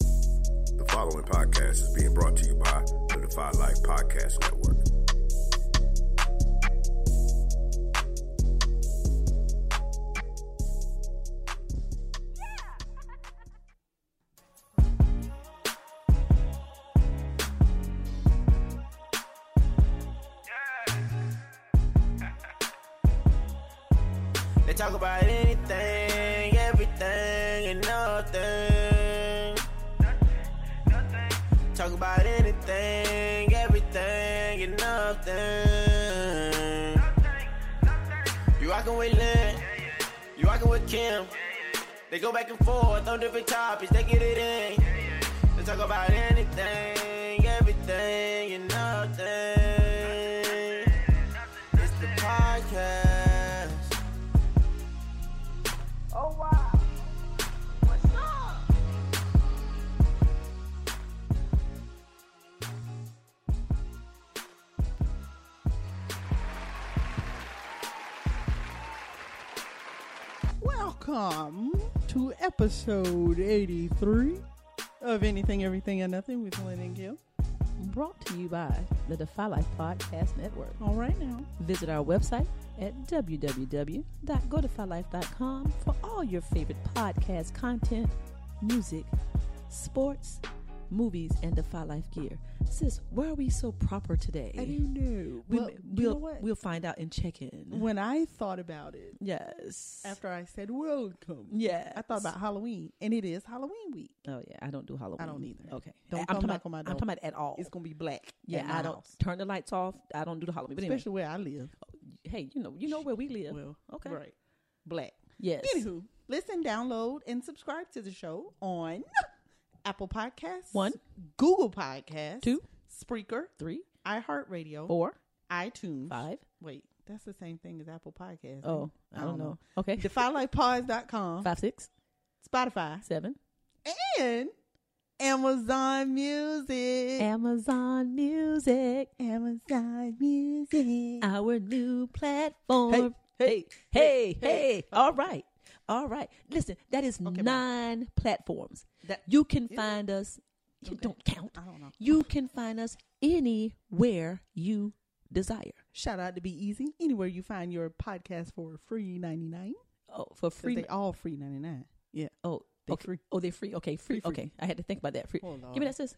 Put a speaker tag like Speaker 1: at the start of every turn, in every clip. Speaker 1: The following podcast is being brought to you by the Defy Life Podcast Network.
Speaker 2: They talk about anything, everything, and nothing. Talk about anything, everything, and nothing. You rockin' with Lynn, you rockin' with Kim. They go back and forth on different topics, they get it in. They talk about anything, everything, and nothing. It's the podcast. Oh wow. What's up?
Speaker 3: Welcome to episode 83 of Anything, Everything, and Nothing with Lynn and Gil.
Speaker 4: Brought to you by the Defy Life Podcast Network.
Speaker 3: All right now.
Speaker 4: Visit our website at www.godefylife.com for all your favorite podcast content, music, sports, movies, and Defy Life gear. Sis, why are we so proper today?
Speaker 3: I don't know.
Speaker 4: We,
Speaker 3: Well,
Speaker 4: will
Speaker 3: you know what?
Speaker 4: we'll find out and check in.
Speaker 3: when I thought about it,
Speaker 4: yes.
Speaker 3: after I said welcome,
Speaker 4: Yes.
Speaker 3: I thought about Halloween, and it is Halloween week.
Speaker 4: Oh yeah, I don't do Halloween.
Speaker 3: I don't either.
Speaker 4: Okay.
Speaker 3: Don't
Speaker 4: I'm
Speaker 3: come
Speaker 4: talking
Speaker 3: knock
Speaker 4: about,
Speaker 3: on my
Speaker 4: I'm
Speaker 3: door.
Speaker 4: talking about at all.
Speaker 3: It's going to be black.
Speaker 4: yeah,
Speaker 3: at my
Speaker 4: I don't
Speaker 3: house,
Speaker 4: turn the lights off. I don't do the Halloween. But anyway,
Speaker 3: Especially where I live.
Speaker 4: hey, you know, you know where we live.
Speaker 3: Well,
Speaker 4: okay.
Speaker 3: Right. Black.
Speaker 4: Yes.
Speaker 3: Anywho, listen, download, and subscribe to the show on Apple Podcasts,
Speaker 4: One.
Speaker 3: Google Podcasts,
Speaker 4: Two.
Speaker 3: Spreaker,
Speaker 4: Three,
Speaker 3: iHeartRadio,
Speaker 4: four,
Speaker 3: iTunes,
Speaker 4: five.
Speaker 3: Wait, that's the same thing as Apple Podcasts. ain't
Speaker 4: Oh,
Speaker 3: it?
Speaker 4: I don't know. Okay.
Speaker 3: DefyLifePods.com,
Speaker 4: Five, six,
Speaker 3: Spotify,
Speaker 4: seven.
Speaker 3: and Amazon Music.
Speaker 4: Amazon Music,
Speaker 3: Amazon Music.
Speaker 4: our new platform.
Speaker 3: Hey,
Speaker 4: hey, hey. All right. All right. Listen, that is
Speaker 3: Okay, bye.
Speaker 4: nine platforms.
Speaker 3: That-
Speaker 4: you can
Speaker 3: it?
Speaker 4: find us. You don't count.
Speaker 3: I don't know.
Speaker 4: You can find us anywhere you desire.
Speaker 3: Shout out to Be Easy. Anywhere you find your podcast for free 99.
Speaker 4: Oh, for
Speaker 3: Free.
Speaker 4: free.
Speaker 3: They all free 99. Yeah.
Speaker 4: oh,
Speaker 3: they
Speaker 4: okay.
Speaker 3: free.
Speaker 4: Oh, they're free. Okay, free.
Speaker 3: Free, free.
Speaker 4: Okay, I had to think about that. Free.
Speaker 3: Hold on.
Speaker 4: Give me that, sis.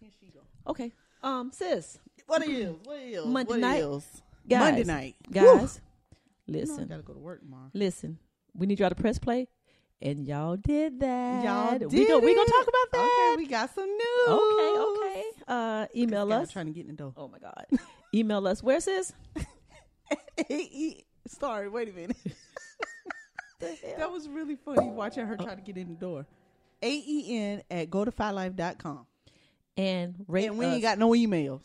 Speaker 4: Okay. Um, sis.
Speaker 3: What is? What is?
Speaker 4: Monday
Speaker 3: what
Speaker 4: night.
Speaker 3: Is?
Speaker 4: Guys,
Speaker 3: Monday night.
Speaker 4: Guys,
Speaker 3: Whew. You know I
Speaker 4: listen.
Speaker 3: gotta go to work tomorrow.
Speaker 4: Listen, we need y'all to press play, and y'all did that.
Speaker 3: Y'all did
Speaker 4: we gonna we gonna
Speaker 3: it.
Speaker 4: talk about that.
Speaker 3: Okay, we got some news.
Speaker 4: okay, okay. Uh, email
Speaker 3: God, I'm
Speaker 4: us.
Speaker 3: trying to get in the door.
Speaker 4: Oh my god, email us. Where's this?
Speaker 3: Sorry, wait a minute. that was really funny watching her try to get in the door. AEN at go com.
Speaker 4: And rate
Speaker 3: And we
Speaker 4: us.
Speaker 3: ain't got no emails.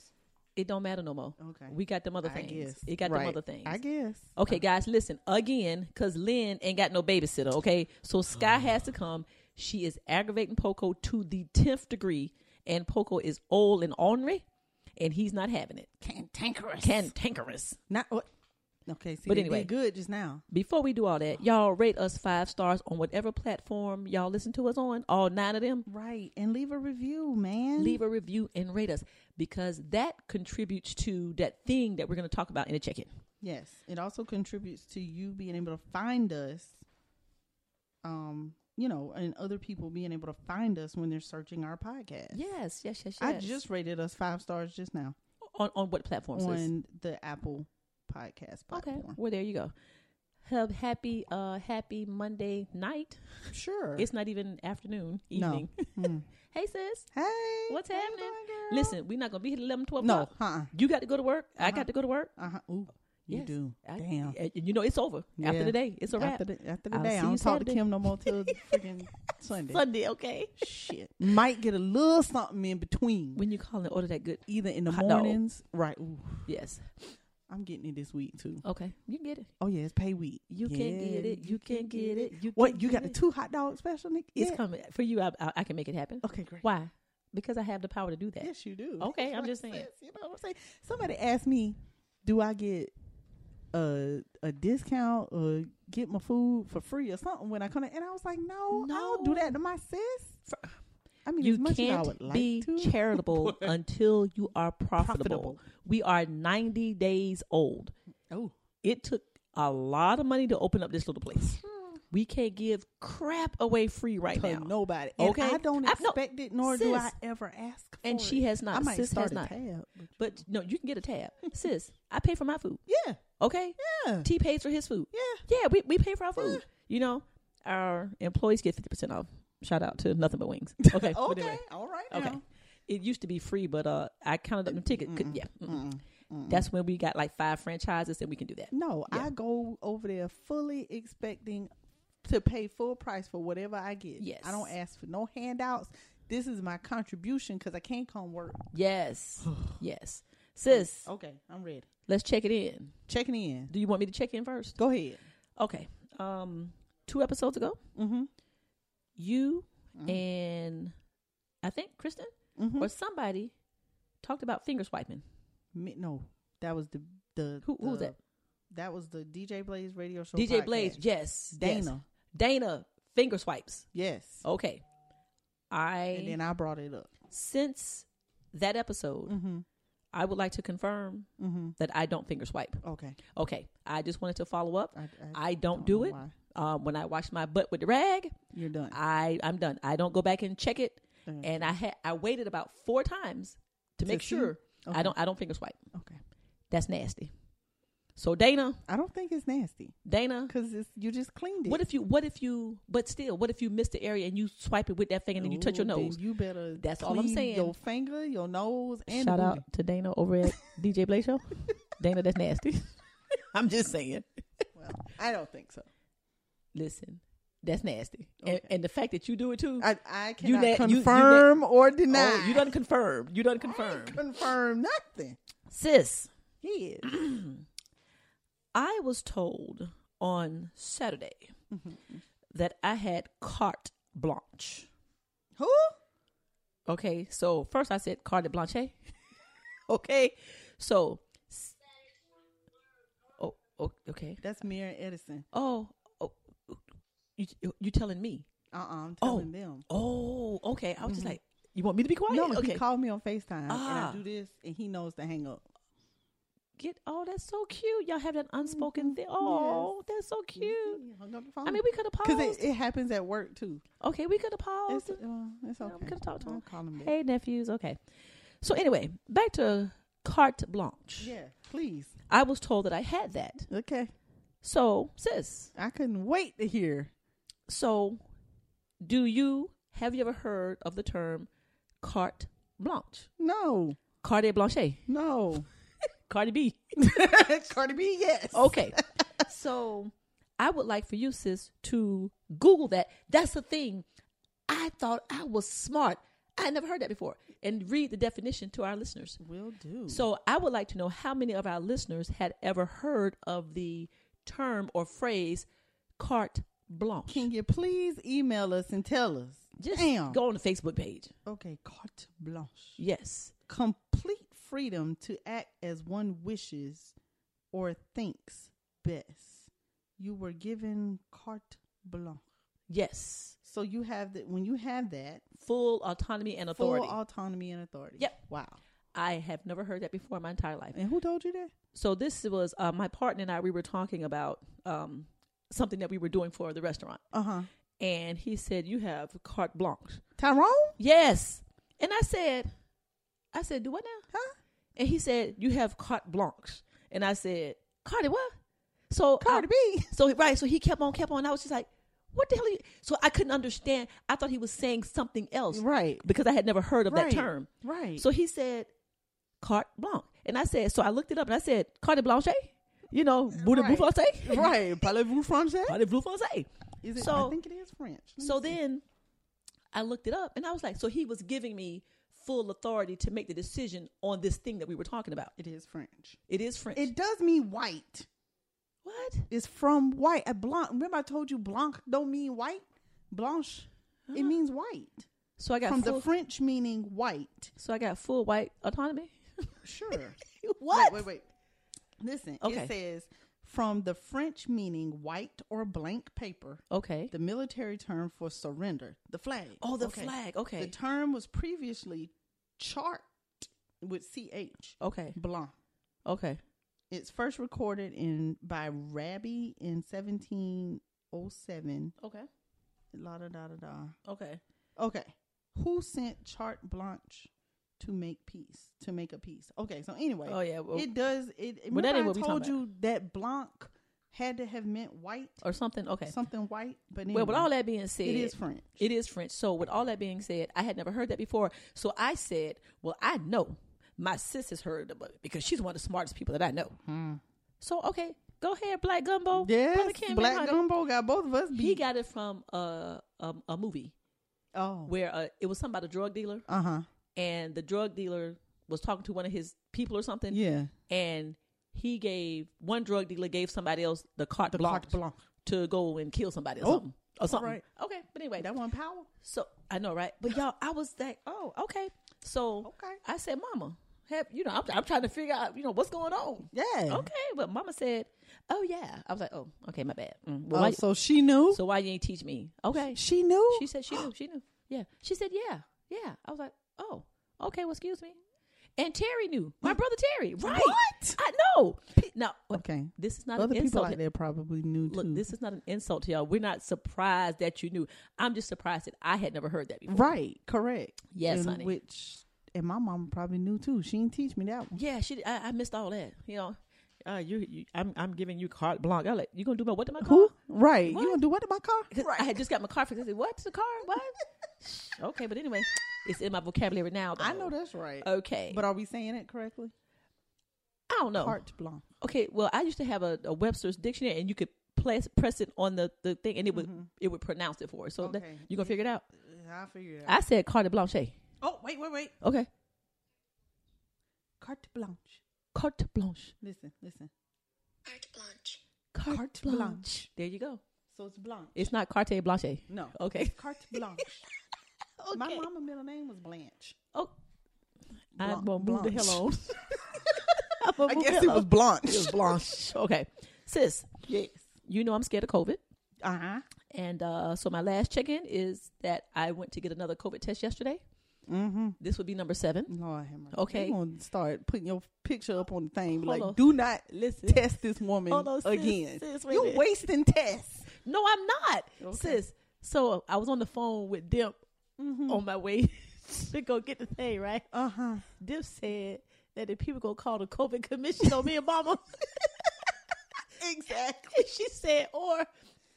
Speaker 4: it. Don't matter no more.
Speaker 3: Okay.
Speaker 4: we got them other things. It got
Speaker 3: Right.
Speaker 4: them other things.
Speaker 3: I guess.
Speaker 4: Okay, guys, listen again, cause Lynn ain't got no babysitter. Okay, so Sky has to come. She is aggravating Poco to the tenth degree, and Poco is old and ornery, and he's not having it.
Speaker 3: Cantankerous.
Speaker 4: Cantankerous.
Speaker 3: Not what? Okay, see,
Speaker 4: But
Speaker 3: but
Speaker 4: anyway.
Speaker 3: anyway. good just now.
Speaker 4: Before we do all that, y'all rate us five stars on whatever platform y'all listen to us on. All nine of them.
Speaker 3: Right. And leave a review, man.
Speaker 4: Leave a review and rate us because that contributes to that thing that we're going to talk about in a check-in.
Speaker 3: Yes, it also contributes to you being able to find us. Um, you know, and other people being able to find us when they're searching our podcast.
Speaker 4: Yes, yes, yes, yes.
Speaker 3: I just rated us five stars just now
Speaker 4: on on what platforms? sis?
Speaker 3: on the Apple podcast
Speaker 4: Okay.
Speaker 3: platform.
Speaker 4: Well, there you go. Have happy uh happy Monday night.
Speaker 3: Sure.
Speaker 4: It's not even afternoon,
Speaker 3: No.
Speaker 4: evening.
Speaker 3: Mm.
Speaker 4: hey sis,
Speaker 3: hey,
Speaker 4: what's
Speaker 3: how you
Speaker 4: happening?
Speaker 3: doing, girl?
Speaker 4: Listen, we're not gonna be here till 11, 12
Speaker 3: No,
Speaker 4: o'clock.
Speaker 3: uh-uh.
Speaker 4: You got to go to work. I got to go to work.
Speaker 3: Uh huh. Ooh, You
Speaker 4: Yes.
Speaker 3: do.
Speaker 4: I-
Speaker 3: Damn.
Speaker 4: and you know it's over after
Speaker 3: Yeah.
Speaker 4: the day. It's a wrap.
Speaker 3: After the, after the
Speaker 4: I'll
Speaker 3: day, I
Speaker 4: see you
Speaker 3: don't talk
Speaker 4: Saturday.
Speaker 3: to Kim no more till freaking Sunday.
Speaker 4: Sunday, okay.
Speaker 3: Shit, might get a little something in between,
Speaker 4: When you call and order that good,
Speaker 3: either in the
Speaker 4: Hot dog.
Speaker 3: mornings, right? Ooh,
Speaker 4: yes,
Speaker 3: I'm getting it this week too.
Speaker 4: okay, you can get it.
Speaker 3: Oh yeah, it's pay week.
Speaker 4: You
Speaker 3: yeah,
Speaker 4: can get it. You can get it. You can
Speaker 3: What you got
Speaker 4: get
Speaker 3: the
Speaker 4: it.
Speaker 3: two hot dog special, Nick?
Speaker 4: It's
Speaker 3: Yeah.
Speaker 4: coming for you. I, I, I can make it happen.
Speaker 3: Okay, great.
Speaker 4: Why? Because I have the power to do that.
Speaker 3: Yes, you do.
Speaker 4: Okay,
Speaker 3: That's
Speaker 4: I'm
Speaker 3: what
Speaker 4: just
Speaker 3: I
Speaker 4: saying.
Speaker 3: says, You know what I'm saying? Somebody asked me, "Do I get a a discount or get my food for free or something when I come?" in? And I was like, "No, I don't do
Speaker 4: No.
Speaker 3: that to my sis." I mean,
Speaker 4: you
Speaker 3: as much as I
Speaker 4: can't
Speaker 3: would like
Speaker 4: be
Speaker 3: to,
Speaker 4: charitable until you are profitable.
Speaker 3: Profitable.
Speaker 4: We are 90 days old.
Speaker 3: oh,
Speaker 4: It took a lot of money to open up this little place. We can't give crap away free right
Speaker 3: Hmm. to
Speaker 4: now.
Speaker 3: nobody. And
Speaker 4: Okay?
Speaker 3: I don't
Speaker 4: I- no,
Speaker 3: expect it, nor do I
Speaker 4: sis.
Speaker 3: ever ask.
Speaker 4: And
Speaker 3: for
Speaker 4: she
Speaker 3: it.
Speaker 4: has not.
Speaker 3: I might
Speaker 4: Sis
Speaker 3: start
Speaker 4: has not.
Speaker 3: a tab. but-
Speaker 4: But no, you can get a tab. Sis, I pay for my food.
Speaker 3: yeah,
Speaker 4: Okay?
Speaker 3: yeah,
Speaker 4: T pays for his food.
Speaker 3: yeah.
Speaker 4: Yeah, we, we pay for our food. You know, our employees get 50% off. Shout out to Nothing But Wings. Okay. but
Speaker 3: Okay,
Speaker 4: anyway.
Speaker 3: all right.
Speaker 4: Okay.
Speaker 3: now.
Speaker 4: It used to be free, but uh, I counted up the ticket.
Speaker 3: Mm,
Speaker 4: Could, yeah. mm-mm. That's when we got like five franchises and we can do that.
Speaker 3: No,
Speaker 4: Yeah.
Speaker 3: I go over there fully expecting to pay full price for whatever I get.
Speaker 4: Yes.
Speaker 3: I don't ask for no handouts. This is my contribution because I can't come work.
Speaker 4: Yes. yes. Sis,
Speaker 3: Oh, Okay, I'm ready.
Speaker 4: let's check it in.
Speaker 3: Checking in.
Speaker 4: Do you want me to check in first?
Speaker 3: Go ahead.
Speaker 4: Okay. Um, two episodes ago,
Speaker 3: Mm-hmm.
Speaker 4: you and I think Kristen
Speaker 3: mm-hmm.
Speaker 4: or somebody talked about finger swiping.
Speaker 3: Me, no, that was the the
Speaker 4: Who- who was
Speaker 3: the-
Speaker 4: that?
Speaker 3: That was the DJ Blaze radio show.
Speaker 4: DJ
Speaker 3: podcast.
Speaker 4: Blaze. Yes.
Speaker 3: Dana.
Speaker 4: Yes. Dana. Finger swipes.
Speaker 3: Yes.
Speaker 4: Okay. I.
Speaker 3: And then I brought it up. Mm-hmm,
Speaker 4: since that episode, I would like to confirm that I don't finger swipe.
Speaker 3: Okay.
Speaker 4: Okay, I just wanted to follow up.
Speaker 3: I-
Speaker 4: I,
Speaker 3: I
Speaker 4: don't,
Speaker 3: don't
Speaker 4: do
Speaker 3: know
Speaker 4: it.
Speaker 3: why.
Speaker 4: Um, when I wash my butt with the rag,
Speaker 3: You're done.
Speaker 4: I I'm done. I don't go back and check it.
Speaker 3: Mm.
Speaker 4: And I had I waited about four times to, make
Speaker 3: see?
Speaker 4: sure
Speaker 3: Okay.
Speaker 4: I don't I don't finger swipe.
Speaker 3: okay.
Speaker 4: That's nasty. So Dana,
Speaker 3: I don't think it's nasty
Speaker 4: Dana,
Speaker 3: because you just cleaned it.
Speaker 4: what if you what if you but still what if you miss the area and you swipe it with that finger and then you touch your
Speaker 3: Ooh, then
Speaker 4: nose?
Speaker 3: You better.
Speaker 4: That's all I'm
Speaker 3: clean
Speaker 4: saying.
Speaker 3: Your finger, your nose, and
Speaker 4: Shout
Speaker 3: the
Speaker 4: out to Dana over at DJ Blaze Show. Dana, that's nasty. I'm just saying.
Speaker 3: booty. I don't think so.
Speaker 4: Listen, that's nasty. And,
Speaker 3: Okay.
Speaker 4: and the fact that you do it too.
Speaker 3: I, I
Speaker 4: You
Speaker 3: cannot
Speaker 4: let- you- you let-
Speaker 3: confirm or
Speaker 4: oh,
Speaker 3: deny.
Speaker 4: you done confirmed. You done
Speaker 3: confirm.
Speaker 4: confirmed.
Speaker 3: confirm nothing.
Speaker 4: Sis,
Speaker 3: Yes.
Speaker 4: I was told on Saturday that I had carte blanche.
Speaker 3: Who?
Speaker 4: Okay, so first I said carte blanche. okay, so. s- Oh, oh, okay.
Speaker 3: That's Mira Edison.
Speaker 4: Oh, oh you, you telling me?
Speaker 3: Uh, uh-uh, I'm telling them.
Speaker 4: Oh, okay. I was just like, you want me to be quiet?
Speaker 3: No,
Speaker 4: Oh, okay.
Speaker 3: he called me on Facetime,
Speaker 4: Ah.
Speaker 3: and I do this, and he knows to hang up.
Speaker 4: Get oh, that's so cute. Y'all have that unspoken thing. Oh, that's so
Speaker 3: Mm-hmm.
Speaker 4: cute.
Speaker 3: He hung up the phone.
Speaker 4: I mean, we could have
Speaker 3: because
Speaker 4: paused.
Speaker 3: it, it happens at work too.
Speaker 4: Oh, okay, we could have paused.
Speaker 3: It's, uh, it's
Speaker 4: Yeah,
Speaker 3: okay.
Speaker 4: We could have talked to
Speaker 3: I'll
Speaker 4: him.
Speaker 3: Call him back.
Speaker 4: Hey, nephews. Okay. So anyway, back to carte blanche.
Speaker 3: Yeah, please.
Speaker 4: I was told that I had that.
Speaker 3: Okay,
Speaker 4: So sis,
Speaker 3: I couldn't wait to hear.
Speaker 4: so do you have you ever heard of the term carte blanche?
Speaker 3: No,
Speaker 4: Carte blanche.
Speaker 3: no.
Speaker 4: Cardi B.
Speaker 3: Cardi B, yes.
Speaker 4: Okay. so I would like for you, sis, to Google that. That's the thing. I thought I was smart. I never heard that before. And read the definition to our listeners.
Speaker 3: Will do.
Speaker 4: So I would like to know how many of our listeners had ever heard of the term or phrase carte blanche.
Speaker 3: Can you please email us and tell us?
Speaker 4: Just
Speaker 3: Damn.
Speaker 4: go on the Facebook page.
Speaker 3: Okay, carte blanche.
Speaker 4: Yes.
Speaker 3: Complete freedom to act as one wishes or thinks best. You were given carte blanche.
Speaker 4: Yes.
Speaker 3: So you have that when you have that
Speaker 4: Full autonomy and authority.
Speaker 3: full autonomy and authority.
Speaker 4: Yep.
Speaker 3: Wow.
Speaker 4: I have never heard that before in my entire life.
Speaker 3: And who told you that?
Speaker 4: so this was uh, my partner and I. We were talking about um, something that we were doing for the restaurant,
Speaker 3: Uh huh.
Speaker 4: and he said, "You have carte blanche."
Speaker 3: Tyrone?
Speaker 4: Yes, and I said, "I said, do what now?"
Speaker 3: Huh?
Speaker 4: And he said, "You have carte blanche," and I said, "Cardi what?" So I-
Speaker 3: Cardi B.
Speaker 4: So right, so he kept on, kept on. I was just like, "What the hell?" Are you? So I couldn't understand. I thought he was saying something else,
Speaker 3: Right.
Speaker 4: Because I had never heard of
Speaker 3: Right.
Speaker 4: that term,
Speaker 3: Right.
Speaker 4: so he said, carte blanche. And I said, so I looked it up and I said, carte blanche? you know, Bouddha
Speaker 3: Right.
Speaker 4: Bouffante.
Speaker 3: right. Parlez-vous français?
Speaker 4: Parlez-vous français?
Speaker 3: Is it,
Speaker 4: So-
Speaker 3: I think it is French. Let me
Speaker 4: So
Speaker 3: see.
Speaker 4: then I looked it up and I was like, so he was giving me full authority to make the decision on this thing that we were talking about.
Speaker 3: it is French.
Speaker 4: It is French.
Speaker 3: It does mean white.
Speaker 4: what?
Speaker 3: It's from white. A blanc. Remember, I told you blanc don't mean white. Blanche, it means white.
Speaker 4: So I got
Speaker 3: From
Speaker 4: full,
Speaker 3: the French meaning white.
Speaker 4: So I got full white autonomy.
Speaker 3: Sure.
Speaker 4: what?
Speaker 3: Wait, wait, wait. Listen,
Speaker 4: Okay.
Speaker 3: it says from the French meaning white or blank paper,
Speaker 4: Okay.
Speaker 3: the military term for surrender, the flag.
Speaker 4: Oh, the flag. Okay.
Speaker 3: The term was previously chart with CH.
Speaker 4: Okay.
Speaker 3: Blanc.
Speaker 4: Okay.
Speaker 3: It's first recorded in by Rabbi in 1707.
Speaker 4: Okay.
Speaker 3: La da da da da.
Speaker 4: Okay.
Speaker 3: Okay. Who sent Chart Blanche to make peace? To make a peace. Okay, so anyway.
Speaker 4: Oh, yeah, well-
Speaker 3: it does. It,
Speaker 4: Well, that
Speaker 3: remember
Speaker 4: ain't what we
Speaker 3: I
Speaker 4: talking
Speaker 3: told you that Blanc had to have meant white,
Speaker 4: Or something. Okay.
Speaker 3: something white. But anyway,
Speaker 4: well, with all that being said,
Speaker 3: it is French.
Speaker 4: It is French. So, with all that being said, I had never heard that before. So, I said, Well, I know my sis has heard of it because she's one of the smartest people that I know. So, okay, go ahead, Black Gumbo. Brother
Speaker 3: Hmm. yes,
Speaker 4: Ken
Speaker 3: Black
Speaker 4: Manhattan.
Speaker 3: Gumbo got both of us beat.
Speaker 4: He got it from uh, um, a movie
Speaker 3: oh,
Speaker 4: where uh, it was something about a drug dealer,
Speaker 3: uh huh,
Speaker 4: and the drug dealer was talking to one of his people or something.
Speaker 3: yeah,
Speaker 4: And he gave one drug dealer gave somebody else the carte,
Speaker 3: the
Speaker 4: blanche,
Speaker 3: Black Blanc.
Speaker 4: to go and kill somebody or
Speaker 3: Oh,
Speaker 4: something. Or something.
Speaker 3: right.
Speaker 4: Okay, but anyway,
Speaker 3: That one power.
Speaker 4: So I know, right? But y'all, I was like, oh, okay. So
Speaker 3: Okay.
Speaker 4: I said, Mama, have you know? I'm, I'm trying to figure out, you know, what's going on.
Speaker 3: Yeah.
Speaker 4: Okay, but Mama said, oh yeah. I was like, oh, okay, my bad. Mm,
Speaker 3: Oh,
Speaker 4: well, why, so,
Speaker 3: so she knew.
Speaker 4: why you ain't teach me? Okay.
Speaker 3: she knew.
Speaker 4: She said she knew. She knew. Yeah. She said, yeah, yeah. I was like, oh, okay. Well, excuse me. And Terry knew. My brother Terry. Right.
Speaker 3: What?
Speaker 4: I know. Now,
Speaker 3: Okay.
Speaker 4: This is not
Speaker 3: Other
Speaker 4: an
Speaker 3: people
Speaker 4: insult.
Speaker 3: out there probably knew too.
Speaker 4: Look, this is not an insult to y'all. We're not surprised that you knew. I'm just surprised that I had never heard that before.
Speaker 3: right, correct.
Speaker 4: Yes,
Speaker 3: And
Speaker 4: honey.
Speaker 3: Which and my mom probably knew too. She didn't teach me that one.
Speaker 4: Yeah, she. I, I missed all that. You know, uh, you, you. I'm. I'm giving you carte blanche. I like you gonna do my what to my car?
Speaker 3: Who? Right.
Speaker 4: What?
Speaker 3: You gonna do what to my car?
Speaker 4: 'Cause I had just got my car fixed. I said, "What's the car? What?" okay, but anyway, it's in my vocabulary now.
Speaker 3: I
Speaker 4: though.
Speaker 3: know that's right.
Speaker 4: Okay, but
Speaker 3: But are we saying it correctly?
Speaker 4: I don't know.
Speaker 3: Carte blanche.
Speaker 4: Okay, well, I used to have a, a Webster's dictionary, and you could place, press it on the, the thing, and it would it would pronounce it for us. So that-
Speaker 3: Mm-hmm. Okay.
Speaker 4: you gonna figure it out?
Speaker 3: I figured
Speaker 4: I said carte blanche.
Speaker 3: Oh, wait, wait, wait.
Speaker 4: Okay,
Speaker 3: Carte blanche.
Speaker 4: carte blanche.
Speaker 3: Listen, listen.
Speaker 4: Carte,
Speaker 3: Carte
Speaker 4: blanche.
Speaker 3: blanche.
Speaker 4: There you go.
Speaker 3: So it's blanche.
Speaker 4: It's not carte blanche.
Speaker 3: no.
Speaker 4: Okay.
Speaker 3: It's carte blanche. My
Speaker 4: Okay.
Speaker 3: mama's middle name was Blanche.
Speaker 4: Oh, I'm
Speaker 3: Blanc-
Speaker 4: gonna move the hell on.
Speaker 3: Blanche.
Speaker 4: I'm gonna
Speaker 3: I
Speaker 4: move
Speaker 3: guess
Speaker 4: the
Speaker 3: it
Speaker 4: hell
Speaker 3: was
Speaker 4: on.
Speaker 3: Blanche.
Speaker 4: It was Blanche. Okay, sis,
Speaker 3: Yes.
Speaker 4: you know I'm scared of COVID,
Speaker 3: Uh huh.
Speaker 4: and uh, so my last check-in is that I went to get another COVID test yesterday.
Speaker 3: Mm-hmm.
Speaker 4: This would be number seven.
Speaker 3: Lord have mercy.
Speaker 4: Okay.
Speaker 3: You gonna start putting your picture up on the thing. be
Speaker 4: Hold
Speaker 3: like,
Speaker 4: on.
Speaker 3: do not
Speaker 4: Listen.
Speaker 3: test this woman
Speaker 4: Hold on, sis,
Speaker 3: again.
Speaker 4: sis, wait a
Speaker 3: You're
Speaker 4: minute.
Speaker 3: wasting tests.
Speaker 4: No, I'm not,
Speaker 3: Okay.
Speaker 4: sis. So I was on the phone with Dimp
Speaker 3: Mm-hmm.
Speaker 4: on my way to go get the thing. Right,
Speaker 3: Uh huh.
Speaker 4: Dimp said that the people gonna call the COVID commission on me and Mama.
Speaker 3: Exactly.
Speaker 4: And she said, or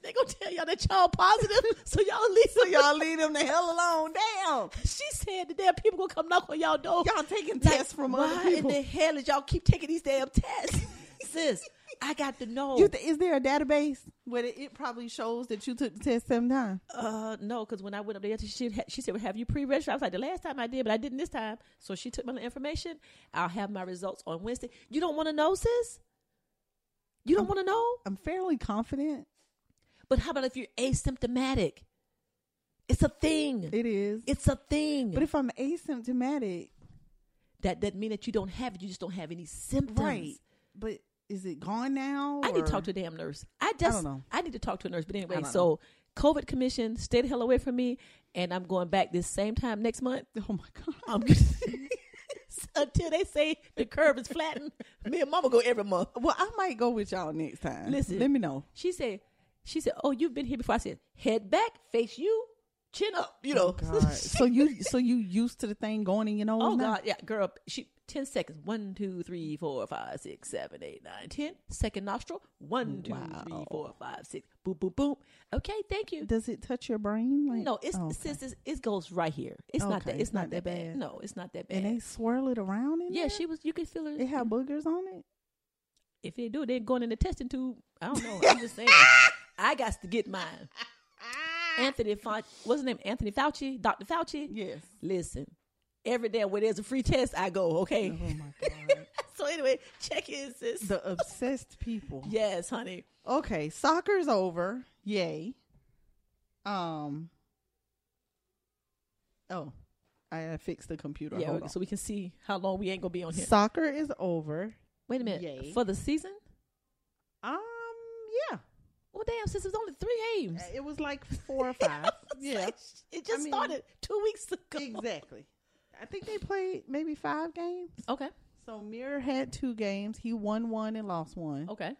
Speaker 4: they gonna tell y'all that y'all positive, so y'all leave. So
Speaker 3: Y'all leave them the hell alone. Damn.
Speaker 4: She said the damn people gonna come knock on y'all door.
Speaker 3: Y'all taking
Speaker 4: Like,
Speaker 3: tests from
Speaker 4: why
Speaker 3: other people.
Speaker 4: in the hell is y'all keep taking these damn tests, sis? I got to know.
Speaker 3: You th- is there a database where it, it probably shows that you took the test seven times?
Speaker 4: uh, no, because when I went up there, she had- she said, well, "Have you pre-registered?" I was like, "The last time I did, but I didn't this time." So she took my information. I'll have my results on Wednesday. You don't want to know, sis. You don't want to know.
Speaker 3: I'm fairly confident
Speaker 4: But how about if you're asymptomatic? It's a thing.
Speaker 3: it is.
Speaker 4: it's a thing.
Speaker 3: but if I'm asymptomatic,
Speaker 4: that doesn't mean that you don't have it. You just don't have any symptoms.
Speaker 3: right? But is it gone now?
Speaker 4: I need
Speaker 3: or-
Speaker 4: to talk to a damn nurse. I just, I,
Speaker 3: don't know.
Speaker 4: need to talk to a nurse. But anyway,
Speaker 3: don't
Speaker 4: so COVID commission, stay the hell away from me, and I'm going back this same time next month.
Speaker 3: Oh my god!
Speaker 4: I'm until they say the curve is flattened. Me and Mama go every month.
Speaker 3: well, I might go with y'all next time.
Speaker 4: Listen.
Speaker 3: let me know.
Speaker 4: She said, she said, oh, you've been here before. I said, head back, face you, chin up. You know.
Speaker 3: Oh God. so you so you used to the thing going in your nose?
Speaker 4: Oh
Speaker 3: now?
Speaker 4: God, yeah, girl. She ten seconds. One, two, three, four, five, six, seven, eight, nine, ten. Second nostril. One, two, three, four, five, six. Boom, boom, boom. Okay, thank you.
Speaker 3: Does it touch your brain? Like,
Speaker 4: No, it's
Speaker 3: oh, okay.
Speaker 4: since it's, it goes right here. It's not
Speaker 3: Okay,
Speaker 4: that. It's not, that bad. No, it's not that bad.
Speaker 3: and they swirl it around in
Speaker 4: yeah,
Speaker 3: there?
Speaker 4: she was. You could feel her.
Speaker 3: It had boogers on it.
Speaker 4: If they do, they're going in the testing tube. I don't know. I'm just saying. I got to get mine. Anthony Fauci, what's his name? Anthony Fauci, Dr. Fauci.
Speaker 3: Yes.
Speaker 4: Listen, every day where there's a free test, I go. Okay.
Speaker 3: Oh my god.
Speaker 4: so anyway, check in, sis.
Speaker 3: the obsessed people.
Speaker 4: yes, honey.
Speaker 3: Okay, soccer's over. Yay. Um. Oh, I fixed the computer.
Speaker 4: Yeah,
Speaker 3: Hold on.
Speaker 4: so we can see how long we ain't gonna be on here.
Speaker 3: Soccer is over.
Speaker 4: Wait a minute.
Speaker 3: Yay.
Speaker 4: For the season?
Speaker 3: Um. Yeah.
Speaker 4: Well, damn, sis, it was only three games.
Speaker 3: It was like four or five. yeah.
Speaker 4: It just
Speaker 3: I mean,
Speaker 4: started two weeks ago.
Speaker 3: Exactly. I think they played maybe five games.
Speaker 4: Okay.
Speaker 3: So Mirror had two games. He won one and lost one.
Speaker 4: Okay.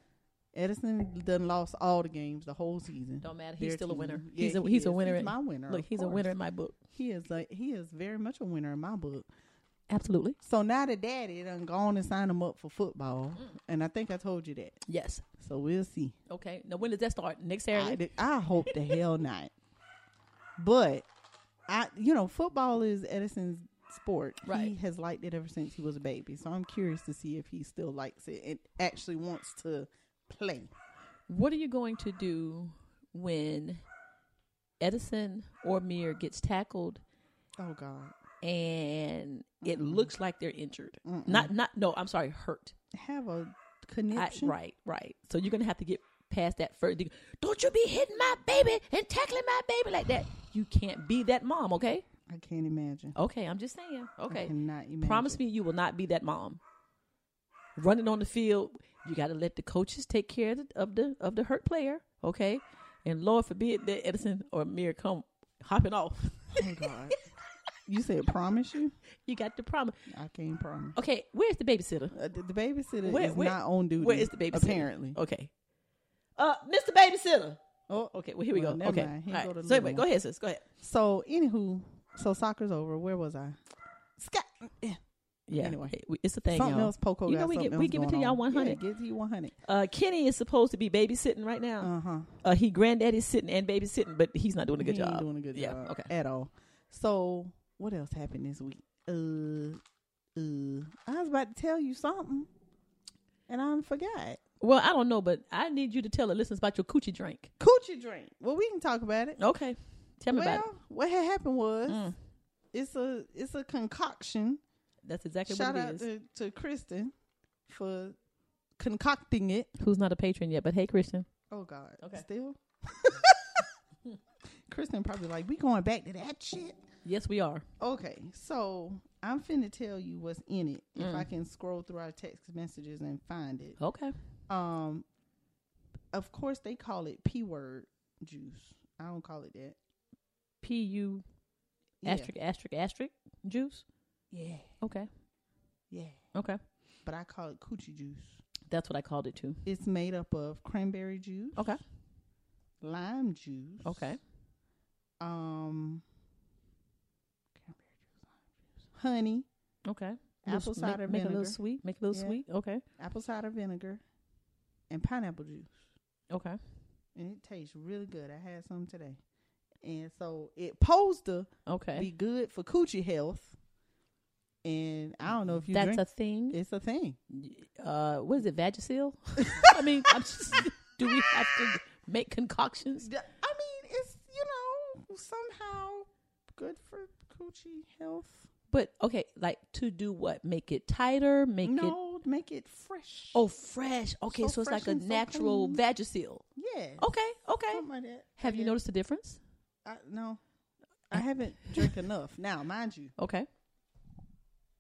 Speaker 3: Edison done lost all the games the whole season.
Speaker 4: Don't matter. He's
Speaker 3: Their
Speaker 4: still a
Speaker 3: team.
Speaker 4: winner.
Speaker 3: Yeah,
Speaker 4: he's a
Speaker 3: he
Speaker 4: he's a
Speaker 3: is.
Speaker 4: winner.
Speaker 3: He's
Speaker 4: in-
Speaker 3: my winner.
Speaker 4: Look,
Speaker 3: of
Speaker 4: he's a winner
Speaker 3: course.
Speaker 4: in my book.
Speaker 3: He is like he is very much a winner in my book.
Speaker 4: Absolutely.
Speaker 3: So now the daddy done gone and signed him up for football, and I think I told you that.
Speaker 4: Yes.
Speaker 3: So we'll see.
Speaker 4: Okay. Now when does that start? Next
Speaker 3: I,
Speaker 4: Saturday.
Speaker 3: di- I hope the hell not. But I, you know, football is Edison's sport. He
Speaker 4: Right.
Speaker 3: has liked it ever since he was a baby. So I'm curious to see if he still likes it and actually wants to play.
Speaker 4: What are you going to do when Edison or Mir gets tackled
Speaker 3: Oh God,
Speaker 4: and it looks like they're injured? Not not no, I'm sorry, hurt.
Speaker 3: have a
Speaker 4: I,
Speaker 3: connection.
Speaker 4: right, right. So you're gonna have to get past that first. thing. Don't you be hitting my baby and tackling my baby like that. You can't be that mom, okay?
Speaker 3: I can't imagine.
Speaker 4: Okay, I'm just saying. Okay,
Speaker 3: cannot imagine.
Speaker 4: promise me you will not be that mom. Running on the field, you got to let the coaches take care of the, of the of the hurt player. Okay, and Lord forbid that Edison or Mir come hopping off.
Speaker 3: Oh God. You said promise you?
Speaker 4: you got the problem.
Speaker 3: I can't promise.
Speaker 4: Okay, where's the babysitter?
Speaker 3: Uh, the, the babysitter
Speaker 4: Where-
Speaker 3: is
Speaker 4: where-
Speaker 3: not on duty.
Speaker 4: Where is the babysitter?
Speaker 3: Apparently.
Speaker 4: Okay. Uh, Mr. Babysitter.
Speaker 3: Oh,
Speaker 4: Okay, well here we
Speaker 3: Well,
Speaker 4: go.
Speaker 3: never
Speaker 4: Okay,
Speaker 3: mind. Here
Speaker 4: All
Speaker 3: go
Speaker 4: right.
Speaker 3: the
Speaker 4: so anyway,
Speaker 3: little
Speaker 4: go ahead, sis. Go ahead.
Speaker 3: So, anywho, so soccer's over. Where was I? Scott.
Speaker 4: Yeah.
Speaker 3: Anyway.
Speaker 4: it- we- it's a thing,
Speaker 3: something
Speaker 4: y'all.
Speaker 3: else. Poco.
Speaker 4: You know
Speaker 3: got
Speaker 4: we get-
Speaker 3: something
Speaker 4: we
Speaker 3: else
Speaker 4: give it to
Speaker 3: going
Speaker 4: y'all
Speaker 3: on.
Speaker 4: 100.
Speaker 3: Yeah, give it to you one hundred.
Speaker 4: Uh, Kenny is supposed to be babysitting right now.
Speaker 3: Uh huh.
Speaker 4: Uh, he granddaddy's sitting and babysitting, but he's not doing a good job.
Speaker 3: Doing a good
Speaker 4: yeah,
Speaker 3: job.
Speaker 4: Okay.
Speaker 3: At all. So, what else happened this week? Uh, uh, I was about to tell you something, and I forgot.
Speaker 4: Well, I don't know, but I need you to tell the listeners about your coochie drink.
Speaker 3: Coochie drink. Well, we can talk about it.
Speaker 4: Okay. Tell me
Speaker 3: well,
Speaker 4: about it.
Speaker 3: what had happened was
Speaker 4: Mm.
Speaker 3: it's a it's a concoction.
Speaker 4: That's exactly
Speaker 3: Shout
Speaker 4: what it
Speaker 3: out
Speaker 4: is.
Speaker 3: to, to Kristen for concocting it.
Speaker 4: Who's not a patron yet? But hey, Christian.
Speaker 3: Oh God.
Speaker 4: Okay.
Speaker 3: Still. Kristen probably like we going back to that shit.
Speaker 4: Yes, we are.
Speaker 3: Okay, so I'm finna tell you what's in it if
Speaker 4: Mm.
Speaker 3: I can scroll through our text messages and find it.
Speaker 4: Okay.
Speaker 3: Um, of course they call it p word juice. I don't call it that.
Speaker 4: P U
Speaker 3: Yeah.
Speaker 4: asterisk asterisk asterisk juice.
Speaker 3: Yeah,
Speaker 4: Okay.
Speaker 3: yeah.
Speaker 4: Okay.
Speaker 3: But I call it coochie juice.
Speaker 4: That's what I called it too.
Speaker 3: It's made up of cranberry juice,
Speaker 4: Okay.
Speaker 3: lime juice,
Speaker 4: Okay.
Speaker 3: um, honey,
Speaker 4: Okay.
Speaker 3: Apple
Speaker 4: Just
Speaker 3: cider
Speaker 4: make, make a little
Speaker 3: vinegar.
Speaker 4: sweet. Make a little
Speaker 3: Yeah.
Speaker 4: sweet. Okay.
Speaker 3: apple cider vinegar, and pineapple juice.
Speaker 4: Okay.
Speaker 3: And it tastes really good. I had some today. And so it posed to
Speaker 4: Okay.
Speaker 3: be good for coochie health. And I don't know if you
Speaker 4: That's
Speaker 3: drink
Speaker 4: a thing.
Speaker 3: it's a thing.
Speaker 4: Uh, what is it? Vagisil? I mean, I'm just, do we have to make concoctions?
Speaker 3: D- I mean, it's you know, somehow good for coochie health.
Speaker 4: But okay, like to do what? Make it tighter. Make it
Speaker 3: no, make it fresh.
Speaker 4: oh fresh. Okay, so,
Speaker 3: So
Speaker 4: it's
Speaker 3: fresh
Speaker 4: like a
Speaker 3: and so
Speaker 4: natural
Speaker 3: clean.
Speaker 4: Vagisil.
Speaker 3: yeah. Oh
Speaker 4: Okay, okay.
Speaker 3: Something like that.
Speaker 4: Have you
Speaker 3: Yeah.
Speaker 4: noticed a difference?
Speaker 3: I, no. I haven't drank enough. Now, mind you,
Speaker 4: Okay,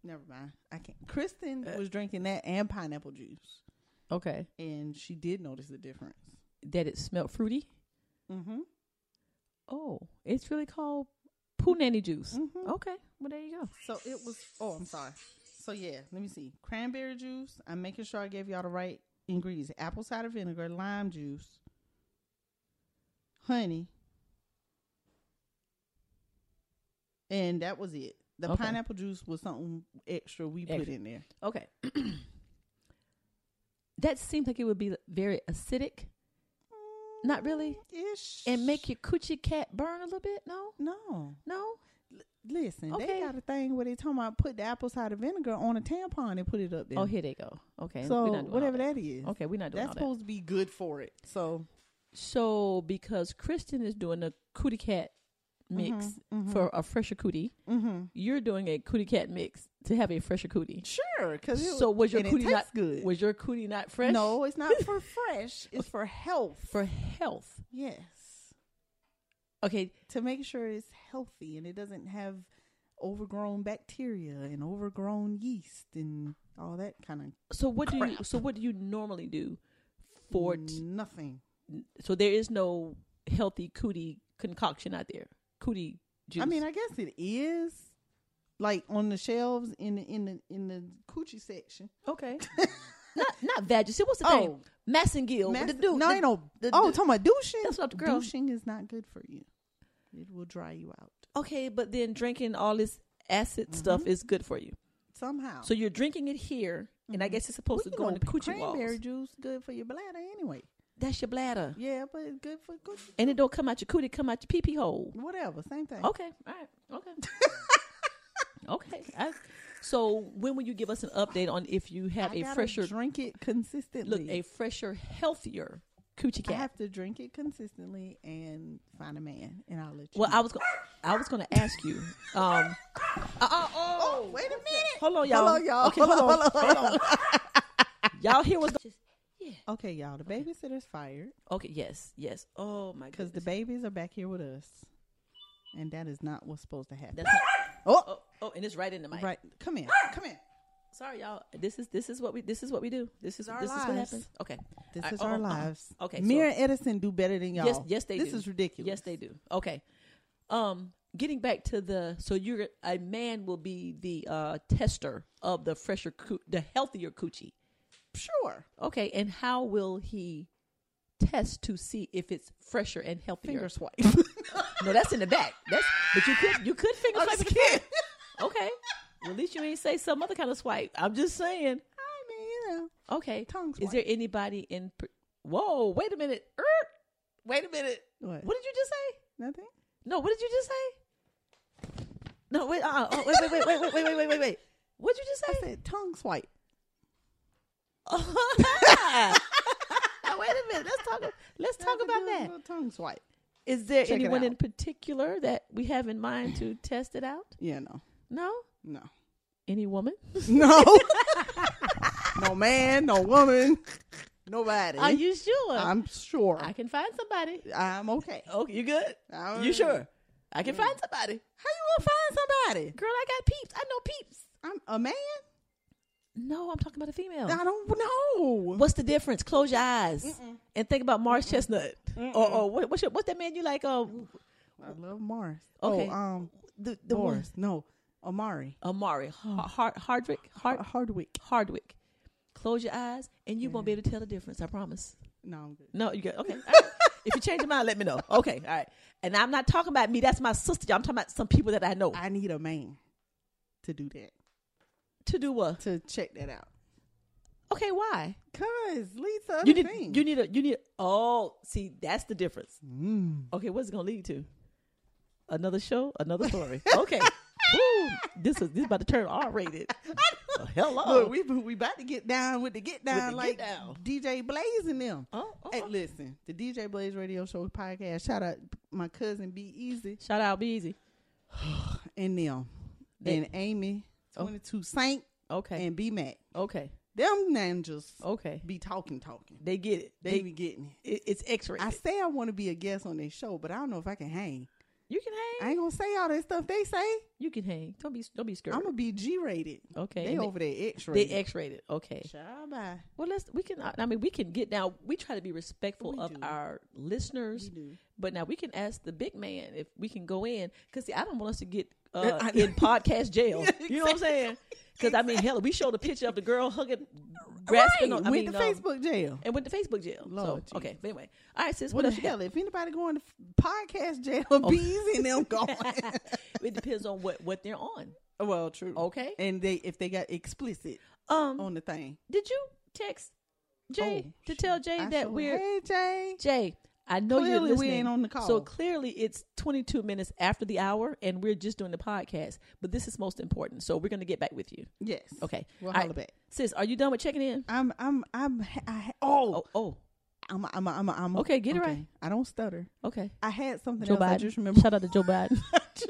Speaker 3: never mind. I can't. Kristen
Speaker 4: Uh,
Speaker 3: was drinking that and pineapple juice,
Speaker 4: okay.
Speaker 3: and she did notice the difference.
Speaker 4: That it smelled fruity.
Speaker 3: Mm-hmm.
Speaker 4: Oh, it's really called poo nanny juice.
Speaker 3: Mhm.
Speaker 4: Okay, well there you go.
Speaker 3: So it was. Oh, I'm sorry. So yeah, let me see. Cranberry juice. I'm making sure I gave y'all the right ingredients: apple cider vinegar, lime juice, honey, and that was it. The
Speaker 4: Okay.
Speaker 3: pineapple juice was something extra we put
Speaker 4: Extra.
Speaker 3: in there.
Speaker 4: Okay. that seems like it would be very acidic. Mm, Not really.
Speaker 3: Ish.
Speaker 4: And make your coochie cat burn a little bit? No,
Speaker 3: no.
Speaker 4: no.
Speaker 3: Listen,
Speaker 4: Okay.
Speaker 3: they got a thing where they talking about put the apple cider vinegar on a tampon and put it up there.
Speaker 4: Oh, here they go. Okay. we're
Speaker 3: so
Speaker 4: not doing all
Speaker 3: whatever that is.
Speaker 4: Okay, we're not doing
Speaker 3: That's
Speaker 4: all that.
Speaker 3: supposed to be good for it. So
Speaker 4: So because Kristen is doing a cootie cat mix
Speaker 3: Mm-hmm,
Speaker 4: for a fresher cootie, you're doing a cootie cat mix to have a fresher cootie.
Speaker 3: sure, because
Speaker 4: So was your
Speaker 3: and
Speaker 4: cootie
Speaker 3: it tastes
Speaker 4: not
Speaker 3: good?
Speaker 4: Was your cootie not fresh?
Speaker 3: No, it's not for fresh. It's for health.
Speaker 4: for health.
Speaker 3: yes,
Speaker 4: Okay,
Speaker 3: to make sure it's healthy and it doesn't have overgrown bacteria and overgrown yeast and all that kind of
Speaker 4: so what do you? So what do you normally do for?
Speaker 3: Mm.
Speaker 4: T-
Speaker 3: nothing.
Speaker 4: so there is no healthy cootie concoction out there. Cootie juice.
Speaker 3: I mean, I guess it is like on the shelves in the in the in the coochie section.
Speaker 4: okay. not not veggies. What's the thing?
Speaker 3: Oh.
Speaker 4: Massengill.
Speaker 3: Mas-
Speaker 4: the dude.
Speaker 3: no,
Speaker 4: the-
Speaker 3: ain't no.
Speaker 4: the-
Speaker 3: oh,
Speaker 4: the-
Speaker 3: talking about douching.
Speaker 4: That's what the girl-
Speaker 3: Douching is not good for you. It will dry you out
Speaker 4: Okay, but then drinking all this acid
Speaker 3: Mm-hmm.
Speaker 4: stuff is good for you.
Speaker 3: somehow.
Speaker 4: So you're drinking it here, and I guess it's supposed
Speaker 3: Oh. Mm-hmm. Well,
Speaker 4: to go in
Speaker 3: know,
Speaker 4: the coochie
Speaker 3: cranberry
Speaker 4: walls.
Speaker 3: juice good for your bladder anyway.
Speaker 4: That's your bladder,
Speaker 3: Yeah, but it's good for coochie.
Speaker 4: and it don't come out your cootie, it come out your pee pee hole.
Speaker 3: Whatever, same thing.
Speaker 4: Okay, all right, okay, okay. I, so when will you give us an update on if you have
Speaker 3: I
Speaker 4: a
Speaker 3: gotta
Speaker 4: fresher,
Speaker 3: drink it
Speaker 4: look,
Speaker 3: consistently.
Speaker 4: a fresher, healthier coochie
Speaker 3: I
Speaker 4: cat?
Speaker 3: have to drink it consistently and find a man, and I'll let you.
Speaker 4: well,
Speaker 3: know.
Speaker 4: I was, go- I was going to ask you. Um, uh, uh, oh,
Speaker 3: Oh, wait a minute.
Speaker 4: hold on, y'all.
Speaker 3: Hold on, y'all.
Speaker 4: Okay,
Speaker 3: Hold
Speaker 4: hold
Speaker 3: on,
Speaker 4: on, hold on. y'all hear what's going?
Speaker 3: Okay, y'all. The babysitter's fired
Speaker 4: Okay, yes, yes. Oh my
Speaker 3: because
Speaker 4: goodness.
Speaker 3: the babies are back here with us, and that is not what's supposed to happen.
Speaker 4: That's not-
Speaker 3: Oh.
Speaker 4: oh, oh, and it's right in the mic.
Speaker 3: right. Come in.
Speaker 4: ah!
Speaker 3: Come in.
Speaker 4: Sorry, y'all. This is this is what we this is what we do. This is
Speaker 3: our
Speaker 4: this is what
Speaker 3: lives.
Speaker 4: happens. Okay,
Speaker 3: This
Speaker 4: All right,
Speaker 3: is
Speaker 4: oh,
Speaker 3: our
Speaker 4: oh, oh.
Speaker 3: lives.
Speaker 4: Okay, so-
Speaker 3: Mir and Edison do better than y'all.
Speaker 4: Yes, yes, they
Speaker 3: this
Speaker 4: do.
Speaker 3: is ridiculous.
Speaker 4: Yes, they do. Okay. Um, getting back to the so you're a man will be the uh tester of the fresher coo- the healthier coochie.
Speaker 3: Sure.
Speaker 4: Okay, and how will he test to see if it's fresher and healthier?
Speaker 3: Finger swipe.
Speaker 4: No, that's in the back. That's but you could you could finger
Speaker 3: I'm
Speaker 4: swipe.
Speaker 3: just
Speaker 4: if you
Speaker 3: kidding.
Speaker 4: want. Okay. Well, at least you ain't say some other kind of swipe. I'm just saying.
Speaker 3: I mean, you know.
Speaker 4: Okay.
Speaker 3: Tongue
Speaker 4: Is there
Speaker 3: swipe.
Speaker 4: anybody in? pr- Whoa! Wait a minute. Er, wait a minute.
Speaker 3: What?
Speaker 4: What did you just say?
Speaker 3: Nothing.
Speaker 4: No. What did you just say? No. Wait. Uh. uh wait. Wait. Wait. Wait. Wait. Wait. Wait. Wait. Wait. Wait. What did you just
Speaker 3: I
Speaker 4: say?
Speaker 3: said tongue swipe.
Speaker 4: Now, wait a minute. Let's talk. Let's talk
Speaker 3: Nothing
Speaker 4: about
Speaker 3: doing
Speaker 4: that.
Speaker 3: no Tongue swipe.
Speaker 4: Is there
Speaker 3: Check it
Speaker 4: anyone
Speaker 3: out.
Speaker 4: in particular that we have in mind to test it out?
Speaker 3: Yeah, no,
Speaker 4: No.
Speaker 3: no,
Speaker 4: Any woman?
Speaker 3: no, no man, no woman, nobody.
Speaker 4: Are you sure?
Speaker 3: I'm sure.
Speaker 4: I can find somebody.
Speaker 3: I'm okay.
Speaker 4: Okay. You good?
Speaker 3: I'm-
Speaker 4: you sure? I can find somebody.
Speaker 3: How you gonna find somebody?
Speaker 4: Mm. Girl, I got peeps. I know peeps.
Speaker 3: I'm a man.
Speaker 4: No, I'm talking about a female.
Speaker 3: I don't know.
Speaker 4: What's the difference? Close your eyes and think about Mars Chestnut or, or what, what's your, what's that man you like? Um,
Speaker 3: I love Mars.
Speaker 4: Okay.
Speaker 3: Oh, um,
Speaker 4: the the one-
Speaker 3: Mars. No, Amari
Speaker 4: Amari Har- Har- Hardwick Hard-
Speaker 3: Hardwick.
Speaker 4: Hardwick. Close your eyes and you won't be able to tell the difference. I promise.
Speaker 3: No, I'm good.
Speaker 4: No, you good? Okay. All right. if you change your mind, let me know. Okay. All right. And I'm not talking about me. That's my sister. y'all. I'm talking about some people that I know.
Speaker 3: I need a man to do that
Speaker 4: to do what?
Speaker 3: to check that out.
Speaker 4: Okay. Why?
Speaker 3: Cause leads to other
Speaker 4: You need.
Speaker 3: things.
Speaker 4: You need a. You need. Oh, see, that's the difference.
Speaker 3: Mm.
Speaker 4: Okay, what's it gonna lead to? Another show, another story. Okay. Woo. This is this is about to turn R rated. Oh, hello.
Speaker 3: Look, we we about to get down with the get down
Speaker 4: the get
Speaker 3: like
Speaker 4: down.
Speaker 3: DJ Blaze and them.
Speaker 4: Oh, oh,
Speaker 3: Hey,
Speaker 4: oh.
Speaker 3: listen, the DJ Blaze Radio Show podcast. Shout out my cousin B Easy
Speaker 4: uh. Shout out, be easy.
Speaker 3: and them,
Speaker 4: They- Oh.
Speaker 3: and Amy Twenty Two Saint
Speaker 4: Okay.
Speaker 3: and B Mac.
Speaker 4: okay.
Speaker 3: Them ninjas
Speaker 4: Okay.
Speaker 3: be talking, talking.
Speaker 4: They get it.
Speaker 3: They,
Speaker 4: Oh. They,
Speaker 3: be getting it.
Speaker 4: it, it's X rated.
Speaker 3: I say I want to be a guest on their show, but I don't know if I can hang.
Speaker 4: You can hang.
Speaker 3: I ain't gonna say all that stuff they say.
Speaker 4: you can hang. Don't be don't be scared.
Speaker 3: I'm gonna be G rated.
Speaker 4: Okay,
Speaker 3: they
Speaker 4: and they-
Speaker 3: over there X
Speaker 4: they
Speaker 3: rated.
Speaker 4: X rated. Okay.
Speaker 3: Shabba.
Speaker 4: Well, let's we can. I mean, we can get now. We try to be respectful
Speaker 3: We
Speaker 4: of
Speaker 3: do.
Speaker 4: our listeners, but now we can ask the big man if we can go in because I don't want us to get uh,
Speaker 3: I know.
Speaker 4: in podcast jail. You know what I'm saying? Because I mean, hell, we showed a picture of the girl hugging, grasping
Speaker 3: Right,
Speaker 4: on I
Speaker 3: with
Speaker 4: mean,
Speaker 3: the
Speaker 4: um,
Speaker 3: Facebook jail.
Speaker 4: and went to Facebook jail. so
Speaker 3: Lord
Speaker 4: okay, but anyway, all right, sis. What,
Speaker 3: What the
Speaker 4: Oh. else you got?
Speaker 3: hell? If anybody going to f- podcast jail, be easy and them going.
Speaker 4: It depends on what what they're on.
Speaker 3: well, true.
Speaker 4: Okay.
Speaker 3: And they if they got explicit
Speaker 4: Um,
Speaker 3: on the thing.
Speaker 4: did you text Jay
Speaker 3: Oh,
Speaker 4: to
Speaker 3: shit.
Speaker 4: tell Jay
Speaker 3: I
Speaker 4: that
Speaker 3: sure-
Speaker 4: we're
Speaker 3: Hey Jay.
Speaker 4: Jay? I know you're
Speaker 3: Clearly we
Speaker 4: listening.
Speaker 3: ain't on the
Speaker 4: So
Speaker 3: call.
Speaker 4: clearly it's 22 minutes after the hour, and we're just doing the podcast. But this is most important, so we're going to get back with you.
Speaker 3: Yes.
Speaker 4: Okay.
Speaker 3: We'll
Speaker 4: All right.
Speaker 3: holler back.
Speaker 4: Sis, are you done with checking in?
Speaker 3: I'm. I'm. I'm. ha- I, ha- oh.
Speaker 4: Oh, oh,
Speaker 3: I'm. I'm. I'm. I'm.
Speaker 4: Okay, get it right.
Speaker 3: I don't stutter.
Speaker 4: okay.
Speaker 3: I had something
Speaker 4: Joe
Speaker 3: else. I
Speaker 4: Biden.
Speaker 3: just remember.
Speaker 4: Shout out to Joe Biden.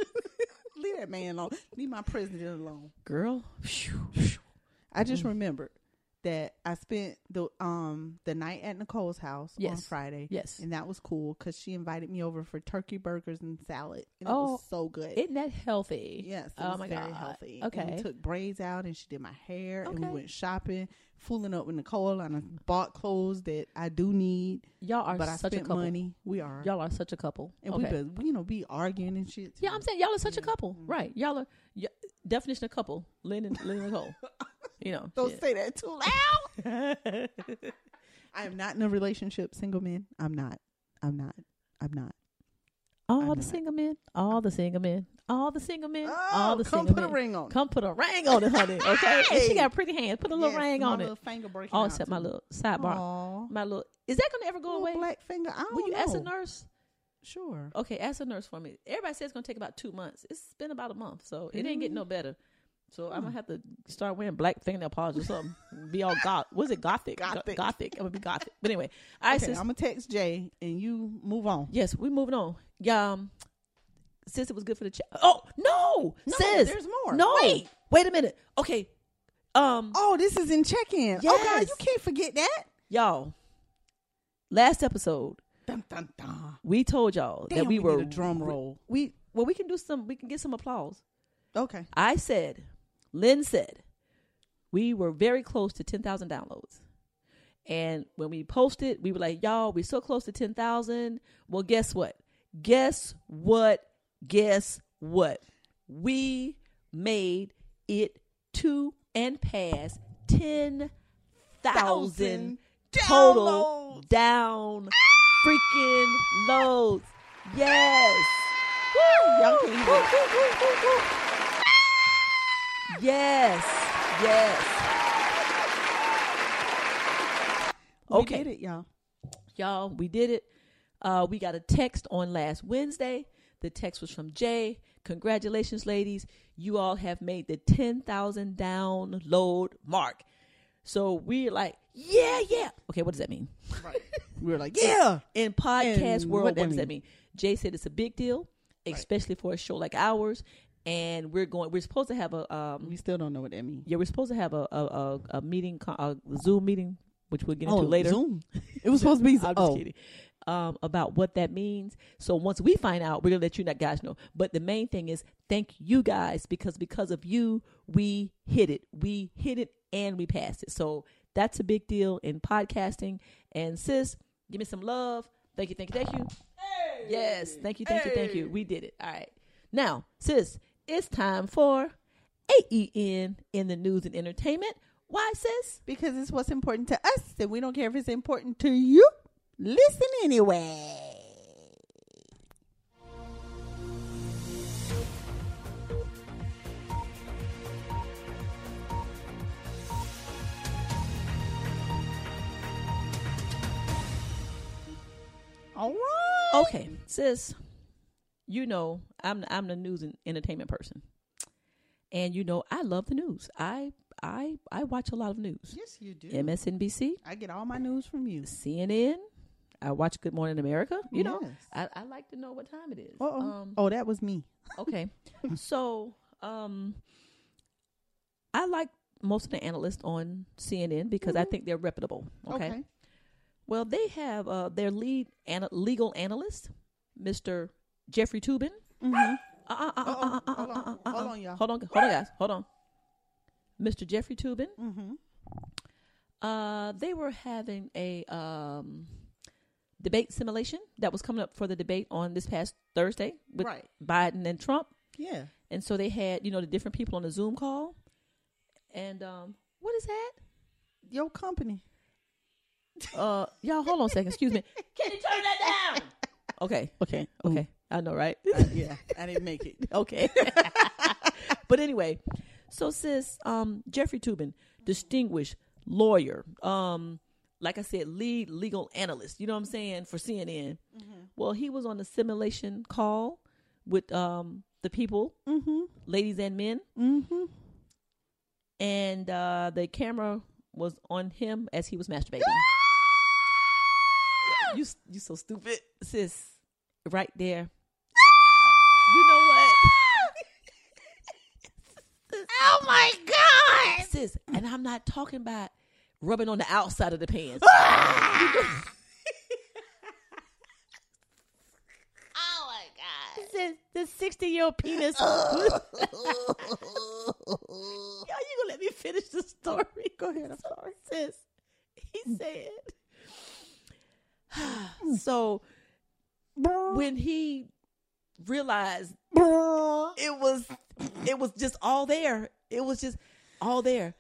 Speaker 3: Leave that man alone. Leave my president alone.
Speaker 4: Girl,
Speaker 3: I
Speaker 4: Mm-hmm.
Speaker 3: just remembered that I spent the um the night at Nicole's house on
Speaker 4: Yes.
Speaker 3: Friday.
Speaker 4: Yes.
Speaker 3: and that was cool because she invited me over for turkey burgers and salad. And it
Speaker 4: Oh,
Speaker 3: was so good.
Speaker 4: isn't that healthy?
Speaker 3: yes, it
Speaker 4: oh
Speaker 3: was
Speaker 4: my
Speaker 3: very
Speaker 4: God.
Speaker 3: healthy.
Speaker 4: Okay.
Speaker 3: and we took braids out and she did my hair and we
Speaker 4: Okay.
Speaker 3: went shopping, fooling up with Nicole and I bought clothes that I do need,
Speaker 4: y'all are
Speaker 3: but I
Speaker 4: such
Speaker 3: spent
Speaker 4: a couple.
Speaker 3: money. We are.
Speaker 4: Y'all are such a couple.
Speaker 3: and
Speaker 4: Okay.
Speaker 3: we been, you know, be arguing and shit.
Speaker 4: Yeah,
Speaker 3: too.
Speaker 4: I'm saying y'all are such a couple,
Speaker 3: Mm-hmm.
Speaker 4: right? Y'all are y- definition of couple. Lynn and Lynn and Nicole. You know,
Speaker 3: Don't
Speaker 4: shit.
Speaker 3: say that too loud. I am not in a relationship, single men. I'm not. I'm not. I'm not.
Speaker 4: all
Speaker 3: I'm
Speaker 4: the
Speaker 3: not.
Speaker 4: single men, all the single men, all the single men,
Speaker 3: Oh,
Speaker 4: all the
Speaker 3: come
Speaker 4: single
Speaker 3: put a
Speaker 4: men.
Speaker 3: ring on it.
Speaker 4: Come put a ring on it, honey. Okay, and she got pretty hands. Put a little
Speaker 3: Yes,
Speaker 4: ring
Speaker 3: my
Speaker 4: on
Speaker 3: little
Speaker 4: it.
Speaker 3: finger breaking
Speaker 4: Oh,
Speaker 3: out
Speaker 4: except
Speaker 3: too.
Speaker 4: my little sidebar.
Speaker 3: Aw.
Speaker 4: My little. Is that gonna ever go
Speaker 3: Little
Speaker 4: away?
Speaker 3: black finger. I don't
Speaker 4: Will you
Speaker 3: know.
Speaker 4: ask a nurse?
Speaker 3: Sure.
Speaker 4: Okay, ask a nurse for me. Everybody says it's gonna take about two months. It's been about a month, so it ain't
Speaker 3: Mm-hmm.
Speaker 4: getting no better. So I'm
Speaker 3: Hmm.
Speaker 4: gonna have to start wearing black fingernail polish or something. be all goth. Was it gothic? Go-
Speaker 3: Gothic.
Speaker 4: gothic. I'm gonna be gothic. But anyway, I
Speaker 3: Okay,
Speaker 4: sis,
Speaker 3: I'm gonna text Jay and you move on.
Speaker 4: yes, we moving on. Yeah, um, sis, it was good for the chat. Oh no,
Speaker 3: No,
Speaker 4: sis,
Speaker 3: there's more.
Speaker 4: No,
Speaker 3: Wait.
Speaker 4: wait, a minute. Okay, um,
Speaker 3: Oh, this is in check-in. Oh God,
Speaker 4: Yes.
Speaker 3: you can't forget that.
Speaker 4: y'all, last episode
Speaker 3: Dun, dun, dun.
Speaker 4: we told y'all
Speaker 3: Damn,
Speaker 4: that we,
Speaker 3: we
Speaker 4: were
Speaker 3: need a drum roll.
Speaker 4: We well, we can do some. We can get some applause.
Speaker 3: Okay.
Speaker 4: I said, Lynn said, we were very close to 10,000 downloads. And when we posted, we were like, y'all, we're so close to 10,000. Well, guess what? Guess what? Guess what? We made it to and past 10,000 total down
Speaker 3: Ah!
Speaker 4: freaking loads. Yes.
Speaker 3: Y'all can't hear it.
Speaker 4: Yes. Yes.
Speaker 3: We
Speaker 4: Okay.
Speaker 3: did it, y'all.
Speaker 4: Y'all, we did it. Uh, we got a text on last Wednesday. The text was from Jay. Congratulations, ladies. You all have made the 10,000 download mark. So we're like, yeah, yeah. Okay, what does that mean?
Speaker 3: We were like, yeah.
Speaker 4: in podcast
Speaker 3: And
Speaker 4: world,
Speaker 3: what
Speaker 4: what,
Speaker 3: that
Speaker 4: does that mean? Jay said it's a big deal, especially for a show like ours. And we're going. We're supposed to have a um.
Speaker 3: We still don't know what that means.
Speaker 4: Yeah, we're supposed to have a a, a, a meeting, co- a Zoom meeting, which we'll get into later.
Speaker 3: Oh, Zoom. It was supposed to be. Zoom.
Speaker 4: I'm just
Speaker 3: oh,
Speaker 4: kidding. Um, about what that means. So once we find out, we're gonna let you not guys know. But the main thing is thank you guys because because of you, we hit it. We hit it and we passed it. So that's a big deal in podcasting. And sis, give me some love. Thank you, thank you, thank you. Yes, thank you, thank you, thank you. We did it. All right. Now, sis, it's time for AEN in the news and entertainment. Why, sis?
Speaker 3: because it's what's important to us, and we don't care if it's important to you. Listen anyway. All right.
Speaker 4: Okay, sis, you know I'm I'm the news and entertainment person, and you know I love the news. I I I watch a lot of news.
Speaker 3: Yes, you do.
Speaker 4: MSNBC,
Speaker 3: I get all my news from you.
Speaker 4: CNN. I watch Good Morning America. You know,
Speaker 3: Yes.
Speaker 4: I, I like to know what time it is.
Speaker 3: Uh-oh.
Speaker 4: Um,
Speaker 3: oh, that was me.
Speaker 4: okay, so um, I like most of the analysts on CNN because
Speaker 3: Mm-hmm.
Speaker 4: I think they're reputable. okay. Well, they have uh, their lead ana- legal analyst, Mr. Jeffrey Tubin. Uh, uh, uh, uh, uh, uh,
Speaker 3: Hold on.
Speaker 4: uh, uh, uh,
Speaker 3: Hold
Speaker 4: uh.
Speaker 3: on, y'all.
Speaker 4: Hold on, hold on, guys. Hold on. Mr. Jeffrey Tubin.
Speaker 3: Mm-hmm.
Speaker 4: Uh, they were having a um, debate simulation that was coming up for the debate on this past Thursday with
Speaker 3: Right.
Speaker 4: Biden and Trump.
Speaker 3: Yeah.
Speaker 4: And so they had, you know, the different people on the Zoom call. And um, what is that?
Speaker 3: Your company.
Speaker 4: Uh, y'all, hold on a second. Excuse me. Can you turn that down? Okay, okay, okay. I know, right?
Speaker 3: yeah, I didn't make it.
Speaker 4: okay. but anyway, so sis, um, Jeffrey Tubin, distinguished lawyer, um, like I said, lead legal analyst. You know what I'm saying for CNN.
Speaker 3: Mm-hmm.
Speaker 4: Well, he was on the simulation call with um the people,
Speaker 3: Mm-hmm.
Speaker 4: ladies and men,
Speaker 3: Mm-hmm.
Speaker 4: and uh the camera was on him as he was masturbating. you you so stupid, sis. Right there. you know what?
Speaker 3: Oh my god!
Speaker 4: sis, and I'm not talking about rubbing on the outside of the pants. Oh Sis, The 60 year old penis. Yo, you gonna let me finish the story? Go ahead. I'm sorry. Mm. Sis, he said. so when he realized it was it was just all there. It was just all there.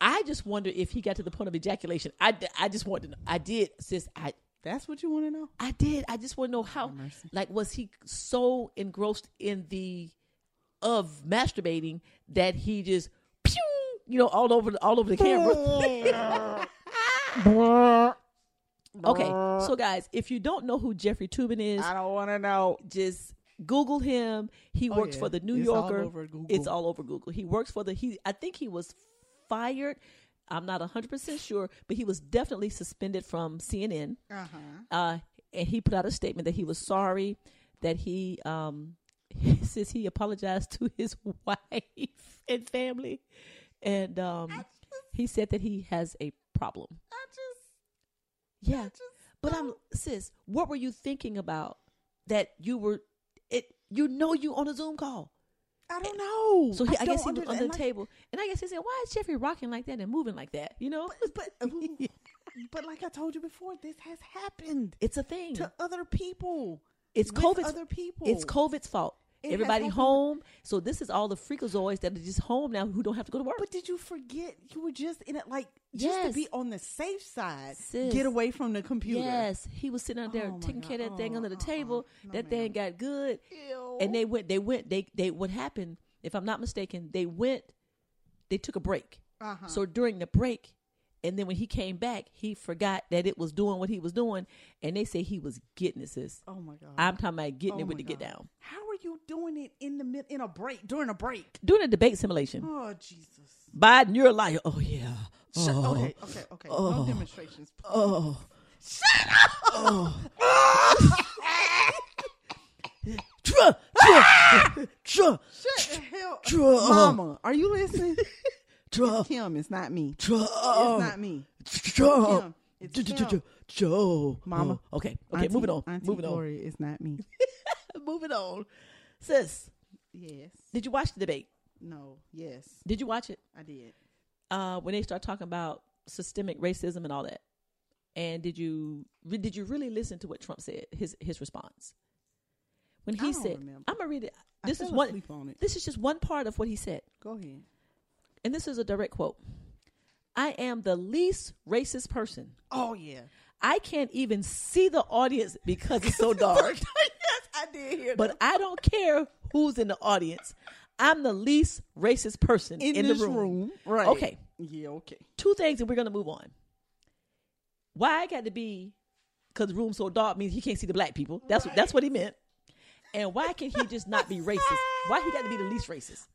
Speaker 4: I just wonder if he got to the point of ejaculation. I, d- I just wanted to know. I did, sis. I
Speaker 3: That's what you want to know.
Speaker 4: I did. I just want to know how. Like, was he so engrossed in the of masturbating that he just pew, you know, all over the- all over the camera? okay, so guys, if you don't know who Jeffrey Tubin is,
Speaker 3: I don't want to know.
Speaker 4: just Google him. He
Speaker 3: Oh,
Speaker 4: works
Speaker 3: yeah.
Speaker 4: for the New
Speaker 3: It's all
Speaker 4: Yorker.
Speaker 3: over Google.
Speaker 4: It's all over Google. He works for the he. I think he was fired. I'm not 100 percent sure, but he was definitely suspended from CNN.
Speaker 3: Uh huh.
Speaker 4: Uh, and he put out a statement that he was sorry that he um says he apologized to his wife and family, and um he said that he has a problem.
Speaker 3: I just
Speaker 4: Yeah. But I'm sis, what were you thinking about that you were it you know you on a Zoom call.
Speaker 3: I don't know.
Speaker 4: So he, I,
Speaker 3: don't
Speaker 4: guess he was
Speaker 3: under-
Speaker 4: on the
Speaker 3: and like-
Speaker 4: table. And I guess he said, Why is Jeffrey rocking like that and moving like that? You know?
Speaker 3: But but like I told you before, this has happened
Speaker 4: it's a thing.
Speaker 3: to other people.
Speaker 4: Mm. It's
Speaker 3: with
Speaker 4: COVID's
Speaker 3: other people.
Speaker 4: It's COVID's fault.
Speaker 3: It has
Speaker 4: Everybody
Speaker 3: happened.
Speaker 4: home. So this is all the freakazoids that are just home now who don't have to go to work.
Speaker 3: But did you forget you were just in it like just
Speaker 4: Yes.
Speaker 3: to be on the safe side?
Speaker 4: Sis.
Speaker 3: Get away from the computer.
Speaker 4: Yes, he was sitting out there
Speaker 3: Oh, my
Speaker 4: taking care of that
Speaker 3: God.
Speaker 4: thing under the
Speaker 3: Uh-uh.
Speaker 4: table.
Speaker 3: No,
Speaker 4: that
Speaker 3: ma'am.
Speaker 4: thing got good, and they went. They went. They they what happened? If I'm not mistaken, they went. They took a break.
Speaker 3: Uh-huh.
Speaker 4: So during the break, and then when he came back, he forgot that it was doing what he was doing, and they say he was getting it. Sis,
Speaker 3: Oh my god.
Speaker 4: I'm talking about getting
Speaker 3: Oh
Speaker 4: it with
Speaker 3: my
Speaker 4: the get
Speaker 3: God.
Speaker 4: down
Speaker 3: How are you doing it in the mid in a break during a break?
Speaker 4: during a debate simulation.
Speaker 3: Oh Jesus.
Speaker 4: Biden, you're a liar. Oh yeah.
Speaker 3: Shut-
Speaker 4: Oh.
Speaker 3: okay, okay, okay. No demonstrations.
Speaker 4: Oh. Shut up! Trump, Trump,
Speaker 3: Shut the hell
Speaker 4: Trump.
Speaker 3: Mama, are you listening?
Speaker 4: Trump,
Speaker 3: Kim, it's not me. It's
Speaker 4: Trump,
Speaker 3: not me.
Speaker 4: Trump,
Speaker 3: It's
Speaker 4: Tr-
Speaker 3: Kim.
Speaker 4: tr-
Speaker 3: It's
Speaker 4: tr-
Speaker 3: Kim.
Speaker 4: Joe.
Speaker 3: Mama.
Speaker 4: Oh, Okay, okay,
Speaker 3: Auntie-
Speaker 4: moving on,
Speaker 3: Auntie
Speaker 4: moving on,
Speaker 3: Gloria, it's not me.
Speaker 4: moving on. Sis,
Speaker 3: yes.
Speaker 4: did you watch the debate?
Speaker 3: No. Yes.
Speaker 4: Did you watch it?
Speaker 3: I did.
Speaker 4: Uh, when they start talking about systemic racism and all that, and did you re- did you really listen to what Trump said? His his response when he
Speaker 3: I don't
Speaker 4: said,
Speaker 3: remember.
Speaker 4: "I'm gonna read it."
Speaker 3: I
Speaker 4: This is
Speaker 3: fell
Speaker 4: one.
Speaker 3: asleep on it.
Speaker 4: This is just one part of what he said.
Speaker 3: Go ahead.
Speaker 4: And this is a direct quote I am the least racist person.
Speaker 3: Oh yeah.
Speaker 4: I can't even see the audience because it's so dark.
Speaker 3: yes, I did hear
Speaker 4: but I don't care who's in the audience. I'm the least racist person in,
Speaker 3: in,
Speaker 4: the
Speaker 3: this room. Right.
Speaker 4: Okay.
Speaker 3: Yeah, okay.
Speaker 4: Two things, and we're going to move on. Why I got to be, because the room's so dark means he can't see the black people. That's, what that's what he meant. And why can he just not be racist? Why he got to be the least racist?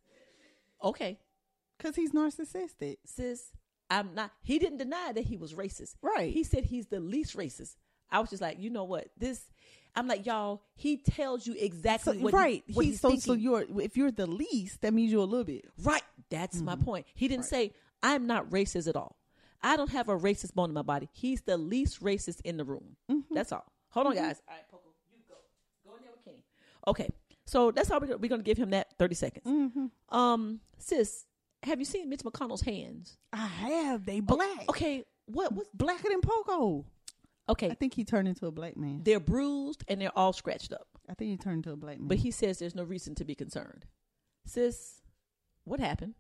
Speaker 4: Okay.
Speaker 3: Cause he's narcissistic.
Speaker 4: sis, I'm not. He didn't deny that he was racist.
Speaker 3: Right.
Speaker 4: He said he's the least racist. I was just like, you know what? This, I'm like, y'all. He tells you
Speaker 3: So,
Speaker 4: exactly what. he-
Speaker 3: right.
Speaker 4: what
Speaker 3: he's,
Speaker 4: he's,
Speaker 3: so so
Speaker 4: thinking.
Speaker 3: you're if you're the least, that means you're a little bit.
Speaker 4: Right. That's
Speaker 3: Mm-hmm.
Speaker 4: my point. He didn't say I'm not racist at all. I don't have a racist bone in my body. He's the least racist in the room.
Speaker 3: Mm-hmm.
Speaker 4: That's all. Hold on, guys. All right, Poco, you go. Go in there with Kenny. Okay. So that's how we're, gonna- we're going to give him that 30 seconds.
Speaker 3: Mm-hmm.
Speaker 4: Um, sis, have you seen Mitch McConnell's hands?
Speaker 3: I have. They black. Mm-hmm.
Speaker 4: Okay. What was
Speaker 3: Blacker than Poco.
Speaker 4: okay?
Speaker 3: I think he turned into a black man.
Speaker 4: they're bruised and they're all scratched up.
Speaker 3: I think he turned into a black man.
Speaker 4: But he says there's no reason to be concerned. Sis, what happened?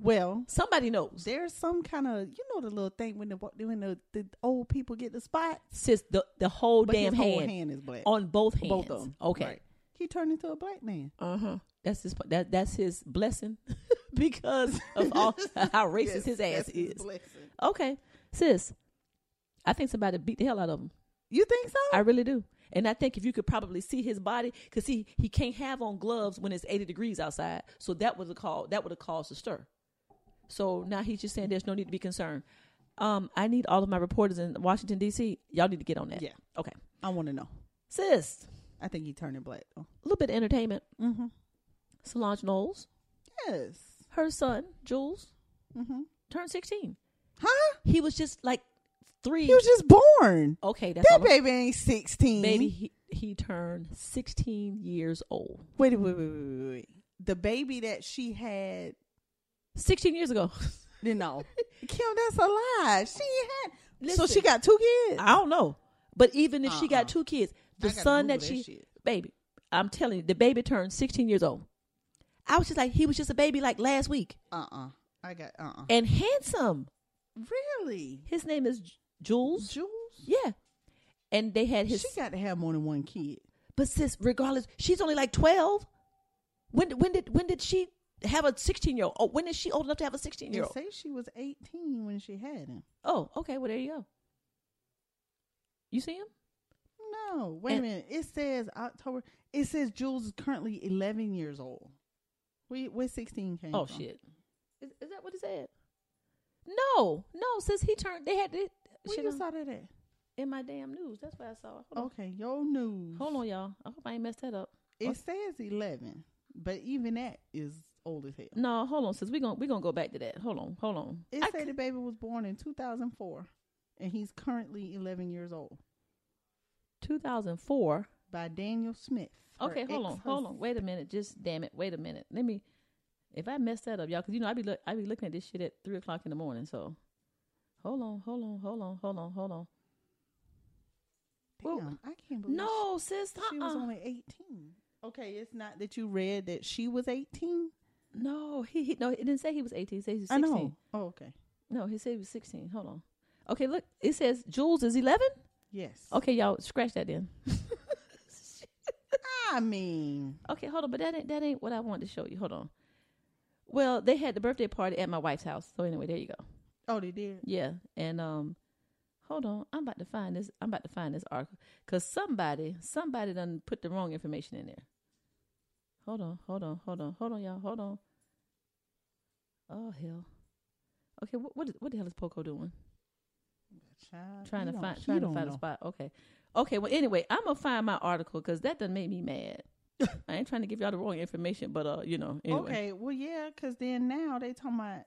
Speaker 3: well,
Speaker 4: Somebody knows.
Speaker 3: there's some kind of you know the little thing when the when the, the old people get the spot.
Speaker 4: Sis, the the whole
Speaker 3: But
Speaker 4: Oh, damn
Speaker 3: his whole
Speaker 4: hand,
Speaker 3: hand is black.
Speaker 4: on both hands.
Speaker 3: Both of them.
Speaker 4: Okay.
Speaker 3: Right. Uh-huh. He turned into a black man.
Speaker 4: Uh huh. That's his that that's his blessing because of all how racist
Speaker 3: Yes,
Speaker 4: his ass
Speaker 3: that's his
Speaker 4: is.
Speaker 3: blessing.
Speaker 4: Okay, sis. I think somebody beat the hell out of him.
Speaker 3: You think so?
Speaker 4: I really do. And I think if you could probably see his body, because he he can't have on gloves when it's eighty degrees outside, so that would have called that would have caused a stir. So now he's just saying there's no need to be concerned. Um, I need all of my reporters in Washington D.C. Y'all need to get on that.
Speaker 3: Yeah.
Speaker 4: Okay.
Speaker 3: I want to know.
Speaker 4: Sis,
Speaker 3: I think he turning black though.
Speaker 4: a little bit of entertainment.
Speaker 3: Mm-hmm.
Speaker 4: Solange Knowles,
Speaker 3: Yes.
Speaker 4: her son Jules,
Speaker 3: Mm-hmm.
Speaker 4: turned sixteen.
Speaker 3: Huh?
Speaker 4: He was just like three.
Speaker 3: He was just born.
Speaker 4: okay. That's
Speaker 3: That
Speaker 4: all I'm-
Speaker 3: baby ain't sixteen.
Speaker 4: Baby, he he turned sixteen years old.
Speaker 3: Wait, wait, wait, wait, wait, wait. The baby that she had.
Speaker 4: Sixteen years ago.
Speaker 3: You know, Kim, that's a lie. She ain't had. so she
Speaker 4: Listen.
Speaker 3: got two kids.
Speaker 4: I don't know. But even if
Speaker 3: Uh-uh.
Speaker 4: she got two kids, the
Speaker 3: I gotta
Speaker 4: son that
Speaker 3: Google
Speaker 4: she
Speaker 3: that shit.
Speaker 4: baby, I'm telling you, the baby turned 16 years old. I was just like, he was just a baby like last week,
Speaker 3: Uh uh I got uh uh
Speaker 4: and handsome.
Speaker 3: Really?
Speaker 4: His name is J- Jules.
Speaker 3: Jules?
Speaker 4: Yeah, and they had his.
Speaker 3: she got to have more than one kid.
Speaker 4: but sis, regardless, she's only like 12. When when did when did she have a 16 year old? Oh, when is she old enough to have a 16
Speaker 3: They
Speaker 4: year old?
Speaker 3: say she was 18 when she had him.
Speaker 4: Oh, okay. Well, there you go. You see him?
Speaker 3: No, wait
Speaker 4: And-
Speaker 3: a minute. It says October. It says Jules is currently 11 years old. We where 16 came
Speaker 4: Oh
Speaker 3: from.
Speaker 4: shit! Is, is that what he said? No, no. Since he turned, they had it
Speaker 3: Where
Speaker 4: shit uh,
Speaker 3: you
Speaker 4: on-
Speaker 3: saw that at?
Speaker 4: in my damn news. That's what I saw. Hold, on.
Speaker 3: Okay, your news.
Speaker 4: Hold on, y'all. I hope I ain't messed that up.
Speaker 3: It says 11, but even that is old as hell.
Speaker 4: No, hold on. Since we gonna we gonna go back to that. Hold on, hold on.
Speaker 3: It
Speaker 4: Mm, I
Speaker 3: said
Speaker 4: c-
Speaker 3: the baby was born in 2004, and he's currently 11 years old.
Speaker 4: 2004.
Speaker 3: By Daniel Smith. her
Speaker 4: Okay, hold on, hold on.
Speaker 3: ex-husband.
Speaker 4: Wait a minute. Just damn it. Wait a minute. Let me. If I mess that up, y'all, because you know I be look, I be looking at this shit at three o'clock in the morning. So, hold on, hold on, hold on, hold on, hold on. Well,
Speaker 3: Damn, I can't believe
Speaker 4: No, sis.
Speaker 3: she, she was
Speaker 4: uh-uh.
Speaker 3: only 18. Okay, it's not that you read that she was 18.
Speaker 4: No, he, he no. It didn't say he was eighteen. It says he was
Speaker 3: I
Speaker 4: sixteen.
Speaker 3: know. Oh, okay.
Speaker 4: No, he said he was 16. Hold on. Okay, look, it says Jules is 11.
Speaker 3: Yes.
Speaker 4: Okay, y'all, scratch that then.
Speaker 3: I mean,
Speaker 4: Okay, hold on, but that ain't that ain't what I wanted to show you. Hold on. Well, they had the birthday party at my wife's house. So anyway, there you go.
Speaker 3: oh, they did.
Speaker 4: Yeah, and um, hold on, I'm about to find this. I'm about to find this article because somebody somebody done put the wrong information in there. Hold on, hold on, hold on, hold on, y'all, hold on. Oh hell. Okay, what what, is, what the hell is Poco doing?
Speaker 3: Child,
Speaker 4: trying
Speaker 3: he
Speaker 4: to
Speaker 3: don't-
Speaker 4: find
Speaker 3: he
Speaker 4: trying to
Speaker 3: don't
Speaker 4: find a
Speaker 3: know.
Speaker 4: spot. Okay, okay. Well, anyway, I'm gonna find my article because that done made me mad. I ain't trying to give y'all the wrong information, but uh, you know, anyway,
Speaker 3: Okay, well, yeah, because then now they talking about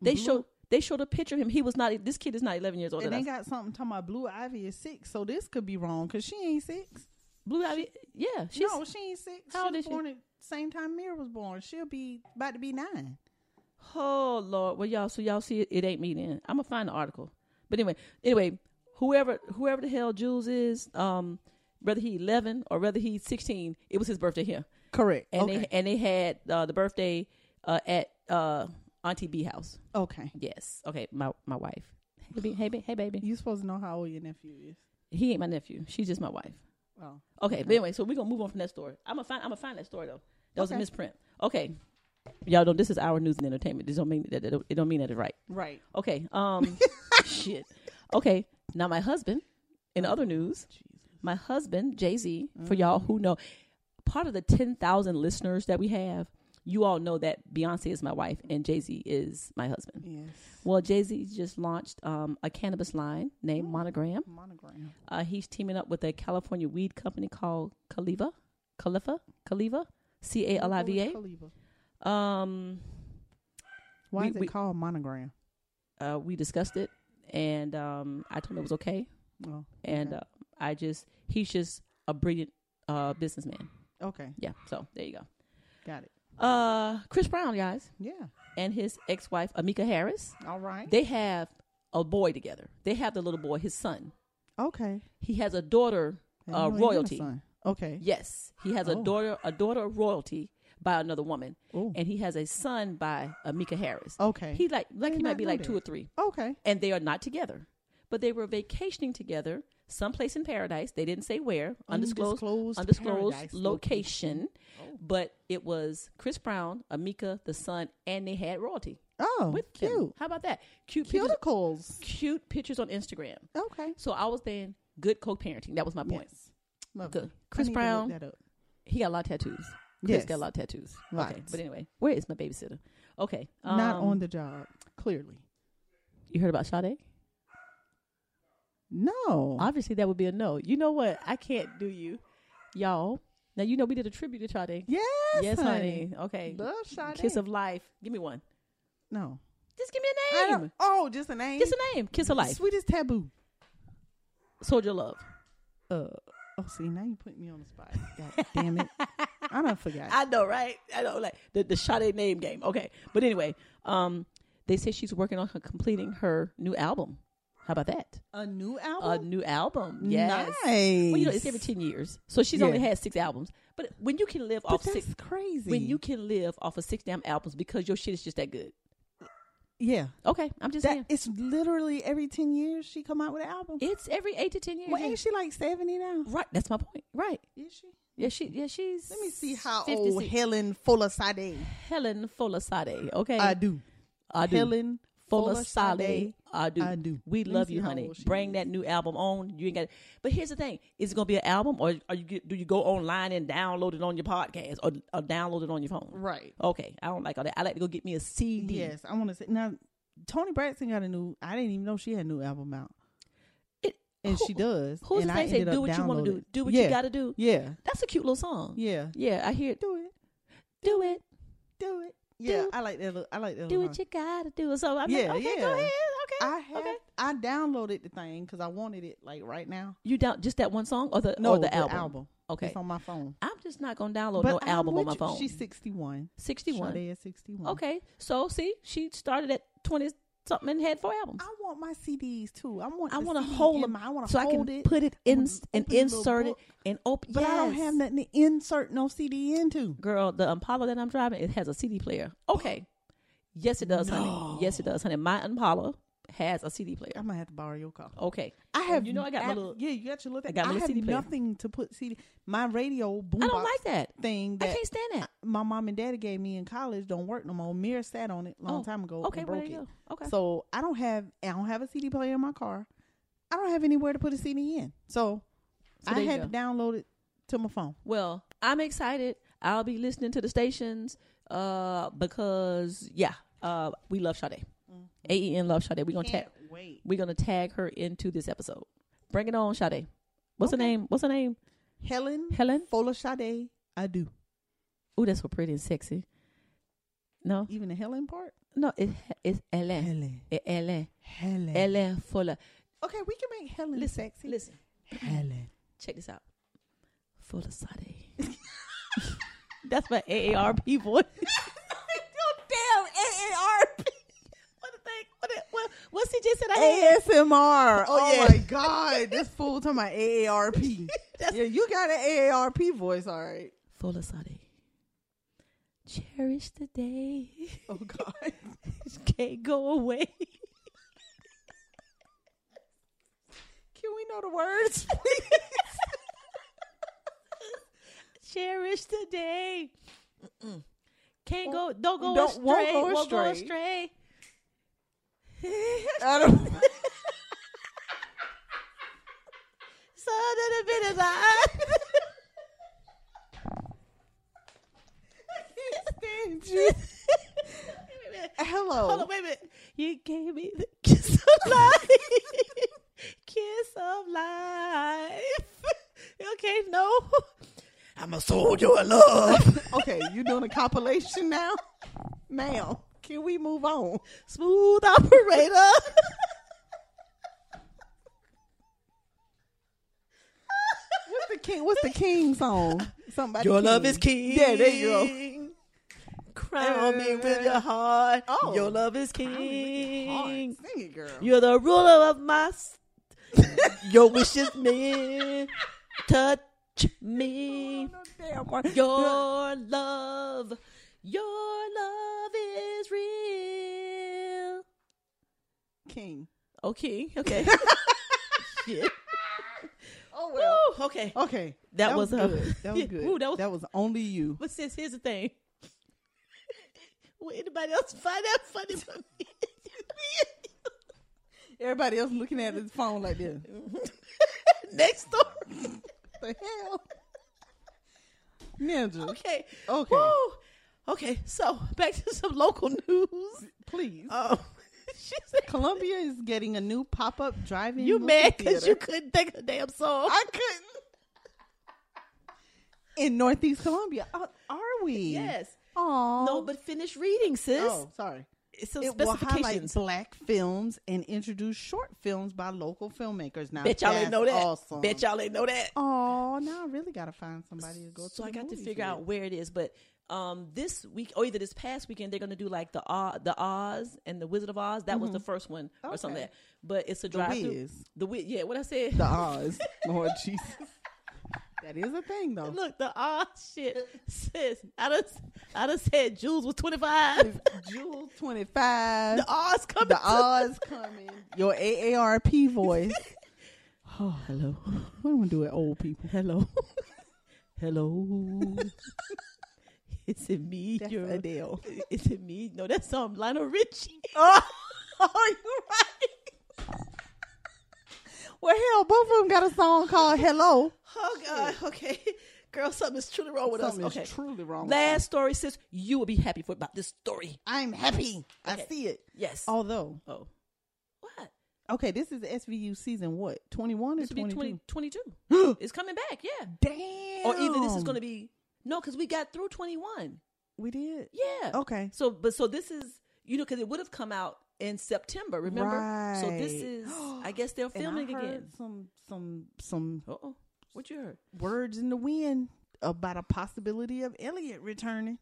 Speaker 4: they
Speaker 3: Blue-
Speaker 4: showed they showed a picture of him. He was not. This kid is not 11 years old.
Speaker 3: and
Speaker 4: that I
Speaker 3: they
Speaker 4: s-
Speaker 3: got something talking about Blue Ivy is six, so this could be wrong because she ain't six.
Speaker 4: Blue Ivy. Yeah, she's
Speaker 3: no, she ain't six.
Speaker 4: How old
Speaker 3: she was
Speaker 4: is she?
Speaker 3: born at same time Mira was born. She'll be about to be nine.
Speaker 4: Oh Lord. Well, y'all. So y'all see it. It ain't me then. I'm gonna find the article. But anyway, anyway, whoever whoever the hell Jules is, um, whether he 11 or whether he's 16, it was his birthday here,
Speaker 3: Correct.
Speaker 4: and
Speaker 3: okay.
Speaker 4: they and they had uh, the birthday uh, at uh, Auntie B house.
Speaker 3: okay.
Speaker 4: Yes. Okay. My my wife. Hey, ba- hey, ba- hey, baby.
Speaker 3: You supposed to know how old your nephew is.
Speaker 4: He ain't my nephew. She's just my wife.
Speaker 3: Oh.
Speaker 4: Okay. But anyway, so we're gonna move on from that story. I'm gonna find. I'm gonna find that story though. That was a
Speaker 3: Okay.
Speaker 4: misprint. Okay. Y'all know this is our news and entertainment. This don't mean that that- it don't mean that it's right.
Speaker 3: Right.
Speaker 4: Okay. Um. shit. Okay. Now my husband. In other news, my husband Jay Z. For y'all who know, part of the ten thousand listeners that we have, you all know that Beyonce is my wife and Jay Z is my husband.
Speaker 3: Yes.
Speaker 4: Well, Jay Z just launched um, a cannabis line named Monogram.
Speaker 3: Monogram.
Speaker 4: Uh, he's teaming up with a California weed company called Caliva, Califa, Caliva, C A L I V
Speaker 3: Khalifa.
Speaker 4: A. Um,
Speaker 3: Why
Speaker 4: We-
Speaker 3: is it
Speaker 4: we-
Speaker 3: called monogram?
Speaker 4: uh, we discussed it, and um, I told him it was okay.
Speaker 3: Oh,
Speaker 4: And
Speaker 3: okay.
Speaker 4: uh, I just, he's just a brilliant uh, businessman.
Speaker 3: okay,
Speaker 4: Yeah. So there you go.
Speaker 3: got it.
Speaker 4: Uh, Chris Brown, guys,
Speaker 3: Yeah.
Speaker 4: and his ex-wife Amika Harris.
Speaker 3: All right.
Speaker 4: They have a boy together. They have the little boy, his son.
Speaker 3: okay.
Speaker 4: He has a daughter,
Speaker 3: And
Speaker 4: uh,
Speaker 3: you ain't got a
Speaker 4: royalty.
Speaker 3: son. Okay.
Speaker 4: Yes, he has
Speaker 3: Oh.
Speaker 4: a daughter, a daughter of royalty by another woman,
Speaker 3: Ooh.
Speaker 4: and he has a son by Amika Harris.
Speaker 3: Okay.
Speaker 4: he like like
Speaker 3: did
Speaker 4: he might
Speaker 3: not
Speaker 4: be
Speaker 3: know
Speaker 4: like two
Speaker 3: that.
Speaker 4: or three,
Speaker 3: Okay.
Speaker 4: and they are not together, but they were vacationing together someplace in paradise. They didn't say where, undisclosed,
Speaker 3: Undisclosed
Speaker 4: undisclosed,
Speaker 3: paradise Oh.
Speaker 4: location, but it was Chris Brown, Amika, the son, and they had royalty
Speaker 3: Oh,
Speaker 4: with
Speaker 3: cute.
Speaker 4: them. How about that? Cute pictures,
Speaker 3: Cuticles.
Speaker 4: cute pictures on Instagram.
Speaker 3: Okay.
Speaker 4: So I was saying good co-parenting. That was my point.
Speaker 3: Yes. Lovely.
Speaker 4: Good.
Speaker 3: I
Speaker 4: Chris
Speaker 3: need to look
Speaker 4: Brown.
Speaker 3: that up.
Speaker 4: He got a lot of tattoos. Chris
Speaker 3: Yes.
Speaker 4: got a lot of tattoos. Okay,
Speaker 3: Right.
Speaker 4: but anyway, where is my babysitter? Okay,
Speaker 3: Not
Speaker 4: um,
Speaker 3: on the job, clearly.
Speaker 4: You heard about Sade?
Speaker 3: No.
Speaker 4: Obviously, that would be a no. You know what? I can't do you, y'all. Now you know we did a tribute to Sade.
Speaker 3: yes.
Speaker 4: Yes, honey. Okay.
Speaker 3: Love Sade.
Speaker 4: Kiss of life. Give me one.
Speaker 3: No.
Speaker 4: Just give me
Speaker 3: I
Speaker 4: a
Speaker 3: don't-
Speaker 4: name.
Speaker 3: Oh, just a name.
Speaker 4: Just a name. Kiss of life.
Speaker 3: Sweetest taboo.
Speaker 4: Soldier love.
Speaker 3: Uh. Oh, see, now you put me on the spot. God damn it. I don't forget.
Speaker 4: I know, right? I know, like the the Sade name game. Okay, but anyway, um, they say she's working on her completing her new album. How about that?
Speaker 3: A new
Speaker 4: A
Speaker 3: album?
Speaker 4: new album. Yes. Well, you know, it's every
Speaker 3: Oh. Nice.
Speaker 4: ten years, so she's
Speaker 3: Yeah.
Speaker 4: only had six albums. But when you can live
Speaker 3: But
Speaker 4: off
Speaker 3: that's
Speaker 4: six,
Speaker 3: crazy.
Speaker 4: when you can live off of six damn albums because your shit is just that good.
Speaker 3: yeah,
Speaker 4: Okay, I'm just
Speaker 3: that
Speaker 4: saying.
Speaker 3: it's literally every ten years she come out with an album.
Speaker 4: It's every eight to ten years.
Speaker 3: well,
Speaker 4: yeah.
Speaker 3: ain't she like seventy now?
Speaker 4: right, that's my point. Right.
Speaker 3: Is she?
Speaker 4: Yeah, she. Yeah, she's.
Speaker 3: Let me see how
Speaker 4: 50,
Speaker 3: old
Speaker 4: si-
Speaker 3: Helen Fuller Sade.
Speaker 4: Helen Folasade. Okay,
Speaker 3: I do.
Speaker 4: I do.
Speaker 3: Helen Fuller
Speaker 4: Folasade.
Speaker 3: Sade.
Speaker 4: I do.
Speaker 3: I do.
Speaker 4: We
Speaker 3: Let me
Speaker 4: love
Speaker 3: see
Speaker 4: you,
Speaker 3: how
Speaker 4: honey.
Speaker 3: old she
Speaker 4: Bring
Speaker 3: is.
Speaker 4: that new album on. You ain't got. But here's the thing: is it gonna be an album, or are you get- do you go online and download it on your podcast, or, or download it on your phone?
Speaker 3: Right.
Speaker 4: Okay, I don't like all that. I like to go get me a CD.
Speaker 3: Yes, I want to say now. Tony Braxton got a new. I didn't even know she had a new album out,
Speaker 4: It-
Speaker 3: and
Speaker 4: who-
Speaker 3: she does.
Speaker 4: Who's
Speaker 3: and
Speaker 4: the
Speaker 3: I
Speaker 4: thing say?
Speaker 3: ended up
Speaker 4: Do what you want
Speaker 3: downloading
Speaker 4: to do.
Speaker 3: it.
Speaker 4: Do what
Speaker 3: yeah.
Speaker 4: you got to do.
Speaker 3: Yeah,
Speaker 4: That's a cute little song.
Speaker 3: yeah.
Speaker 4: Yeah, I hear it.
Speaker 3: Do it,
Speaker 4: Do it.
Speaker 3: do it. Yeah,
Speaker 4: Do-
Speaker 3: I like that. Little, I like that.
Speaker 4: Do
Speaker 3: little line.
Speaker 4: what you gotta do. So I'm
Speaker 3: Uh-huh. Yeah,
Speaker 4: like, okay,
Speaker 3: yeah.
Speaker 4: go ahead. Okay.
Speaker 3: I had.
Speaker 4: okay.
Speaker 3: I downloaded the thing because I wanted it like right now.
Speaker 4: You down just that one song or the
Speaker 3: No,
Speaker 4: or the, album? Okay.
Speaker 3: Okay, it's on my phone.
Speaker 4: I'm just not gonna download no
Speaker 3: I'm
Speaker 4: album on
Speaker 3: with
Speaker 4: my
Speaker 3: you.
Speaker 4: phone.
Speaker 3: She's sixty one.
Speaker 4: 61.
Speaker 3: Sade is sixty one.
Speaker 4: Okay. So see, she started at 20 something and had four albums.
Speaker 3: I want my CDs too. I want.
Speaker 4: I
Speaker 3: want to
Speaker 4: hold
Speaker 3: them.
Speaker 4: them
Speaker 3: I want to
Speaker 4: so I can put it in and insert it and open.
Speaker 3: But I don't
Speaker 4: Yes.
Speaker 3: have nothing to insert no CD into.
Speaker 4: Girl, the Impala that I'm driving, it has a CD player. Okay. Yes, it does, honey. Yes, it does, honey. My Impala has a CD
Speaker 3: I
Speaker 4: player.
Speaker 3: might have to borrow your car.
Speaker 4: Okay.
Speaker 3: I
Speaker 4: And
Speaker 3: have.
Speaker 4: Oh, You know, I got my
Speaker 3: ab-
Speaker 4: little.
Speaker 3: Yeah, you got your little.
Speaker 4: I
Speaker 3: Thing.
Speaker 4: got my little
Speaker 3: have
Speaker 4: CD player.
Speaker 3: nothing to put CD. My radio boom.
Speaker 4: I don't like that.
Speaker 3: thing. That
Speaker 4: I can't stand that.
Speaker 3: my mom and daddy gave me in college don't work no more. Mirror sat on it a long
Speaker 4: Oh,
Speaker 3: time ago
Speaker 4: okay,
Speaker 3: and
Speaker 4: well,
Speaker 3: broke
Speaker 4: there
Speaker 3: it.
Speaker 4: you go. Okay.
Speaker 3: So I don't have I don't have a CD player in my car. I don't have anywhere to put a CD in. So,
Speaker 4: So
Speaker 3: I
Speaker 4: there you
Speaker 3: had to
Speaker 4: go.
Speaker 3: download it to my phone.
Speaker 4: Well, I'm excited. I'll be listening to the stations uh, because yeah, uh, we love Sade. AEN love Sade. We're gonna tag.
Speaker 3: wait.
Speaker 4: We're gonna tag her into this episode. Bring it on, Sade. What's her name? What's her name?
Speaker 3: Helen
Speaker 4: Helen?
Speaker 3: Fola Sade. I do.
Speaker 4: Oh, that's so pretty and sexy. No,
Speaker 3: Even the Helen part?
Speaker 4: no, it, it's Ellen.
Speaker 3: Helen.
Speaker 4: It Ellen.
Speaker 3: Helen.
Speaker 4: Ellen Fuller.
Speaker 3: Okay, we can make Helen
Speaker 4: Listen,
Speaker 3: sexy.
Speaker 4: listen.
Speaker 3: Helen.
Speaker 4: Check this out. Fuller Sade. that's my AARP voice.
Speaker 3: damn AARP.
Speaker 4: What the thing? What? The, what what's he just said? I had?
Speaker 3: ASMR. Oh,
Speaker 4: yeah.
Speaker 3: my God. This fool talking about AARP. yeah, you got an AARP voice, all right.
Speaker 4: Full of Sade. Cherish the day.
Speaker 3: Oh, God.
Speaker 4: Can't go away.
Speaker 3: Can we know the words?
Speaker 4: Cherish the day. Mm-mm. Can't go. Don't go
Speaker 3: Oh, Don't-
Speaker 4: astray.
Speaker 3: won't go
Speaker 4: Won't go astray.
Speaker 3: astray. I don't.
Speaker 4: So that been as I.
Speaker 3: Stand you. Hello.
Speaker 4: Hold on, wait a minute. You gave me the kiss of life. kiss of life. okay, no. I'm a soldier of love.
Speaker 3: Okay, you doing a compilation now? Ma'am, can we move on?
Speaker 4: Smooth operator.
Speaker 3: What's the king? What's the king song? Somebody.
Speaker 4: Your love is king.
Speaker 3: Yeah, there you go.
Speaker 4: Crown me with your heart.
Speaker 3: Oh.
Speaker 4: Your love is
Speaker 3: Heart.
Speaker 4: king.
Speaker 3: Sing it, girl.
Speaker 4: You're the ruler of my. s- your wishes meant touch me.
Speaker 3: Damn, word.
Speaker 4: Your love, your love is real.
Speaker 3: king.
Speaker 4: Okay, okay. Shit.
Speaker 3: Oh well.
Speaker 4: Okay.
Speaker 3: Okay.
Speaker 4: That was a-
Speaker 3: good. That was
Speaker 4: Yeah,
Speaker 3: good.
Speaker 4: ooh, that
Speaker 3: that,
Speaker 4: was-
Speaker 3: was... only you.
Speaker 4: But sis, here's the thing. Will anybody else find that funny but me?
Speaker 3: Everybody else looking at his phone like this.
Speaker 4: Next story.
Speaker 3: the hell? Ninja.
Speaker 4: Okay.
Speaker 3: Okay.
Speaker 4: Woo. Okay. So back to some local news.
Speaker 3: Please.
Speaker 4: Um, she said,
Speaker 3: Columbia is getting a new pop up driving.
Speaker 4: "You
Speaker 3: movie
Speaker 4: mad because
Speaker 3: theater
Speaker 4: you couldn't think of a damn song?" I couldn't.
Speaker 3: in Northeast Columbia. Uh, are we?
Speaker 4: Yes.
Speaker 3: Aw.
Speaker 4: No, but finish reading, sis.
Speaker 3: Oh, sorry.
Speaker 4: It's some
Speaker 3: It will highlight
Speaker 4: specifications.
Speaker 3: black films and introduce short films by local filmmakers. Now,
Speaker 4: Bet y'all
Speaker 3: that's
Speaker 4: ain't know that.
Speaker 3: Awesome.
Speaker 4: Bet y'all ain't know that.
Speaker 3: Oh, now I really gotta find somebody to go.
Speaker 4: so
Speaker 3: to
Speaker 4: I
Speaker 3: the
Speaker 4: got to
Speaker 3: movies
Speaker 4: figure
Speaker 3: with.
Speaker 4: out where it is. But um, this week, or either this past weekend, they're going to do like the Oz, the Oz and the Wizard of Oz. That was the first one or something.
Speaker 3: Mm-hmm. Okay.
Speaker 4: Like that. But it's a drive through.
Speaker 3: Wiz.
Speaker 4: The Wiz, yeah. What I said.
Speaker 3: the Oz. Lord Jesus, that is a thing though.
Speaker 4: Look, the Oz shit, sis. I just, I just said Jules was twenty five.
Speaker 3: Jewel twenty five.
Speaker 4: The Oz coming.
Speaker 3: The
Speaker 4: to-
Speaker 3: Oz coming. Your AARP voice.
Speaker 4: Oh, hello,
Speaker 3: What am I doing, old people?
Speaker 4: hello, hello. Is it me?
Speaker 3: That's
Speaker 4: your-
Speaker 3: Adele.
Speaker 4: Is it me? No, that's um Lionel Richie.
Speaker 3: Oh, you right. Well, hell, both of them got a song called "Hello."
Speaker 4: Oh God. Okay, girl, something's truly wrong with
Speaker 3: Something
Speaker 4: us. Okay.
Speaker 3: is truly wrong. with
Speaker 4: Last story, sis. You will be happy for about this story.
Speaker 3: us. I'm happy.
Speaker 4: Okay.
Speaker 3: I see it.
Speaker 4: Yes. Oh.
Speaker 3: Although,
Speaker 4: What?
Speaker 3: okay, this is SVU season what twenty one or
Speaker 4: This will be
Speaker 3: twenty two?
Speaker 4: 2022. it's coming back. Yeah.
Speaker 3: Damn.
Speaker 4: Or either this is going to be no, because we got through 21.
Speaker 3: We did.
Speaker 4: Yeah.
Speaker 3: Okay.
Speaker 4: So, but so this is you know because it would have come out in September. Remember? So this
Speaker 3: Right.
Speaker 4: is I guess they're
Speaker 3: And I
Speaker 4: filming
Speaker 3: heard
Speaker 4: again.
Speaker 3: Some some some
Speaker 4: Uh oh. What you heard?
Speaker 3: words in the wind about a possibility of Elliot returning.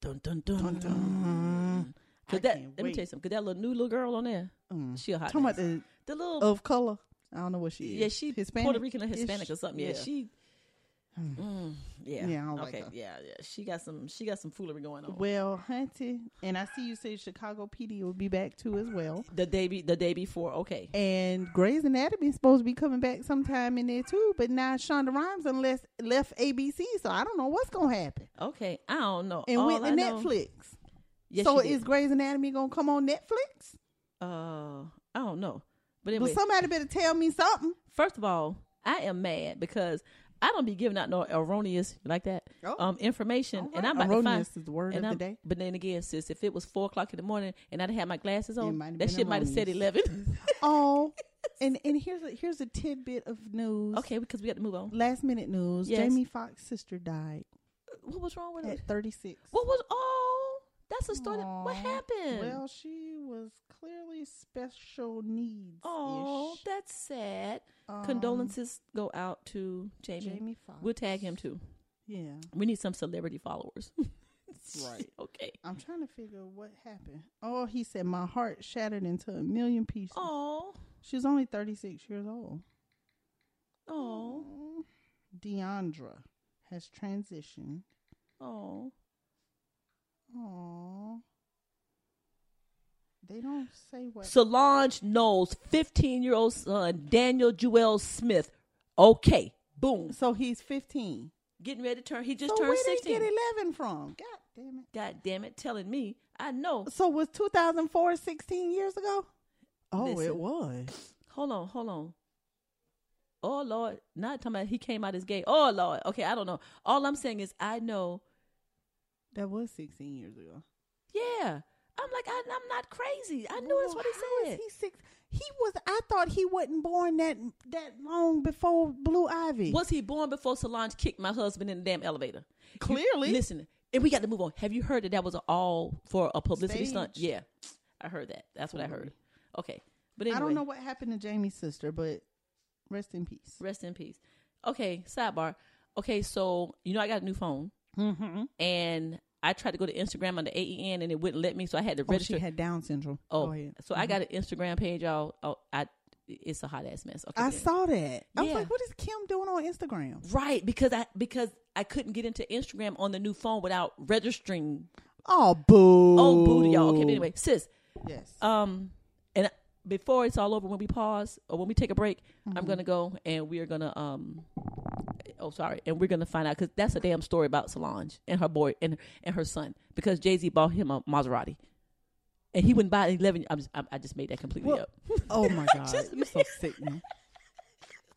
Speaker 4: Dun dun dun dun.
Speaker 3: I
Speaker 4: Cause that,
Speaker 3: can't
Speaker 4: let me
Speaker 3: wait. Mm.
Speaker 4: tell you something. Cause that little new little girl on there, she a hot.
Speaker 3: Talking about
Speaker 4: mess.
Speaker 3: the Oh,
Speaker 4: the little
Speaker 3: of color. I don't know what she is.
Speaker 4: Yeah, she Puerto Rican or Hispanic
Speaker 3: Ish?
Speaker 4: or something. Yeah, she.
Speaker 3: Hmm.
Speaker 4: Mm, yeah.
Speaker 3: Yeah, I don't like
Speaker 4: okay.
Speaker 3: her.
Speaker 4: yeah, yeah. She got some. She got some foolery going on.
Speaker 3: Well, hunty, and I see you say Chicago PD will be back too as well.
Speaker 4: the day be, the day before. Okay.
Speaker 3: And Grey's Anatomy is supposed to be coming back sometime in there too, but now Shonda Rhimes unless left ABC, so I don't know what's gonna happen.
Speaker 4: Okay. I don't know.
Speaker 3: And
Speaker 4: All
Speaker 3: went
Speaker 4: I
Speaker 3: to
Speaker 4: know-
Speaker 3: Netflix.
Speaker 4: Yes,
Speaker 3: so
Speaker 4: she
Speaker 3: is
Speaker 4: did.
Speaker 3: Grey's Anatomy gonna come on Netflix?
Speaker 4: uh, I don't know. But
Speaker 3: Well,
Speaker 4: anyway,
Speaker 3: somebody better tell me something.
Speaker 4: first of all, I am mad because I don't be giving out no erroneous you like that
Speaker 3: Oh.
Speaker 4: um information,
Speaker 3: All
Speaker 4: and
Speaker 3: right.
Speaker 4: I'm about
Speaker 3: Erroneous
Speaker 4: to find
Speaker 3: is the word
Speaker 4: and
Speaker 3: of
Speaker 4: I'm-
Speaker 3: the day.
Speaker 4: But then again, sis, if it was four o'clock in the morning and I'd have had my glasses on,
Speaker 3: might have
Speaker 4: that
Speaker 3: been
Speaker 4: shit might have said
Speaker 3: erroneous.
Speaker 4: eleven.
Speaker 3: Oh, and and here's a here's a tidbit of news.
Speaker 4: okay, because we got to move on.
Speaker 3: Last minute news.
Speaker 4: Yes.
Speaker 3: Jamie Foxx's sister died
Speaker 4: What was wrong with it?
Speaker 3: at 36.
Speaker 4: What was oh? That's a story. that- What
Speaker 3: Aw.
Speaker 4: happened?
Speaker 3: Well, she was clearly special needs.
Speaker 4: oh, that's sad. Condolences go out to Jamie.
Speaker 3: Um, Jamie Foxx.
Speaker 4: We'll tag him too.
Speaker 3: Yeah.
Speaker 4: We need some celebrity followers.
Speaker 3: Right.
Speaker 4: okay.
Speaker 3: I'm trying to figure what happened. Oh, he said my heart shattered into a million pieces.
Speaker 4: Oh,
Speaker 3: She was only 36 years old.
Speaker 4: oh,
Speaker 3: Deandra has transitioned.
Speaker 4: oh.
Speaker 3: Oh. They don't say what.
Speaker 4: Solange Knowles, fifteen-year-old son Daniel Jewel Smith. Okay, boom.
Speaker 3: so he's 15.
Speaker 4: Getting ready to turn. He just
Speaker 3: so
Speaker 4: turned
Speaker 3: where did he
Speaker 4: sixteen.
Speaker 3: get 11 from? God damn it.
Speaker 4: God damn it! Telling me, I know.
Speaker 3: So was 2004 16 years ago? Oh,
Speaker 4: Listen.
Speaker 3: it was.
Speaker 4: Hold on, hold on. Oh Lord, not talking about he came out as gay. Oh Lord, okay, I don't know. All I'm saying is I know.
Speaker 3: That was 16 years ago.
Speaker 4: Yeah, I'm like I, I'm not crazy. I knew that's what
Speaker 3: How is
Speaker 4: he said.
Speaker 3: He six. He was. I thought he wasn't born that that long before Blue Ivy.
Speaker 4: Was he born before Solange kicked my husband in the damn elevator? You-
Speaker 3: Clearly.
Speaker 4: listen, and we got to move on. Have you heard that that was all for a publicity stunt?
Speaker 3: Staged.
Speaker 4: Yeah, I heard that. That's what I heard. Okay, but anyway,
Speaker 3: I don't know what happened to Jamie's sister, but rest in peace.
Speaker 4: Rest in peace. Okay, sidebar. Okay, so you know I got a new phone, Mm-hmm. and I tried to go to Instagram under AEN, and it wouldn't let me, so I had to
Speaker 3: Oh,
Speaker 4: register.
Speaker 3: she had Down syndrome.
Speaker 4: Oh,
Speaker 3: Go ahead. Mm-hmm.
Speaker 4: so I got an Instagram page, y'all. Oh, I it's a hot ass mess. Okay,
Speaker 3: I
Speaker 4: anyway.
Speaker 3: saw that. I was
Speaker 4: Yeah.
Speaker 3: like, "What is Kim doing on Instagram?"
Speaker 4: right because I because I couldn't get into Instagram on the new phone without registering.
Speaker 3: Oh, boo!
Speaker 4: Oh, booty, y'all. Okay, but anyway, sis.
Speaker 3: yes.
Speaker 4: Um, and before it's all over, when we pause or when we take a break, I'm gonna go and we are gonna um, oh sorry, and we're gonna find out because that's a damn story about Solange and her boy and and her son because Jay Z bought him a Maserati, and he wouldn't buy an eleven. I'm just, I, I just made that completely
Speaker 3: Well,
Speaker 4: up.
Speaker 3: oh my god, you're so sick man.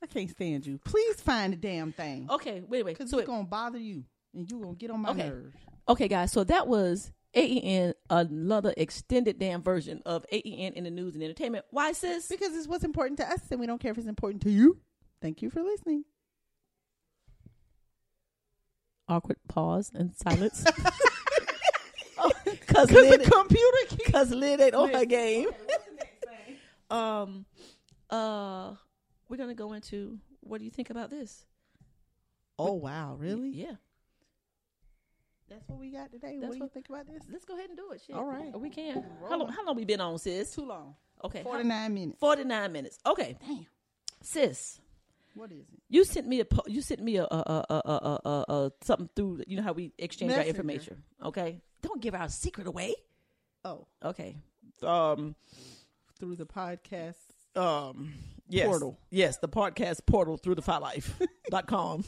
Speaker 3: I can't stand you. Please find the damn thing
Speaker 4: Okay, wait, wait.
Speaker 3: because
Speaker 4: So
Speaker 3: it's gonna bother you and you gonna get on my
Speaker 4: Okay.
Speaker 3: nerves.
Speaker 4: Okay, guys. So that was AEN, another extended damn version of AEN in the news and entertainment. Why, sis?
Speaker 3: Because it's what's important to us, and we don't care if it's important to you. Thank you for listening.
Speaker 4: Awkward pause and silence. Because
Speaker 3: Because
Speaker 4: Lynn,
Speaker 3: the computer keeps
Speaker 4: cause Lynn ain't on her game. um, uh, we're gonna go into what do you think about this?
Speaker 3: Oh wow, really?
Speaker 4: Yeah,
Speaker 3: That's what we got today.
Speaker 4: That's
Speaker 3: what do you
Speaker 4: what-
Speaker 3: think about this?
Speaker 4: let's go ahead and do it. Shit.
Speaker 3: All right.
Speaker 4: we can. How long? How long we been on, sis?
Speaker 3: Too long.
Speaker 4: Okay,
Speaker 3: Forty nine minutes.
Speaker 4: Forty nine minutes. Okay,
Speaker 3: Damn.
Speaker 4: sis.
Speaker 3: What is it?
Speaker 4: You sent me a po- you sent me a a a a a, a, a something through you know how we exchange our
Speaker 3: Messenger.
Speaker 4: information. Okay, don't give our secret away.
Speaker 3: Oh,
Speaker 4: Okay. Um.
Speaker 3: through the podcast.
Speaker 4: Um. Yes.
Speaker 3: Portal.
Speaker 4: Yes, the podcast portal through the filife.com.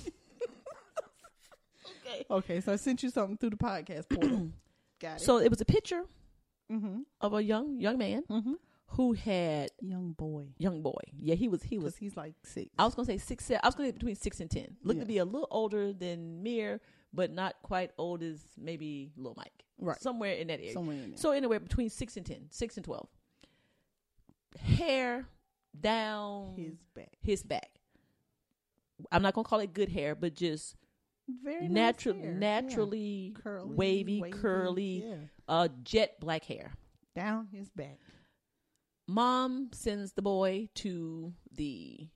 Speaker 3: Okay, so I sent you something through the podcast portal. got it.
Speaker 4: so it was a picture
Speaker 3: mm-hmm.
Speaker 4: of a young young man who had
Speaker 3: young boy,
Speaker 4: young boy. Yeah, he was he was
Speaker 3: because he's like six.
Speaker 4: I was gonna say six. se- I was gonna say between six and ten. Looked to
Speaker 3: Yeah.
Speaker 4: be a little older than Mir, but not quite old as maybe Lil Mike.
Speaker 3: Right.
Speaker 4: somewhere in that area.
Speaker 3: Somewhere in there.
Speaker 4: So anywhere between six and ten, six and twelve. Hair down
Speaker 3: His back.
Speaker 4: his back. I'm not gonna call it good hair, but just
Speaker 3: Very
Speaker 4: natural,
Speaker 3: nice hair.
Speaker 4: naturally
Speaker 3: Yeah. Curly,
Speaker 4: wavy,
Speaker 3: wavy,
Speaker 4: curly,
Speaker 3: yeah.
Speaker 4: uh, jet black hair.
Speaker 3: down his back.
Speaker 4: mom sends the boy to the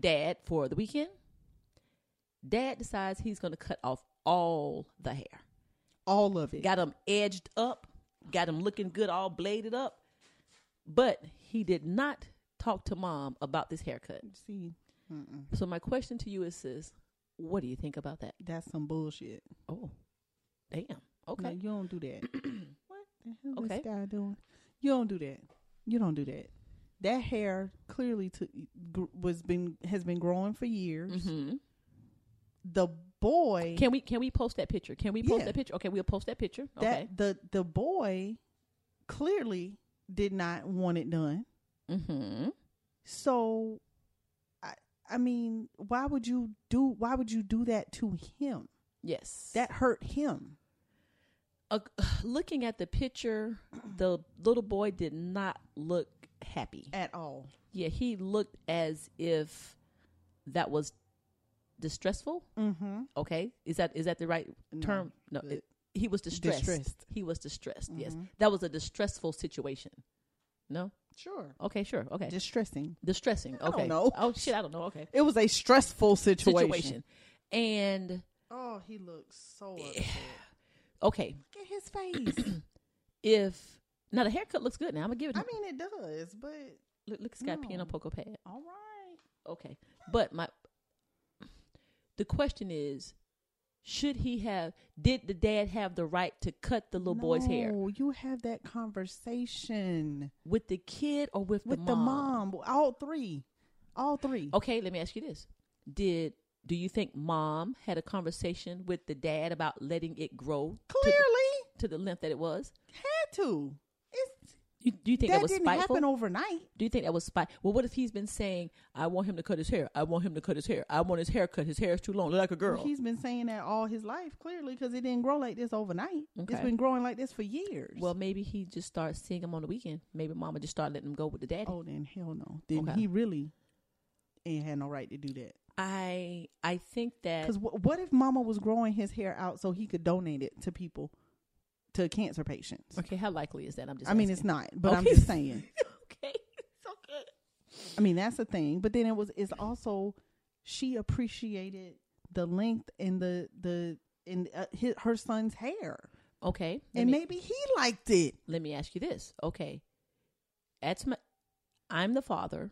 Speaker 4: dad for the weekend. Dad decides he's going to cut off all the hair.
Speaker 3: All of it.
Speaker 4: Got him edged up, got him looking good, all bladed up. But he did not talk to mom about this haircut.
Speaker 3: see. Mm-mm.
Speaker 4: So, my question to you is, sis, what do you think about that?
Speaker 3: That's some bullshit.
Speaker 4: Oh, damn.
Speaker 3: No,
Speaker 4: Okay.
Speaker 3: you don't do that. what the hell
Speaker 4: Okay.
Speaker 3: this guy doing? You don't do that. You don't do that. That hair clearly took gr- was been has been growing for years.
Speaker 4: hmm
Speaker 3: The boy
Speaker 4: Can we can we post that picture? Can we post
Speaker 3: Yeah.
Speaker 4: that picture? Okay, we'll post that picture.
Speaker 3: that
Speaker 4: Okay.
Speaker 3: the the boy clearly did not want it done.
Speaker 4: Mm-hmm.
Speaker 3: So I I mean, why would you do why would you do that to him?
Speaker 4: Yes.
Speaker 3: That hurt him.
Speaker 4: a, looking at the picture, the little boy did not look happy.
Speaker 3: At all.
Speaker 4: Yeah, he looked as if that was distressful.
Speaker 3: Mm-hmm.
Speaker 4: Okay, is that is that the right
Speaker 3: No,
Speaker 4: term? No,
Speaker 3: but-
Speaker 4: it, he was distressed.
Speaker 3: Distressed. Mm-hmm.
Speaker 4: He was distressed. Yes, that was a distressful situation. No.
Speaker 3: Sure.
Speaker 4: Okay. Sure. Okay.
Speaker 3: Distressing.
Speaker 4: Distressing.
Speaker 3: don't
Speaker 4: Okay.
Speaker 3: know.
Speaker 4: Oh shit! I don't know. Okay.
Speaker 3: It was a stressful situation.
Speaker 4: Situation. And
Speaker 3: Oh, he looks so upset.
Speaker 4: okay,
Speaker 3: Look at his face.
Speaker 4: if now the haircut looks good. Now I'm gonna give it.
Speaker 3: I
Speaker 4: To,
Speaker 3: mean, it does, but
Speaker 4: look, look, it's got
Speaker 3: no.
Speaker 4: piano poco pad.
Speaker 3: all right.
Speaker 4: Okay. But my the question is should he have did the dad have the right to cut the little boy's hair
Speaker 3: No, you have that conversation
Speaker 4: with the kid or with,
Speaker 3: with the mom. All three, all three.
Speaker 4: Okay, let me ask you this. Did do you think mom had a conversation with the dad about letting it grow to the-
Speaker 3: Clearly,
Speaker 4: to the, length that it was?
Speaker 3: had to. It's
Speaker 4: You, do you think that,
Speaker 3: that
Speaker 4: was
Speaker 3: didn't
Speaker 4: spiteful?
Speaker 3: happen overnight.
Speaker 4: do you think that was spiteful? Well, what if he's been saying, "I want him to cut his hair. I want him to cut his hair. I want his hair cut. His hair is too long. Look like a girl."
Speaker 3: Well, he's been saying that all his life, clearly, because it didn't grow like this overnight.
Speaker 4: Okay.
Speaker 3: It's been growing like this for years.
Speaker 4: well, maybe he just starts seeing him on the weekend. Maybe mama just started letting him go with the daddy.
Speaker 3: oh, then hell no. Then
Speaker 4: Okay.
Speaker 3: he really ain't had no right to do that.
Speaker 4: I I think that
Speaker 3: Because wh- what if Mama was growing his hair out so he could donate it to people, to cancer patients?
Speaker 4: okay. How likely is that? I'm just.
Speaker 3: I mean, it's
Speaker 4: asking.
Speaker 3: not, but I'm
Speaker 4: Okay.
Speaker 3: just saying.
Speaker 4: okay. It's okay.
Speaker 3: I mean, that's a thing. But then it was. It's also she appreciated the length and the the in uh, hi her son's hair,
Speaker 4: Okay. Let
Speaker 3: and
Speaker 4: me,
Speaker 3: maybe he liked it.
Speaker 4: let me ask you this. Okay. That's my. I'm the father,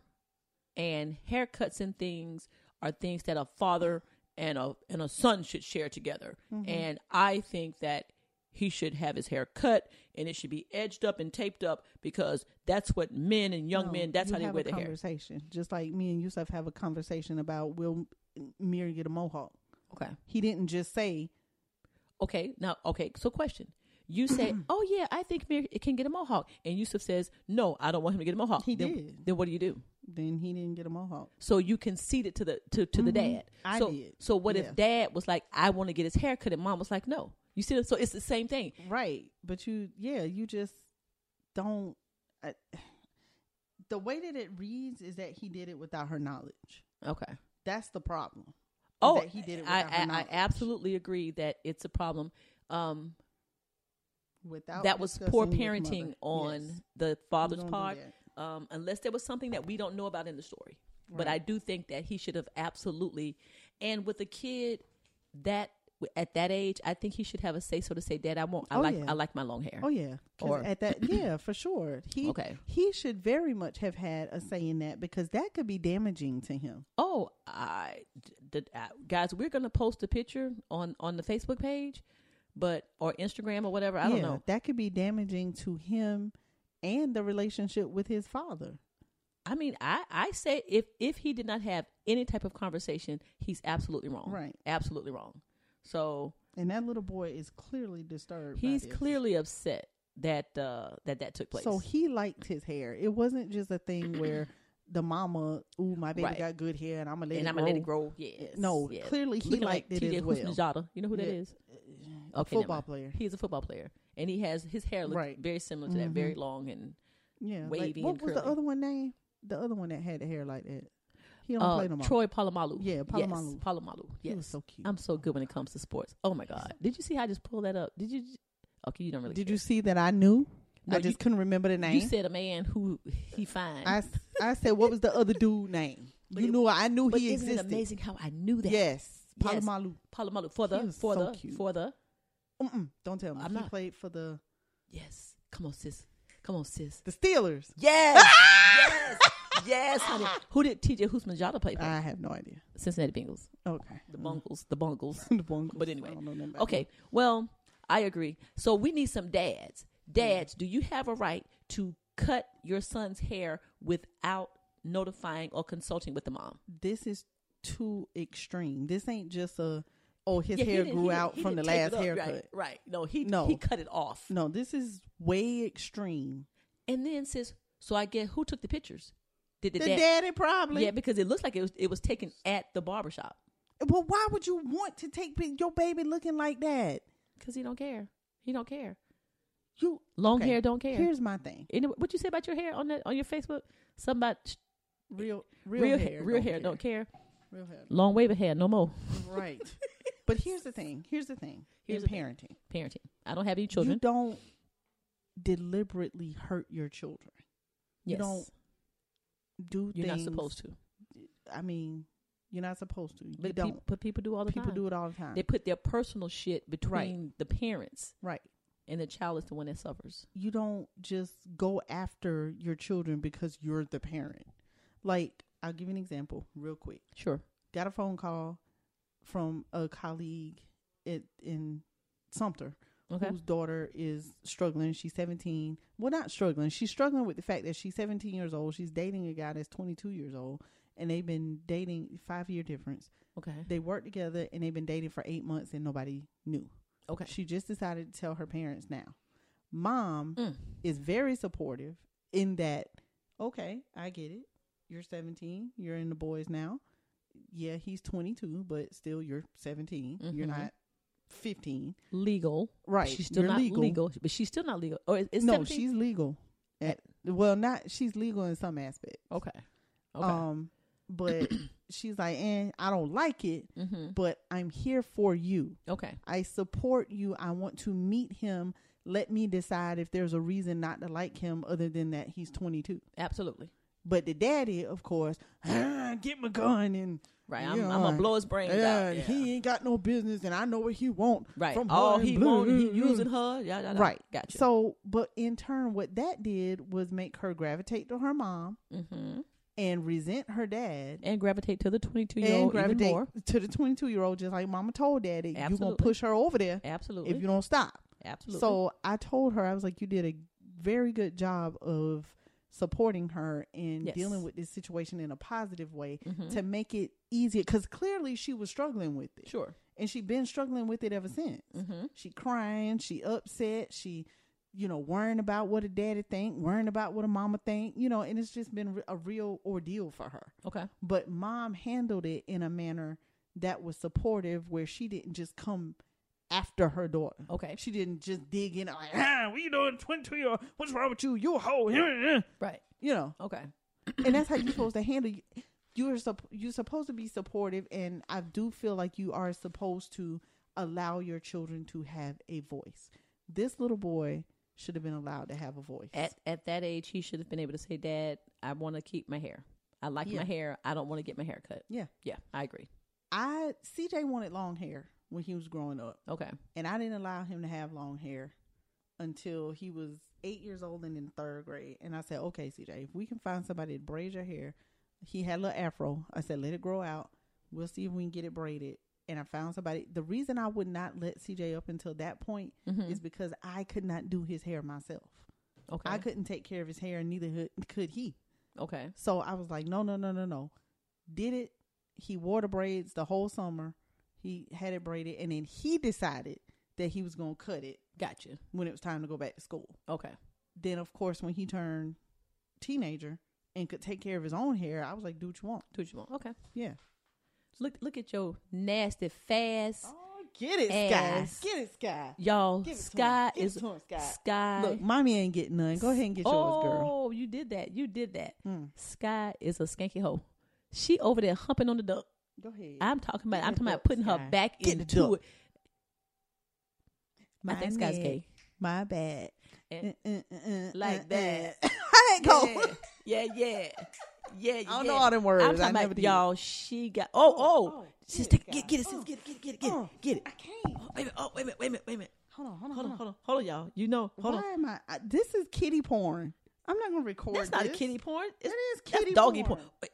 Speaker 4: and haircuts and things are things
Speaker 3: Mm-hmm.
Speaker 4: that a father and a and a son should share together. And I think that he should have his hair cut and it should be edged up and taped up because that's what men and young
Speaker 3: No,
Speaker 4: men that's
Speaker 3: you
Speaker 4: how they
Speaker 3: have
Speaker 4: wear
Speaker 3: a
Speaker 4: their hair.
Speaker 3: conversation. Just like me and Yusuf have a conversation about will Mir get a mohawk.
Speaker 4: Okay.
Speaker 3: He didn't just say
Speaker 4: Okay. Now, okay. So, question. You say, "Oh yeah, I think Mir can get a mohawk," and Yusuf says, "No, I don't want him to get a mohawk."
Speaker 3: He
Speaker 4: then,
Speaker 3: did.
Speaker 4: Then what do you do?
Speaker 3: then he didn't get a mohawk.
Speaker 4: So you concede it to the to, to the dad.
Speaker 3: Mm-hmm. I
Speaker 4: so,
Speaker 3: did.
Speaker 4: So what
Speaker 3: Yeah.
Speaker 4: if dad was like, "I want to get his hair cut," and mom was like, "No." You see, so it's the same thing.
Speaker 3: Right. But you, yeah, you just don't. I, the way that it reads is that he did it without her knowledge.
Speaker 4: Okay.
Speaker 3: That's the problem. is
Speaker 4: Oh,
Speaker 3: that he did it
Speaker 4: I,
Speaker 3: without her
Speaker 4: I, I
Speaker 3: knowledge.
Speaker 4: absolutely agree that it's a problem. Um,
Speaker 3: Without
Speaker 4: that was poor
Speaker 3: discussing with
Speaker 4: parenting
Speaker 3: mother.
Speaker 4: on
Speaker 3: Yes.
Speaker 4: the father's
Speaker 3: don't do
Speaker 4: part. Um, unless there was something that we don't know about in the story. But I do think that he should have absolutely, and with a kid that at that age, I think he should have a say so to say, Dad, I want, I
Speaker 3: Oh,
Speaker 4: like,
Speaker 3: yeah.
Speaker 4: I like my long hair.
Speaker 3: Oh yeah,
Speaker 4: Or-
Speaker 3: or at that yeah for sure. He
Speaker 4: Okay.
Speaker 3: he should very much have had a say in that because that could be damaging to him.
Speaker 4: Oh, I, the, I guys, we're gonna post a picture on on the Facebook page, but or Instagram or whatever. I don't
Speaker 3: yeah,
Speaker 4: know.
Speaker 3: That could be damaging to him and the relationship with his father.
Speaker 4: I mean, I I say if if he did not have any type of conversation, he's absolutely wrong.
Speaker 3: Right.
Speaker 4: absolutely wrong. So
Speaker 3: And that little boy is clearly disturbed. by
Speaker 4: he's
Speaker 3: this.
Speaker 4: clearly upset that uh that that took place.
Speaker 3: So he liked his hair. It wasn't just a thing where the mama, ooh, my baby
Speaker 4: Right.
Speaker 3: got good hair, and I'm gonna let
Speaker 4: and
Speaker 3: it
Speaker 4: I'm
Speaker 3: grow.
Speaker 4: gonna let it grow. Yes.
Speaker 3: No,
Speaker 4: yes.
Speaker 3: clearly he
Speaker 4: Looking
Speaker 3: liked it
Speaker 4: TJ
Speaker 3: as well.
Speaker 4: Houshmandzadeh. You know who that
Speaker 3: Yeah.
Speaker 4: is?
Speaker 3: A
Speaker 4: Okay, never
Speaker 3: football
Speaker 4: mind.
Speaker 3: player.
Speaker 4: He's a football player, and he has his hair looks
Speaker 3: Right. Mm-hmm.
Speaker 4: very similar to that, very long and.
Speaker 3: Yeah,
Speaker 4: wavy
Speaker 3: Like, what
Speaker 4: and
Speaker 3: was the
Speaker 4: curly.
Speaker 3: other one name? The other one that had the hair like that. He don't
Speaker 4: Uh,
Speaker 3: play no more.
Speaker 4: Troy Polamalu.
Speaker 3: Yeah,
Speaker 4: Yes,
Speaker 3: Polamalu.
Speaker 4: Polamalu. Yes.
Speaker 3: He was so cute.
Speaker 4: I'm so good when it comes to sports. Oh my god. Did you see how I just pulled that up? Did you Okay, you don't really
Speaker 3: Did
Speaker 4: care.
Speaker 3: you see that I knew?
Speaker 4: No,
Speaker 3: I just
Speaker 4: you-
Speaker 3: couldn't remember the name.
Speaker 4: You said a man who he fine.
Speaker 3: I, s- I said what was the other dude name? You knew I knew
Speaker 4: but
Speaker 3: he
Speaker 4: isn't
Speaker 3: existed.
Speaker 4: it amazing how I knew that?
Speaker 3: Yes,
Speaker 4: Yes.
Speaker 3: Palomalu.
Speaker 4: Polamalu for
Speaker 3: He
Speaker 4: the
Speaker 3: was
Speaker 4: for
Speaker 3: so
Speaker 4: the
Speaker 3: cute.
Speaker 4: for the
Speaker 3: Mm-mm, don't tell me.
Speaker 4: I'm
Speaker 3: he
Speaker 4: not.
Speaker 3: played for the
Speaker 4: Yes. Come on, sis. Come on, sis.
Speaker 3: the Steelers.
Speaker 4: Yes. yes. Yes, honey. Who did TJ Houshmandzadeh play for?
Speaker 3: I Mm. have no idea.
Speaker 4: Cincinnati Bengals.
Speaker 3: Okay,
Speaker 4: The Bungles. The Bungles.
Speaker 3: the Bungles.
Speaker 4: But
Speaker 3: I
Speaker 4: anyway,
Speaker 3: don't know nothing about
Speaker 4: okay. Well, I agree. So we need some dads. Dads, do you have a right to cut your son's hair without notifying or consulting with the mom?
Speaker 3: this is too extreme. This ain't just a oh his
Speaker 4: Yeah, he
Speaker 3: hair
Speaker 4: didn't-
Speaker 3: grew
Speaker 4: he
Speaker 3: out
Speaker 4: didn't- he
Speaker 3: from the
Speaker 4: didn't take
Speaker 3: last
Speaker 4: it up,
Speaker 3: haircut.
Speaker 4: Right, right. No, he
Speaker 3: No.
Speaker 4: he cut it off.
Speaker 3: No, this is way extreme.
Speaker 4: And then says, so I get who took the pictures? Did the,
Speaker 3: The,
Speaker 4: dad?
Speaker 3: daddy probably.
Speaker 4: Yeah, because it looks like it was it was taken at the barbershop
Speaker 3: Well, why would you want to take pic- your baby looking like that?
Speaker 4: because he don't care. He don't care.
Speaker 3: You
Speaker 4: Long hair don't care.
Speaker 3: Here's my thing.
Speaker 4: And what you say about your hair on that on your Facebook? Somebody
Speaker 3: Real
Speaker 4: real, hair, real hair don't care.
Speaker 3: Real hair.
Speaker 4: Long wave of hair, no more.
Speaker 3: Right. but here's the thing. Here's the thing.
Speaker 4: Here's
Speaker 3: Here's
Speaker 4: the
Speaker 3: in
Speaker 4: thing.
Speaker 3: parenting.
Speaker 4: Parenting. I don't have any
Speaker 3: You
Speaker 4: children.
Speaker 3: don't deliberately hurt your children. You
Speaker 4: yes.
Speaker 3: don't do
Speaker 4: You're
Speaker 3: things.
Speaker 4: not supposed to.
Speaker 3: I mean, you're not supposed to. You
Speaker 4: But,
Speaker 3: don't.
Speaker 4: peop- but people do all the
Speaker 3: People
Speaker 4: time.
Speaker 3: do it all the time.
Speaker 4: They put their personal shit between the parents
Speaker 3: right.
Speaker 4: and the child is the one that suffers.
Speaker 3: you don't just go after your children because you're the parent. Like, I'll give you an example real quick.
Speaker 4: Sure.
Speaker 3: Got a phone call from a colleague at, in Sumter
Speaker 4: Okay.
Speaker 3: whose daughter is struggling. She's 17. Well, not struggling. She's struggling with the fact that she's 17 years old. She's dating a guy that's 22 years old, and they've been dating five year difference.
Speaker 4: Okay.
Speaker 3: They work together and they've been dating for eight months, and nobody knew.
Speaker 4: Okay.
Speaker 3: She just decided to tell her parents now. Mom
Speaker 4: Mm.
Speaker 3: is very supportive in that, okay, I get it. You're 17. You're in the boys now. Yeah, he's 22, but still you're 17. You're
Speaker 4: Mhm.
Speaker 3: not 15.
Speaker 4: Legal.
Speaker 3: Right.
Speaker 4: She's still
Speaker 3: you're
Speaker 4: not legal. but she's still not legal. Or is, is
Speaker 3: no,
Speaker 4: 17?
Speaker 3: she's legal. At, well, not she's legal in some aspects.
Speaker 4: Eh. okay. Okay.
Speaker 3: Um, but she's like, eh, I don't like it,
Speaker 4: Mm-hmm.
Speaker 3: but I'm here for you.
Speaker 4: okay.
Speaker 3: I support you. I want to meet him. Let me decide if there's a reason not to like him other than that he's 22.
Speaker 4: Absolutely.
Speaker 3: But the daddy, of course, "Ah, get my gun and
Speaker 4: Right.
Speaker 3: you
Speaker 4: I'm,
Speaker 3: know,
Speaker 4: I'm gonna blow his brains
Speaker 3: yeah,
Speaker 4: out. Yeah.
Speaker 3: He ain't got no business, and I know what he want.
Speaker 4: right.
Speaker 3: From
Speaker 4: All
Speaker 3: her
Speaker 4: he
Speaker 3: and blah,
Speaker 4: want, he
Speaker 3: blah, blah."
Speaker 4: using her. Yeah. yeah, yeah.
Speaker 3: Right.
Speaker 4: Gotcha.
Speaker 3: So, but in turn, what that did was make her gravitate to her mom
Speaker 4: mm-hmm.
Speaker 3: and resent her dad.
Speaker 4: and gravitate to the 22 year
Speaker 3: and
Speaker 4: old even
Speaker 3: gravitate
Speaker 4: more.
Speaker 3: to the 22 year old, just like mama told daddy, you're going
Speaker 4: Absolutely.
Speaker 3: to push her over there
Speaker 4: Absolutely.
Speaker 3: if you don't stop.
Speaker 4: Absolutely.
Speaker 3: So I told her, I was like, you did a very good job of supporting her and
Speaker 4: Yes. Mm-hmm.
Speaker 3: dealing with this situation in a positive way to make it easier. Because clearly she was struggling with it.
Speaker 4: sure. Mm-hmm.
Speaker 3: And she been struggling with it ever since. She crying, she upset, she, you know, worrying about what a daddy think, worrying about what a mama think, you know, and it's just been re- a real ordeal for her
Speaker 4: Okay.
Speaker 3: but mom handled it in a manner that was supportive where she didn't just come after her daughter.
Speaker 4: Okay.
Speaker 3: She didn't just dig in like, ah, what you doing, 22 year old? What's wrong with you? You a hoe.
Speaker 4: Right.
Speaker 3: You know,
Speaker 4: Okay.
Speaker 3: and that's how you're supposed to handle you're sup- you're supposed to be supportive and i do feel like you are supposed to allow your children to have a voice this little boy should have been allowed to have a voice
Speaker 4: At at that age, he should have been able to say, "Dad, I want to keep my hair. I like
Speaker 3: Yeah.
Speaker 4: my hair. I don't want to get my hair cut."
Speaker 3: yeah
Speaker 4: Yeah, I agree.
Speaker 3: i cj wanted long hair when he was growing up
Speaker 4: Okay.
Speaker 3: and I didn't allow him to have long hair until he was eight years old and in third grade. And I said, okay, CJ, if we can find somebody to braid your hair, he had a little afro. I said, let it grow out. We'll see if we can get it braided. And I found somebody. The reason I would not let CJ up until that point is because I could not do his hair myself.
Speaker 4: Okay.
Speaker 3: I couldn't take care of his hair, and neither could- could he.
Speaker 4: okay.
Speaker 3: So I was like, no, no, no, no, no. Did it. He wore the braids the whole summer. He had it braided, and then he decided that he was going to cut it
Speaker 4: Gotcha.
Speaker 3: when it was time to go back to school.
Speaker 4: Okay.
Speaker 3: Then, of course, when he turned teenager and could take care of his own hair, I was like, do what you want.
Speaker 4: Do what you want. Okay.
Speaker 3: Yeah.
Speaker 4: Look look at your nasty fast.
Speaker 3: Oh, get it,
Speaker 4: Ass.
Speaker 3: Sky. Get it, Sky.
Speaker 4: Y'all,
Speaker 3: Give it to
Speaker 4: Sky
Speaker 3: him. Give it
Speaker 4: is
Speaker 3: to him, Sky.
Speaker 4: Sky.
Speaker 3: Look, mommy ain't getting none. Go ahead and get yours, girl. Hmm.
Speaker 4: Oh, you did that. You did that. Sky is a skanky hoe. She over there humping on the duck.
Speaker 3: Go ahead.
Speaker 4: I'm talking about.
Speaker 3: Get
Speaker 4: I'm
Speaker 3: the
Speaker 4: talking
Speaker 3: duck,
Speaker 4: about putting
Speaker 3: Sky.
Speaker 4: her back
Speaker 3: Get the
Speaker 4: into
Speaker 3: duck.
Speaker 4: it. I think Sky's
Speaker 3: neck.
Speaker 4: gay.
Speaker 3: My Uh, bad.
Speaker 4: And-
Speaker 3: Like
Speaker 4: Like that.
Speaker 3: I ain't go.
Speaker 4: Yeah, yeah, yeah.
Speaker 3: I don't know all them words.
Speaker 4: I'm talking
Speaker 3: I never
Speaker 4: about
Speaker 3: did.
Speaker 4: y'all. She got. Oh, oh.
Speaker 3: oh,
Speaker 4: Just
Speaker 3: get it,
Speaker 4: take, get, get it, sis. Get it, get it, get it, get
Speaker 3: Oh,
Speaker 4: it, get it.
Speaker 3: I can't.
Speaker 4: Oh, wait a minute. Oh, wait a minute. Wait a minute. Wait a minute.
Speaker 3: Hold on, hold on,
Speaker 4: Hold on, hold on, hold on, y'all. You know, hold
Speaker 3: Why
Speaker 4: on.
Speaker 3: am I, I? This is kitty porn. I'm not gonna record.
Speaker 4: That's not
Speaker 3: this.
Speaker 4: a kitty porn.
Speaker 3: That
Speaker 4: It's,
Speaker 3: is
Speaker 4: that's
Speaker 3: kitty
Speaker 4: doggy
Speaker 3: porn.
Speaker 4: porn. Wait.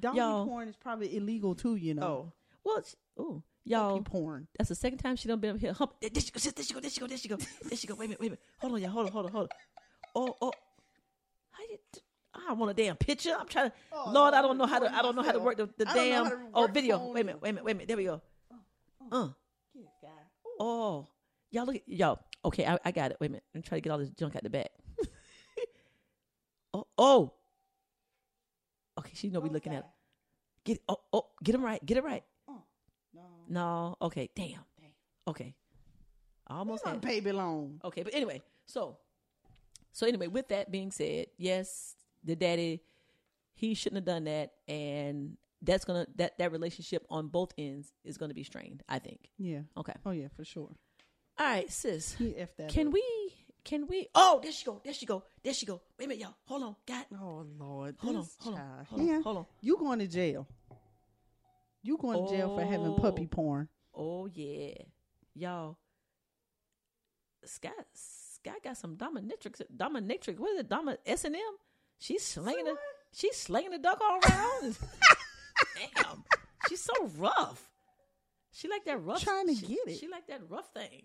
Speaker 3: Doggy
Speaker 4: Y'all.
Speaker 3: porn is probably illegal too. You know.
Speaker 4: oh. Well, she, ooh,
Speaker 3: Doggy
Speaker 4: y'all.
Speaker 3: porn.
Speaker 4: That's the second time she done been up here. Hump. There there she go. sis, There she go. There she go. There she go. There she go. Wait a minute. Wait a minute. Hold on, y'all. Hold on. Hold on. Hold on. Oh, oh. How you? d- I want a damn picture. I'm trying to.
Speaker 3: Oh,
Speaker 4: Lord, I don't know how to. I don't know how to work the, the
Speaker 3: I don't know
Speaker 4: damn.
Speaker 3: how to
Speaker 4: oh,
Speaker 3: work
Speaker 4: video.
Speaker 3: phone
Speaker 4: Wait a
Speaker 3: either. oh.
Speaker 4: minute. Wait a minute. Wait a minute. There we go. Uh. Oh, y'all look at y'all. Okay, I, I got it. Wait a minute. I'm trying to get all this junk out the back. oh, oh. Okay, she know we looking at. Get oh oh. Get him right. Get it right. Oh, No. Okay. Damn. Okay. I almost
Speaker 3: My
Speaker 4: had.
Speaker 3: baby long.
Speaker 4: Okay, but anyway, so so anyway, with that being said, yes, the daddy he shouldn't have done that, and that's gonna that that relationship on both ends is gonna be strained. I think.
Speaker 3: Yeah.
Speaker 4: Okay.
Speaker 3: Oh yeah, for sure.
Speaker 4: All right, sis.
Speaker 3: He effed that.
Speaker 4: Can
Speaker 3: up.
Speaker 4: we? Can we? Oh, there she go. There she go. There she go. Wait a minute, y'all. Hold on. God.
Speaker 3: Oh Lord.
Speaker 4: Hold on,
Speaker 3: this
Speaker 4: hold on,
Speaker 3: child.
Speaker 4: hold on,
Speaker 3: Yeah.
Speaker 4: hold on.
Speaker 3: You going to jail? You going to jail for having puppy
Speaker 4: Oh.
Speaker 3: porn?
Speaker 4: Oh yeah, y'all. Scott Scott got some dominatrix. Dominatrix. What is it? Dom S and M. She's slinging the. She's slinging the duck all around. Damn, she's so rough. She like that rough.
Speaker 3: Trying to
Speaker 4: she-
Speaker 3: get it.
Speaker 4: She like that rough thing.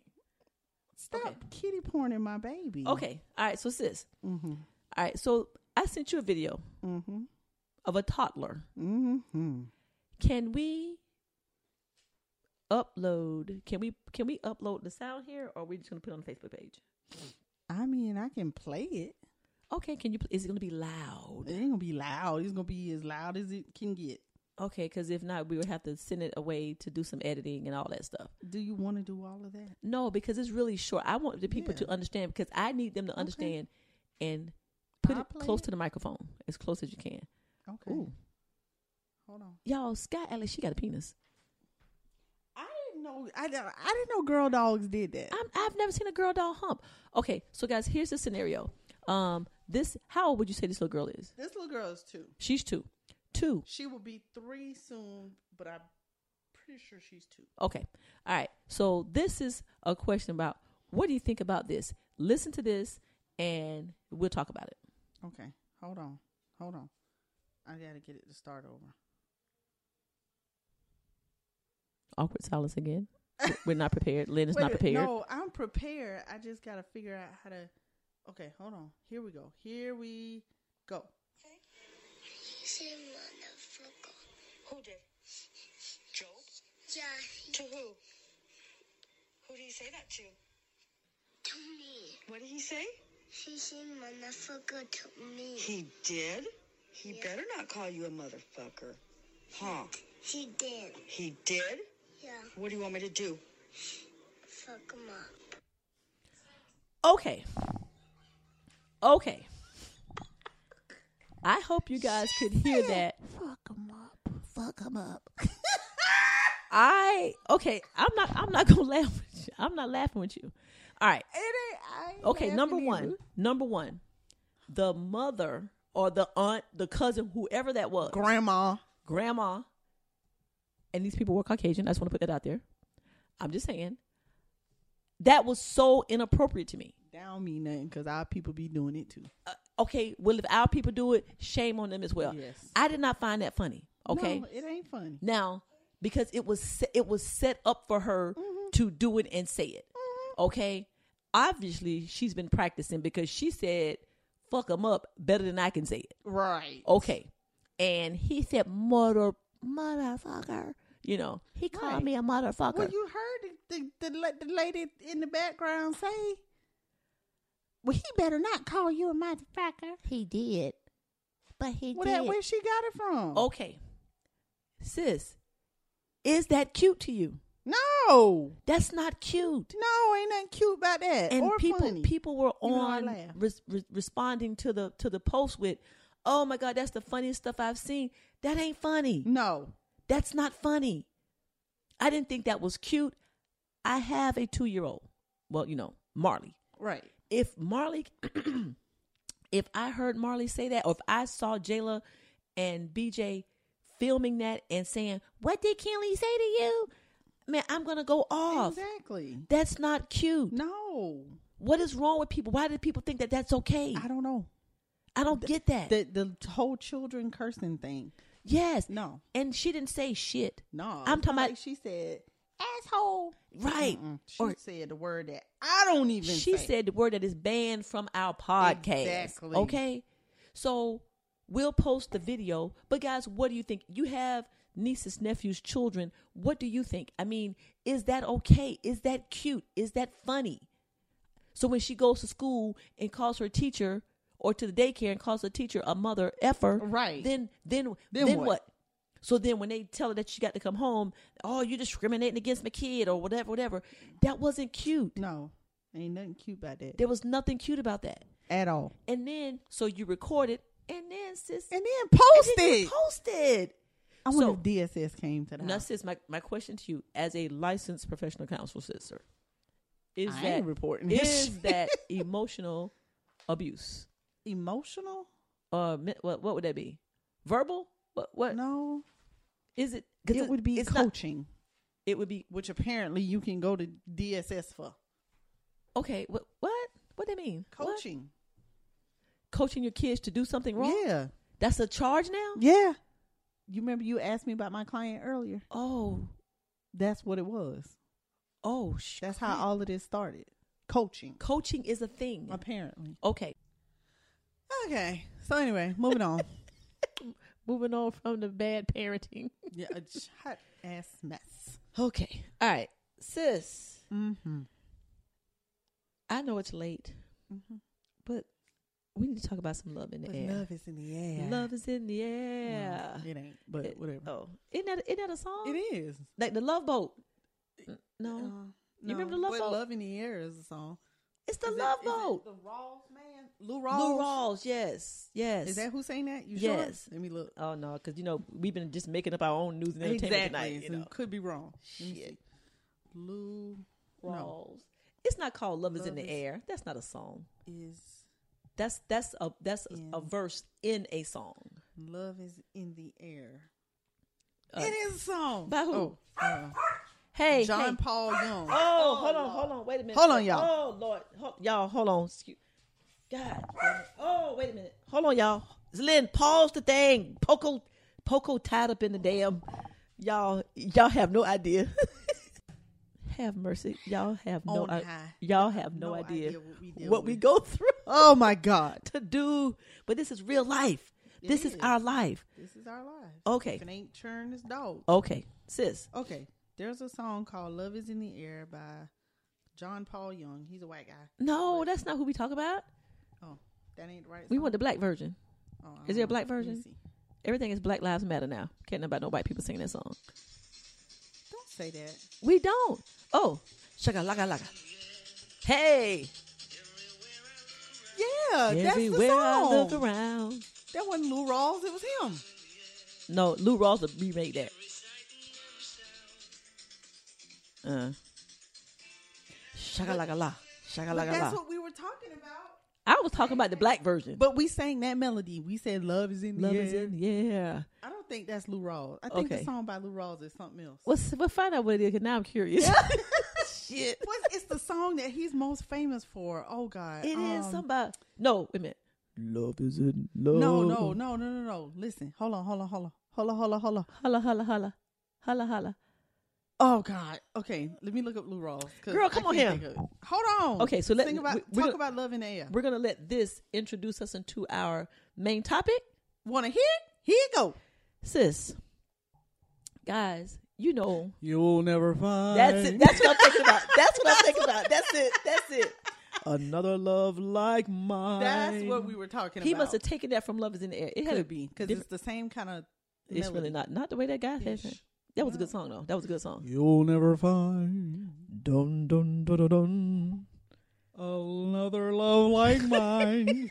Speaker 3: Stop
Speaker 4: Okay.
Speaker 3: kitty porning my baby. Mm-hmm.
Speaker 4: Okay. All right. So sis. All right. So I sent you a video of a toddler.
Speaker 3: Mm-hmm.
Speaker 4: Can we upload? Can we can we upload the sound here, or are we just gonna put it on the Facebook page?
Speaker 3: I mean, I can play it.
Speaker 4: Okay, can you? pl- Is it gonna be loud?
Speaker 3: It ain't gonna be loud. It's gonna be as loud as it can get.
Speaker 4: Okay, because if not, we would have to send it away to do some editing and all that stuff.
Speaker 3: Do you want to do all of that?
Speaker 4: No, because it's really short. I want the people to
Speaker 3: Yeah.
Speaker 4: understand because I need them to understand and put
Speaker 3: I'll
Speaker 4: it
Speaker 3: play
Speaker 4: close
Speaker 3: it.
Speaker 4: to the microphone, as close as you can.
Speaker 3: Okay.
Speaker 4: Ooh.
Speaker 3: Hold on.
Speaker 4: Y'all, Sky Ellis, she got a penis.
Speaker 3: I didn't know. I, don't- I didn't know girl dogs did that.
Speaker 4: I'm, I've never seen a girl doll hump. Okay, so guys, here's the scenario. Um, this how old would you say this little girl is?
Speaker 3: this little girl is two.
Speaker 4: She's two, two.
Speaker 3: She will be three soon, but I'm pretty sure she's two.
Speaker 4: Okay. All right. So this is a question about what do you think about this? Listen to this and we'll talk about it.
Speaker 3: Okay. Hold on. Hold on. I gotta get it to start over.
Speaker 4: Awkward silence again. We're not prepared. Lynn is
Speaker 3: Wait
Speaker 4: not
Speaker 3: a-
Speaker 4: prepared.
Speaker 3: No, I'm prepared. I just gotta figure out how to. Okay, hold on. Here we go. Here we go.
Speaker 5: Say motherfucker.
Speaker 6: Who did? Job?
Speaker 5: Yeah,
Speaker 6: To who? Who did he say that to?
Speaker 5: to me.
Speaker 6: What did he say?
Speaker 5: He said motherfucker to me.
Speaker 6: He did? He better not call you a motherfucker. Huh?
Speaker 5: He did.
Speaker 6: He did?
Speaker 5: Yeah,
Speaker 6: What do you want me to do?
Speaker 5: fuck him up.
Speaker 4: Okay. Okay. I hope you guys could hear that.
Speaker 3: Fuck him up. Fuck him up.
Speaker 4: I okay. I'm not. I'm not gonna laugh. With you. I'm not laughing with you. All right.
Speaker 3: It ain't. I ain't
Speaker 4: Okay.
Speaker 3: laughing
Speaker 4: Number
Speaker 3: either.
Speaker 4: one. Number one. The mother or the aunt, the cousin, whoever that was,
Speaker 3: Grandma.
Speaker 4: grandma. And these people were Caucasian. I just want to put that out there. I'm just saying. That was so inappropriate to me.
Speaker 3: Down me nothing because our people be doing it too.
Speaker 4: Uh, okay, well, if our people do it, shame on them as well.
Speaker 3: Yes.
Speaker 4: I did not find that funny. Okay,
Speaker 3: No, it ain't funny.
Speaker 4: now because it was se- it was set up for her
Speaker 3: Mm-hmm.
Speaker 4: to do it and say it. Okay, obviously she's been practicing because she said "fuck them up" better than I can say it.
Speaker 3: Right.
Speaker 4: Okay, and he said "mother motherfucker." You know, he called
Speaker 3: Right.
Speaker 4: me a motherfucker.
Speaker 3: Well, you heard the the, the la- the lady in the background say. Well, he better not call you a motherfucker.
Speaker 4: he did, but he
Speaker 3: Well, that where she got it from?
Speaker 4: Okay, sis, is that cute to you?
Speaker 3: No,
Speaker 4: That's not cute.
Speaker 3: no, ain't nothing cute about that.
Speaker 4: and
Speaker 3: or
Speaker 4: people
Speaker 3: funny.
Speaker 4: people were
Speaker 3: Even though I
Speaker 4: on
Speaker 3: laugh.
Speaker 4: res- re- responding to the to the post with, "Oh my god, that's the funniest stuff I've seen. That ain't funny.
Speaker 3: No,
Speaker 4: That's not funny. I didn't think that was cute. I have a 2-year-old. Well, you know, Marley.
Speaker 3: right.
Speaker 4: If Marley if I heard Marley say that or if I saw Jayla and BJ filming that and saying, "What did Kenley say to you?" Man, I'm going to go off.
Speaker 3: Exactly.
Speaker 4: That's not cute.
Speaker 3: No,
Speaker 4: What is wrong with people? Why do people think that that's okay?
Speaker 3: I don't know.
Speaker 4: I don't get that.
Speaker 3: The the whole children cursing thing.
Speaker 4: yes.
Speaker 3: No,
Speaker 4: And she didn't say shit.
Speaker 3: no.
Speaker 4: I'm talking
Speaker 3: Like
Speaker 4: about-
Speaker 3: she said asshole.
Speaker 4: Right.
Speaker 3: Mm-mm. She
Speaker 4: Or
Speaker 3: said the word that I don't even.
Speaker 4: she
Speaker 3: say.
Speaker 4: said the word that is banned from our podcast.
Speaker 3: Exactly.
Speaker 4: Okay. So we'll post the video. But guys, what do you think? You have nieces, nephews, children. What do you think? I mean, is that okay? Is that cute? Is that funny? So when she goes to school and calls her teacher or to the daycare and calls her teacher a mother effer,
Speaker 3: Right.
Speaker 4: Then then
Speaker 3: Then
Speaker 4: then,
Speaker 3: what?
Speaker 4: what? So then when they tell her that she got to come home, oh, you're discriminating against my kid or whatever, whatever. That wasn't cute.
Speaker 3: no. Ain't nothing cute about that
Speaker 4: There was nothing cute about that.
Speaker 3: at all.
Speaker 4: And then, so you record it, and then sis,
Speaker 3: And then post
Speaker 4: and then
Speaker 3: it. uh,
Speaker 4: you post it.
Speaker 3: I wonder
Speaker 4: So-
Speaker 3: if DSS came to the
Speaker 4: Now,
Speaker 3: house.
Speaker 4: sis, my, my question to you, as a licensed professional counsel, sister, is
Speaker 3: I
Speaker 4: that
Speaker 3: ain't reporting this
Speaker 4: is
Speaker 3: shit.
Speaker 4: that emotional abuse?
Speaker 3: Emotional?
Speaker 4: Uh, me- what what would that be? Verbal? What what
Speaker 3: No,
Speaker 4: is it? 'cause
Speaker 3: it, would be
Speaker 4: it's not-
Speaker 3: coaching,
Speaker 4: it would be
Speaker 3: which apparently you can go to DSS for
Speaker 4: okay. What what what that mean? What?
Speaker 3: coaching.
Speaker 4: coaching your kids to do something wrong.
Speaker 3: Yeah,
Speaker 4: That's a charge now.
Speaker 3: yeah. You remember you asked me about my client earlier.
Speaker 4: Oh
Speaker 3: That's what it was.
Speaker 4: oh, sh-
Speaker 3: That's how all of this started. Coaching,
Speaker 4: coaching is a thing.
Speaker 3: apparently.
Speaker 4: Okay,
Speaker 3: Okay. So anyway, moving on.
Speaker 4: moving on from the bad parenting.
Speaker 3: yeah, a ch- hot ass mess.
Speaker 4: Okay. All right. Sis,
Speaker 3: Mm-hmm.
Speaker 4: I know it's late, but we need to talk about some love in the
Speaker 3: But
Speaker 4: air.
Speaker 3: Mm-hmm. love is in the air.
Speaker 4: Love is in the air.
Speaker 3: Well, it ain't, but
Speaker 4: It-
Speaker 3: whatever.
Speaker 4: Oh, isn't that, isn't that a song?
Speaker 3: It is.
Speaker 4: Like the Love Boat. N-
Speaker 3: Uh,
Speaker 4: No,
Speaker 3: no,
Speaker 4: remember the Love
Speaker 3: but
Speaker 4: Boat?
Speaker 3: Love in the Air is a song.
Speaker 4: it's the
Speaker 3: Is it-
Speaker 4: Love
Speaker 3: is it
Speaker 4: Boat.
Speaker 3: The Rawls man, Lou
Speaker 4: Lou
Speaker 3: Rawls.
Speaker 4: Rawls. Yes. Yes.
Speaker 3: Is that who sang that? You
Speaker 4: Yes.
Speaker 3: sure? Let me look.
Speaker 4: Oh no, because you know we've been just making up our own news and entertainment tonight. You
Speaker 3: so
Speaker 4: know,
Speaker 3: could be wrong. Let me see.
Speaker 4: Shit.
Speaker 3: Lou no.
Speaker 4: Rawls. It's not called "Love, Is in
Speaker 3: Love
Speaker 4: the
Speaker 3: is-
Speaker 4: Air." That's not a song.
Speaker 3: is
Speaker 4: That's that's a that's a
Speaker 3: In.
Speaker 4: verse in a song.
Speaker 3: Love is in the air.
Speaker 4: Uh,
Speaker 3: it is a song
Speaker 4: by who?
Speaker 3: Oh, uh,
Speaker 4: Hey, hey.
Speaker 3: John Paul Young.
Speaker 4: Oh, hold on, hold on, wait a minute.
Speaker 3: Hold on, y'all.
Speaker 4: Oh Lord, Hold- y'all, hold on. Excuse- God. damn it. Oh, wait a minute. Hold on, y'all. Lynn, pause the thing. Poco, Poco tied up in the damn. Y'all, y'all have no idea. Have mercy, y'all have no,
Speaker 3: On
Speaker 4: I-
Speaker 3: high.
Speaker 4: y'all have no,
Speaker 3: No
Speaker 4: idea,
Speaker 3: idea what we deal
Speaker 4: what we
Speaker 3: with.
Speaker 4: go through
Speaker 3: Oh my God.
Speaker 4: to do. But this is real life.
Speaker 3: It
Speaker 4: this is.
Speaker 3: is.
Speaker 4: our life.
Speaker 3: This is our lives.
Speaker 4: Okay.
Speaker 3: If it ain't churn, it's dog.
Speaker 4: Okay, sis.
Speaker 3: Okay. There's a song called Love is in the Air by John Paul Young. He's a white guy.
Speaker 4: No, that's not who we talk about.
Speaker 3: Oh, that ain't the right.
Speaker 4: We
Speaker 3: song.
Speaker 4: want the black version.
Speaker 3: Oh, I
Speaker 4: Is
Speaker 3: don't
Speaker 4: there a
Speaker 3: know.
Speaker 4: black
Speaker 3: Let me
Speaker 4: version?
Speaker 3: see.
Speaker 4: Everything is Black Lives Matter now. Can't nobody no white people singing that song.
Speaker 3: Don't say that.
Speaker 4: We don't. Oh, shaka laka laka. Hey,
Speaker 3: Yeah,
Speaker 4: everywhere I
Speaker 3: uh, that's the
Speaker 4: look
Speaker 3: song.
Speaker 4: around.
Speaker 3: That wasn't Lou Rawls. It was him.
Speaker 4: No, Lou Rawls would remake that. Uh. Shakalakala.
Speaker 3: But that's
Speaker 4: Shakalakala.
Speaker 3: what we were talking about.
Speaker 4: I was talking about the black version.
Speaker 3: But we sang that melody. We said love is in the
Speaker 4: Love
Speaker 3: air.
Speaker 4: is in the air.
Speaker 3: I don't think that's Lou Rawls. I think
Speaker 4: Okay.
Speaker 3: the song by Lou Rawls is something else.
Speaker 4: Well, s- well, find out what it is, 'cause now I'm curious. Shit.
Speaker 3: What's- it's the song that he's most famous for. Oh God,
Speaker 4: It is
Speaker 3: Um,
Speaker 4: somebody. No, wait a minute. Love is in love.
Speaker 3: No, no, no, no, no, no. Listen, hold on, hold on, hold on, hold on, hold on, hold on.
Speaker 4: Holla, holla, holla. Holla, holla.
Speaker 3: Oh God. Okay, let me look up Lou Rawls. 'cause
Speaker 4: Girl,
Speaker 3: I
Speaker 4: come on
Speaker 3: can't
Speaker 4: here.
Speaker 3: think of it. Hold on.
Speaker 4: Okay, so let-
Speaker 3: Sing about
Speaker 4: we-
Speaker 3: talk
Speaker 4: we're gonna-
Speaker 3: about love in the air.
Speaker 4: We're going to let this introduce us into our main topic.
Speaker 3: Want to hear? it? Here you go.
Speaker 4: Sis, guys, you know
Speaker 3: You'll never find.
Speaker 4: That's it. That's what I'm thinking about. That's what I'm thinking about. That's it. That's it. Another love like mine.
Speaker 3: That's what we were talking
Speaker 4: He
Speaker 3: about.
Speaker 4: must have taken that from Love Is in the Air. It had to
Speaker 3: could be because it's the same kind of.
Speaker 4: It's really not. Not the way that guy has it.
Speaker 3: Ish.
Speaker 4: That was a good song though. That was a good song.
Speaker 7: You'll never find dun dun dun dun, dun another love like mine.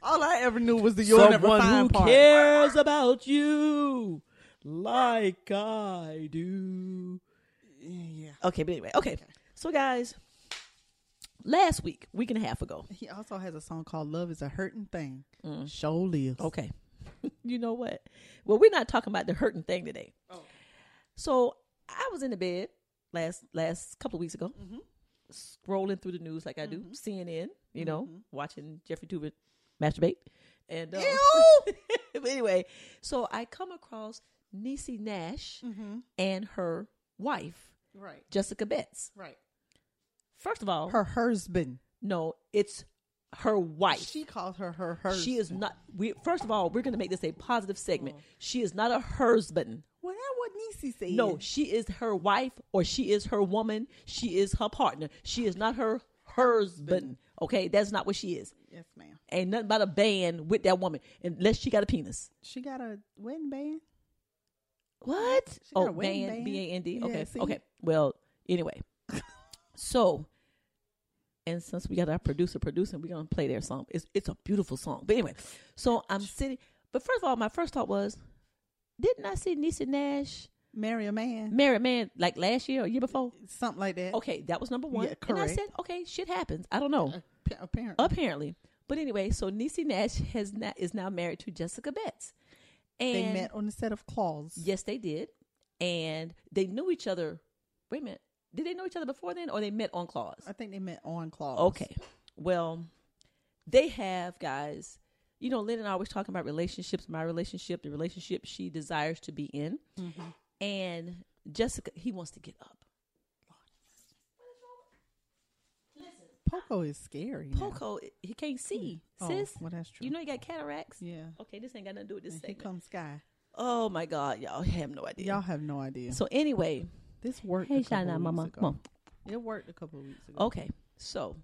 Speaker 3: All I ever knew was the "You'll Never Find" part.
Speaker 4: cares about you like I do.
Speaker 3: Yeah.
Speaker 4: Okay, but anyway, okay. So guys, last week, week and a half ago.
Speaker 3: He also has a song called "Love Is a Hurting Thing." Show lives.
Speaker 4: Mm. Okay. you know what? Well, we're not talking about the hurting thing today.
Speaker 3: Oh.
Speaker 4: So I was in the bed last last couple of weeks ago,
Speaker 3: Mm-hmm.
Speaker 4: scrolling through the news like I do, CNN. You know,
Speaker 3: Mm-hmm.
Speaker 4: watching Jeffrey Tubin masturbate. And uh, but anyway, so I come across Niecy Nash and her wife
Speaker 3: Mm-hmm. Right.
Speaker 4: Jessica Betts.
Speaker 3: Right.
Speaker 4: First of all,
Speaker 3: Her husband.
Speaker 4: no, it's her wife.
Speaker 3: She calls her her husband.
Speaker 4: She is not. We first of all, we're going to make this a positive segment. She is not a husband.
Speaker 3: Well, that what Nisi said.
Speaker 4: No, she is her wife, or she is her woman. She is her partner. She is not her husband. Okay, that's not what she is.
Speaker 3: Yes, ma'am.
Speaker 4: Ain't nothing about a band with that woman unless she got a penis.
Speaker 3: She got a wedding band.
Speaker 4: What?
Speaker 3: She got
Speaker 4: oh,
Speaker 3: a wedding
Speaker 4: band,
Speaker 3: band.
Speaker 4: B A N D.
Speaker 3: Yeah,
Speaker 4: Okay,
Speaker 3: see?
Speaker 4: okay. Well, anyway, so. And since we got our producer producing, we're gonna play their song. It's it's a beautiful song. But anyway, so I'm sitting. But first of all, my first thought was, didn't I see Nisa Nash
Speaker 3: Marry a man.
Speaker 4: marry a man like last year or year before?
Speaker 3: Something like that.
Speaker 4: Okay, that was number one.
Speaker 3: Yeah,
Speaker 4: And I
Speaker 3: correct. Uh-huh.
Speaker 4: said, okay, shit happens. I don't know.
Speaker 3: Appa- Apparently.
Speaker 4: Apparently. But anyway, so Niecy Nash has not, is now married to Jessica Betts. And
Speaker 3: they met on the set of Claws.
Speaker 4: Yes, they did. And they knew each other. Wait a minute. Did they know each other before then or they met on Claws?
Speaker 3: I think they met on Claws.
Speaker 4: Okay. Well, they have guys. You know, Lynn and I always talking about relationships. My relationship, the relationship she desires to be in,
Speaker 3: Mm-hmm.
Speaker 4: and Jessica, he wants to get up.
Speaker 3: Poco is scary. now.
Speaker 4: Poco, he can't see.
Speaker 3: Oh,
Speaker 4: Sis,
Speaker 3: well, that's true.
Speaker 4: You know, Oh, he got cataracts.
Speaker 3: Yeah.
Speaker 4: Okay, this ain't got nothing to do with this
Speaker 3: And Here
Speaker 4: segment.
Speaker 3: comes Sky.
Speaker 4: Oh my God, y'all have no idea.
Speaker 3: Y'all have no idea.
Speaker 4: So anyway,
Speaker 3: This worked.
Speaker 4: hey
Speaker 3: a couple
Speaker 4: Shana,
Speaker 3: weeks
Speaker 4: Mama,
Speaker 3: ago.
Speaker 4: Mom.
Speaker 3: It worked a couple of weeks ago.
Speaker 4: Okay, so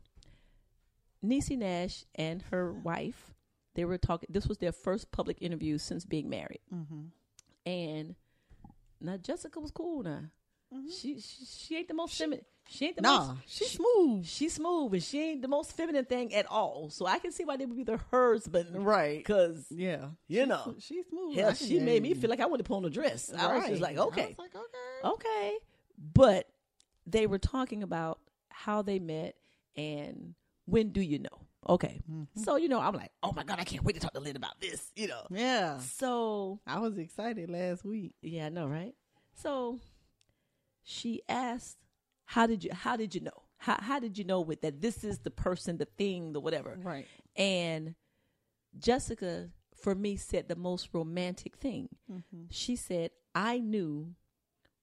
Speaker 4: Niecy Nash and her wife, they were talking. This was their first public interview since being married,
Speaker 3: Mm-hmm.
Speaker 4: and now Jessica was cool. Now she, she she ain't the most feminine. She ain't the
Speaker 3: Mm-hmm. Nah,
Speaker 4: most.
Speaker 3: she's smooth.
Speaker 4: She's smooth, but she ain't the most feminine thing at all. So I can see why they would be the husband,
Speaker 3: Right.
Speaker 4: Because
Speaker 3: Yeah.
Speaker 4: you know,
Speaker 3: She's smooth.
Speaker 4: hell,
Speaker 3: I
Speaker 4: she
Speaker 3: can-
Speaker 4: made me feel like I wanted to put on a dress. I was
Speaker 3: Right.
Speaker 4: just like,
Speaker 3: I
Speaker 4: okay,
Speaker 3: was like, okay.
Speaker 4: okay. But they were talking about how they met and when do you know? Okay,
Speaker 3: Mm-hmm.
Speaker 4: so you know, I'm like, oh my god, I can't wait to talk to Lynn about this. You know,
Speaker 3: Yeah.
Speaker 4: so
Speaker 3: I was excited last week.
Speaker 4: yeah, I know, right? So she asked, "How did you? How did you know? How how did you know with that? This is the person, the thing, the whatever."
Speaker 3: Right.
Speaker 4: And Jessica, for me, said the most romantic thing.
Speaker 3: Mm-hmm.
Speaker 4: She said, "I knew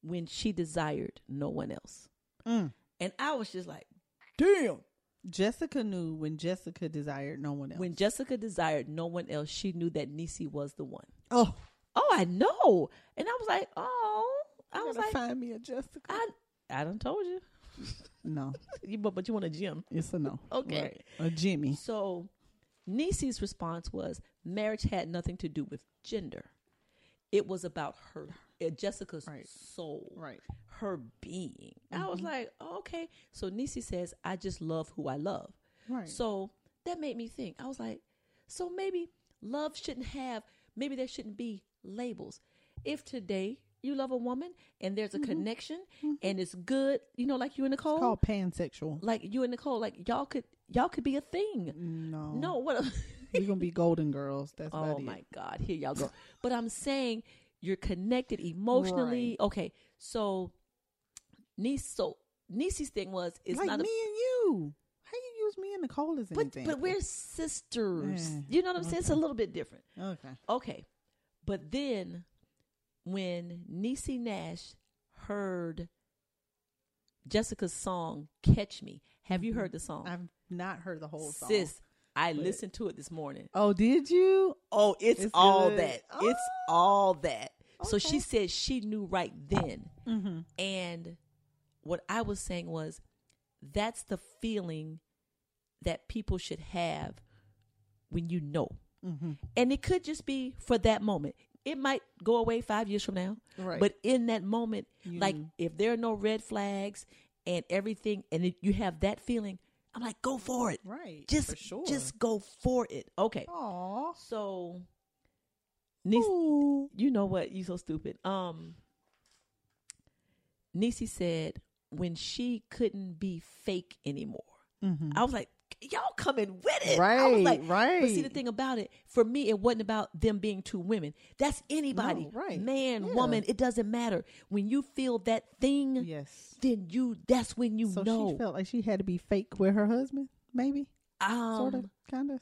Speaker 4: when she desired no one else."
Speaker 3: Mm.
Speaker 4: And I was just like,
Speaker 7: Damn.
Speaker 3: Jessica knew when Jessica desired no one else.
Speaker 4: when Jessica desired no one else, she knew that Nisi was the one.
Speaker 3: oh,
Speaker 4: Oh, I know. And I was like, oh, I was like,
Speaker 3: find me a Jessica.
Speaker 4: I, I done told you.
Speaker 3: no,
Speaker 4: you but, but you want a gym.
Speaker 3: it's a no.
Speaker 4: Okay.
Speaker 3: a Jimmy.
Speaker 4: So Nisi's response was marriage had nothing to do with gender. It was about her, uh, Jessica's
Speaker 3: Right.
Speaker 4: soul,
Speaker 3: Right. Mm-hmm.
Speaker 4: her being. I was like, oh, okay. So Nisi says, I just love who I love.
Speaker 3: Right.
Speaker 4: So that made me think. I was like, so maybe love shouldn't have, maybe there shouldn't be labels. If today you love a woman and there's a connection and it's good, you know, like you and Nicole,
Speaker 3: Mm-hmm. It's called pansexual.
Speaker 4: like you and Nicole, like y'all could y'all could be a thing.
Speaker 3: No,
Speaker 4: No, what? A-
Speaker 3: You're gonna be Golden Girls. That's
Speaker 4: oh
Speaker 3: Um, about it.
Speaker 4: my God, here y'all go. but I'm saying you're connected emotionally. Okay, so niece, so Nisi's thing was it's
Speaker 3: like
Speaker 4: not
Speaker 3: me
Speaker 4: a
Speaker 3: and you. How you use me and Nicole as an
Speaker 4: but
Speaker 3: example?
Speaker 4: but we're sisters.
Speaker 3: Yeah,
Speaker 4: You know what I'm saying? It's a little bit different.
Speaker 3: okay.
Speaker 4: Okay, but then when Nisi Nash heard Jessica's song "Catch Me," have you heard the song?
Speaker 3: I've not Mm-hmm. heard the whole song.
Speaker 4: Oh. Sis, I
Speaker 3: but-
Speaker 4: listened to it this morning.
Speaker 3: Oh, did you?
Speaker 4: Oh, it's,
Speaker 3: It's
Speaker 4: all
Speaker 3: good.
Speaker 4: that. It's
Speaker 3: Oh.
Speaker 4: all that. So
Speaker 3: Okay.
Speaker 4: she said she knew right then.
Speaker 3: Mm-hmm.
Speaker 4: And what I was saying was that's the feeling that people should have when you know.
Speaker 3: Mhm.
Speaker 4: And it could just be for that moment. It might go away five years from now.
Speaker 3: Right.
Speaker 4: But in that moment,
Speaker 3: You
Speaker 4: like
Speaker 3: knew.
Speaker 4: if there are no red flags and everything, and it, you have that feeling, I'm like, go for it.
Speaker 3: Right.
Speaker 4: Just,
Speaker 3: for sure.
Speaker 4: just go for it. Okay.
Speaker 3: Aw.
Speaker 4: So, Nis-
Speaker 3: Ooh.
Speaker 4: you know what? You so stupid. Um, Nisi said when she couldn't be fake anymore.
Speaker 3: Mhm.
Speaker 4: I was like, y'all coming with it, I was like,
Speaker 3: Right,
Speaker 4: But see, the
Speaker 3: right.
Speaker 4: thing about it for me, it wasn't about them being two women. That's anybody,
Speaker 3: No, right.
Speaker 4: Man,
Speaker 3: Yeah.
Speaker 4: woman, it doesn't matter. When you feel that thing,
Speaker 3: Yes.
Speaker 4: then you. That's when you
Speaker 3: so
Speaker 4: know.
Speaker 3: she felt like she had to be fake with her husband, maybe,
Speaker 4: um,
Speaker 3: sort of, kind of.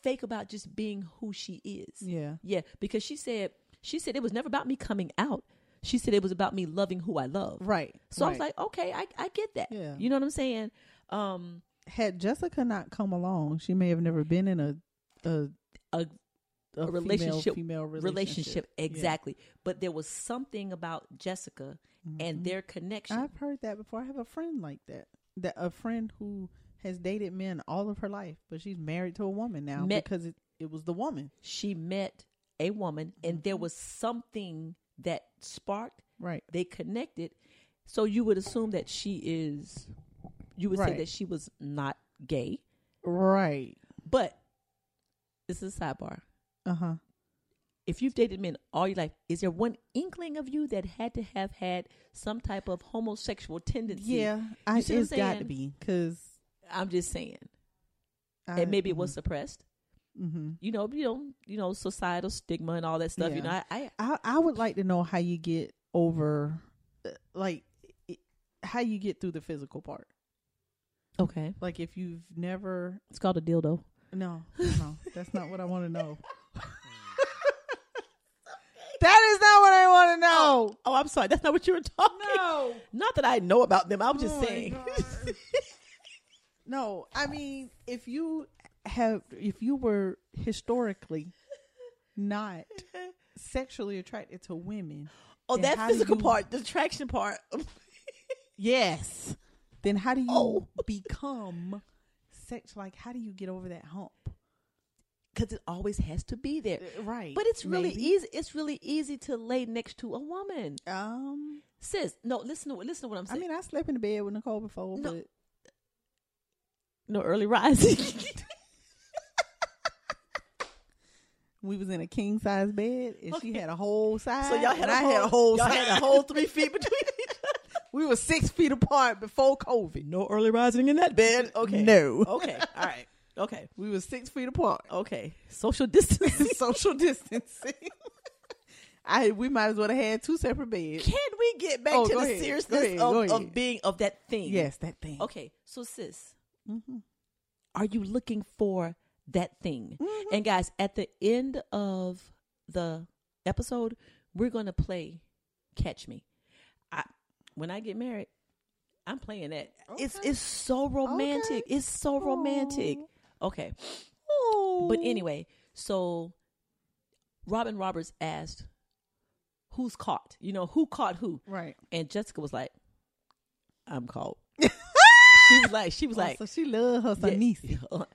Speaker 4: fake about just being who she is.
Speaker 3: Yeah.
Speaker 4: Yeah, because she said she said it was never about me coming out. She said it was about me loving who I love.
Speaker 3: Right.
Speaker 4: So I was
Speaker 3: right.
Speaker 4: like, okay, I, I get that.
Speaker 3: Yeah.
Speaker 4: You know what I'm saying? Um
Speaker 3: had Jessica not come along, she may have never been in a a
Speaker 4: a, a
Speaker 3: female-
Speaker 4: relationship
Speaker 3: female
Speaker 4: relationship,
Speaker 3: relationship. Yeah.
Speaker 4: exactly. But there was something about Jessica
Speaker 3: Mm-hmm.
Speaker 4: and their connection.
Speaker 3: I've heard that before. I have a friend like that. That a friend who has dated men all of her life, but she's married to a woman now
Speaker 4: Met-
Speaker 3: because it, it was the woman.
Speaker 4: she met a woman and
Speaker 3: Mm-hmm.
Speaker 4: there was something that sparked
Speaker 3: Right.
Speaker 4: they connected. So you would assume that she is you would say
Speaker 3: Right.
Speaker 4: that she was not gay.
Speaker 3: Right.
Speaker 4: But this is a sidebar.
Speaker 3: Uh huh.
Speaker 4: If you've dated men all your life, is there one inkling of you that had to have had some type of homosexual tendency?
Speaker 3: Yeah. I,
Speaker 4: see what I'm
Speaker 3: it's got to
Speaker 4: saying?
Speaker 3: be because.
Speaker 4: I'm just saying. and maybe it was suppressed.
Speaker 3: Mm-hmm.
Speaker 4: You know, you know, you know, societal stigma and all that stuff. You know,
Speaker 3: Yeah.
Speaker 4: I, I
Speaker 3: I I would like to know how you get over, uh, like, it, how you get through the physical part.
Speaker 4: Okay.
Speaker 3: Like if you've never
Speaker 4: It's called a dildo.
Speaker 3: No, no, that's not what I want to know. that is not what I want to know.
Speaker 4: Oh, I'm sorry. That's not what you were talking.
Speaker 3: No,
Speaker 4: Not that I know about them. I'm just
Speaker 3: Oh my
Speaker 4: saying.
Speaker 3: God. no. I mean, if you have, if you were historically not sexually attracted to women,
Speaker 4: oh,
Speaker 3: Then
Speaker 4: that
Speaker 3: how do
Speaker 4: physical
Speaker 3: you-
Speaker 4: part, the attraction part.
Speaker 3: yes, then how do you
Speaker 4: Oh.
Speaker 3: become sex? Like, how do you get over that hump?
Speaker 4: Because it always has to be there.
Speaker 3: Uh, Right,
Speaker 4: But it's really
Speaker 3: maybe.
Speaker 4: easy. It's really easy to lay next to a woman.
Speaker 3: Um,
Speaker 4: Sis, no, listen to listen to what I'm
Speaker 3: I
Speaker 4: saying.
Speaker 3: mean, I slept in the bed with Nicole before,
Speaker 4: No.
Speaker 3: but
Speaker 4: no early rising.
Speaker 3: We was in a king size bed, and she had a whole side.
Speaker 4: so y'all
Speaker 3: and
Speaker 4: had a
Speaker 3: I
Speaker 4: whole,
Speaker 3: had a whole
Speaker 4: y'all
Speaker 3: side.
Speaker 4: had a whole three feet between each other.
Speaker 3: we were six feet apart before COVID.
Speaker 4: No early rising in that bed. Okay.
Speaker 3: No.
Speaker 4: Okay. All right. Okay.
Speaker 3: We were six feet apart.
Speaker 4: Okay. Social distancing.
Speaker 3: Social distancing. I we might as well have had two separate beds.
Speaker 4: Can we get back
Speaker 3: Oh,
Speaker 4: to
Speaker 3: go
Speaker 4: the
Speaker 3: ahead. Go
Speaker 4: seriousness
Speaker 3: ahead.
Speaker 4: of,
Speaker 3: Go
Speaker 4: of
Speaker 3: ahead.
Speaker 4: being of that thing?
Speaker 3: Yes, that thing.
Speaker 4: Okay. So sis,
Speaker 3: hmm
Speaker 4: are you looking for that thing? And guys, at the end of the episode, we're going to play Catch Me. I when I get married, I'm playing that. It's it's so romantic. It's so romantic. Okay. But anyway, so Robin Roberts asked, "Who's caught? You know, who caught who?"
Speaker 3: Right.
Speaker 4: And Jessica was like, "I'm caught." she was like, she was like,
Speaker 3: Oh, so she loved her
Speaker 4: yeah.
Speaker 3: son niece.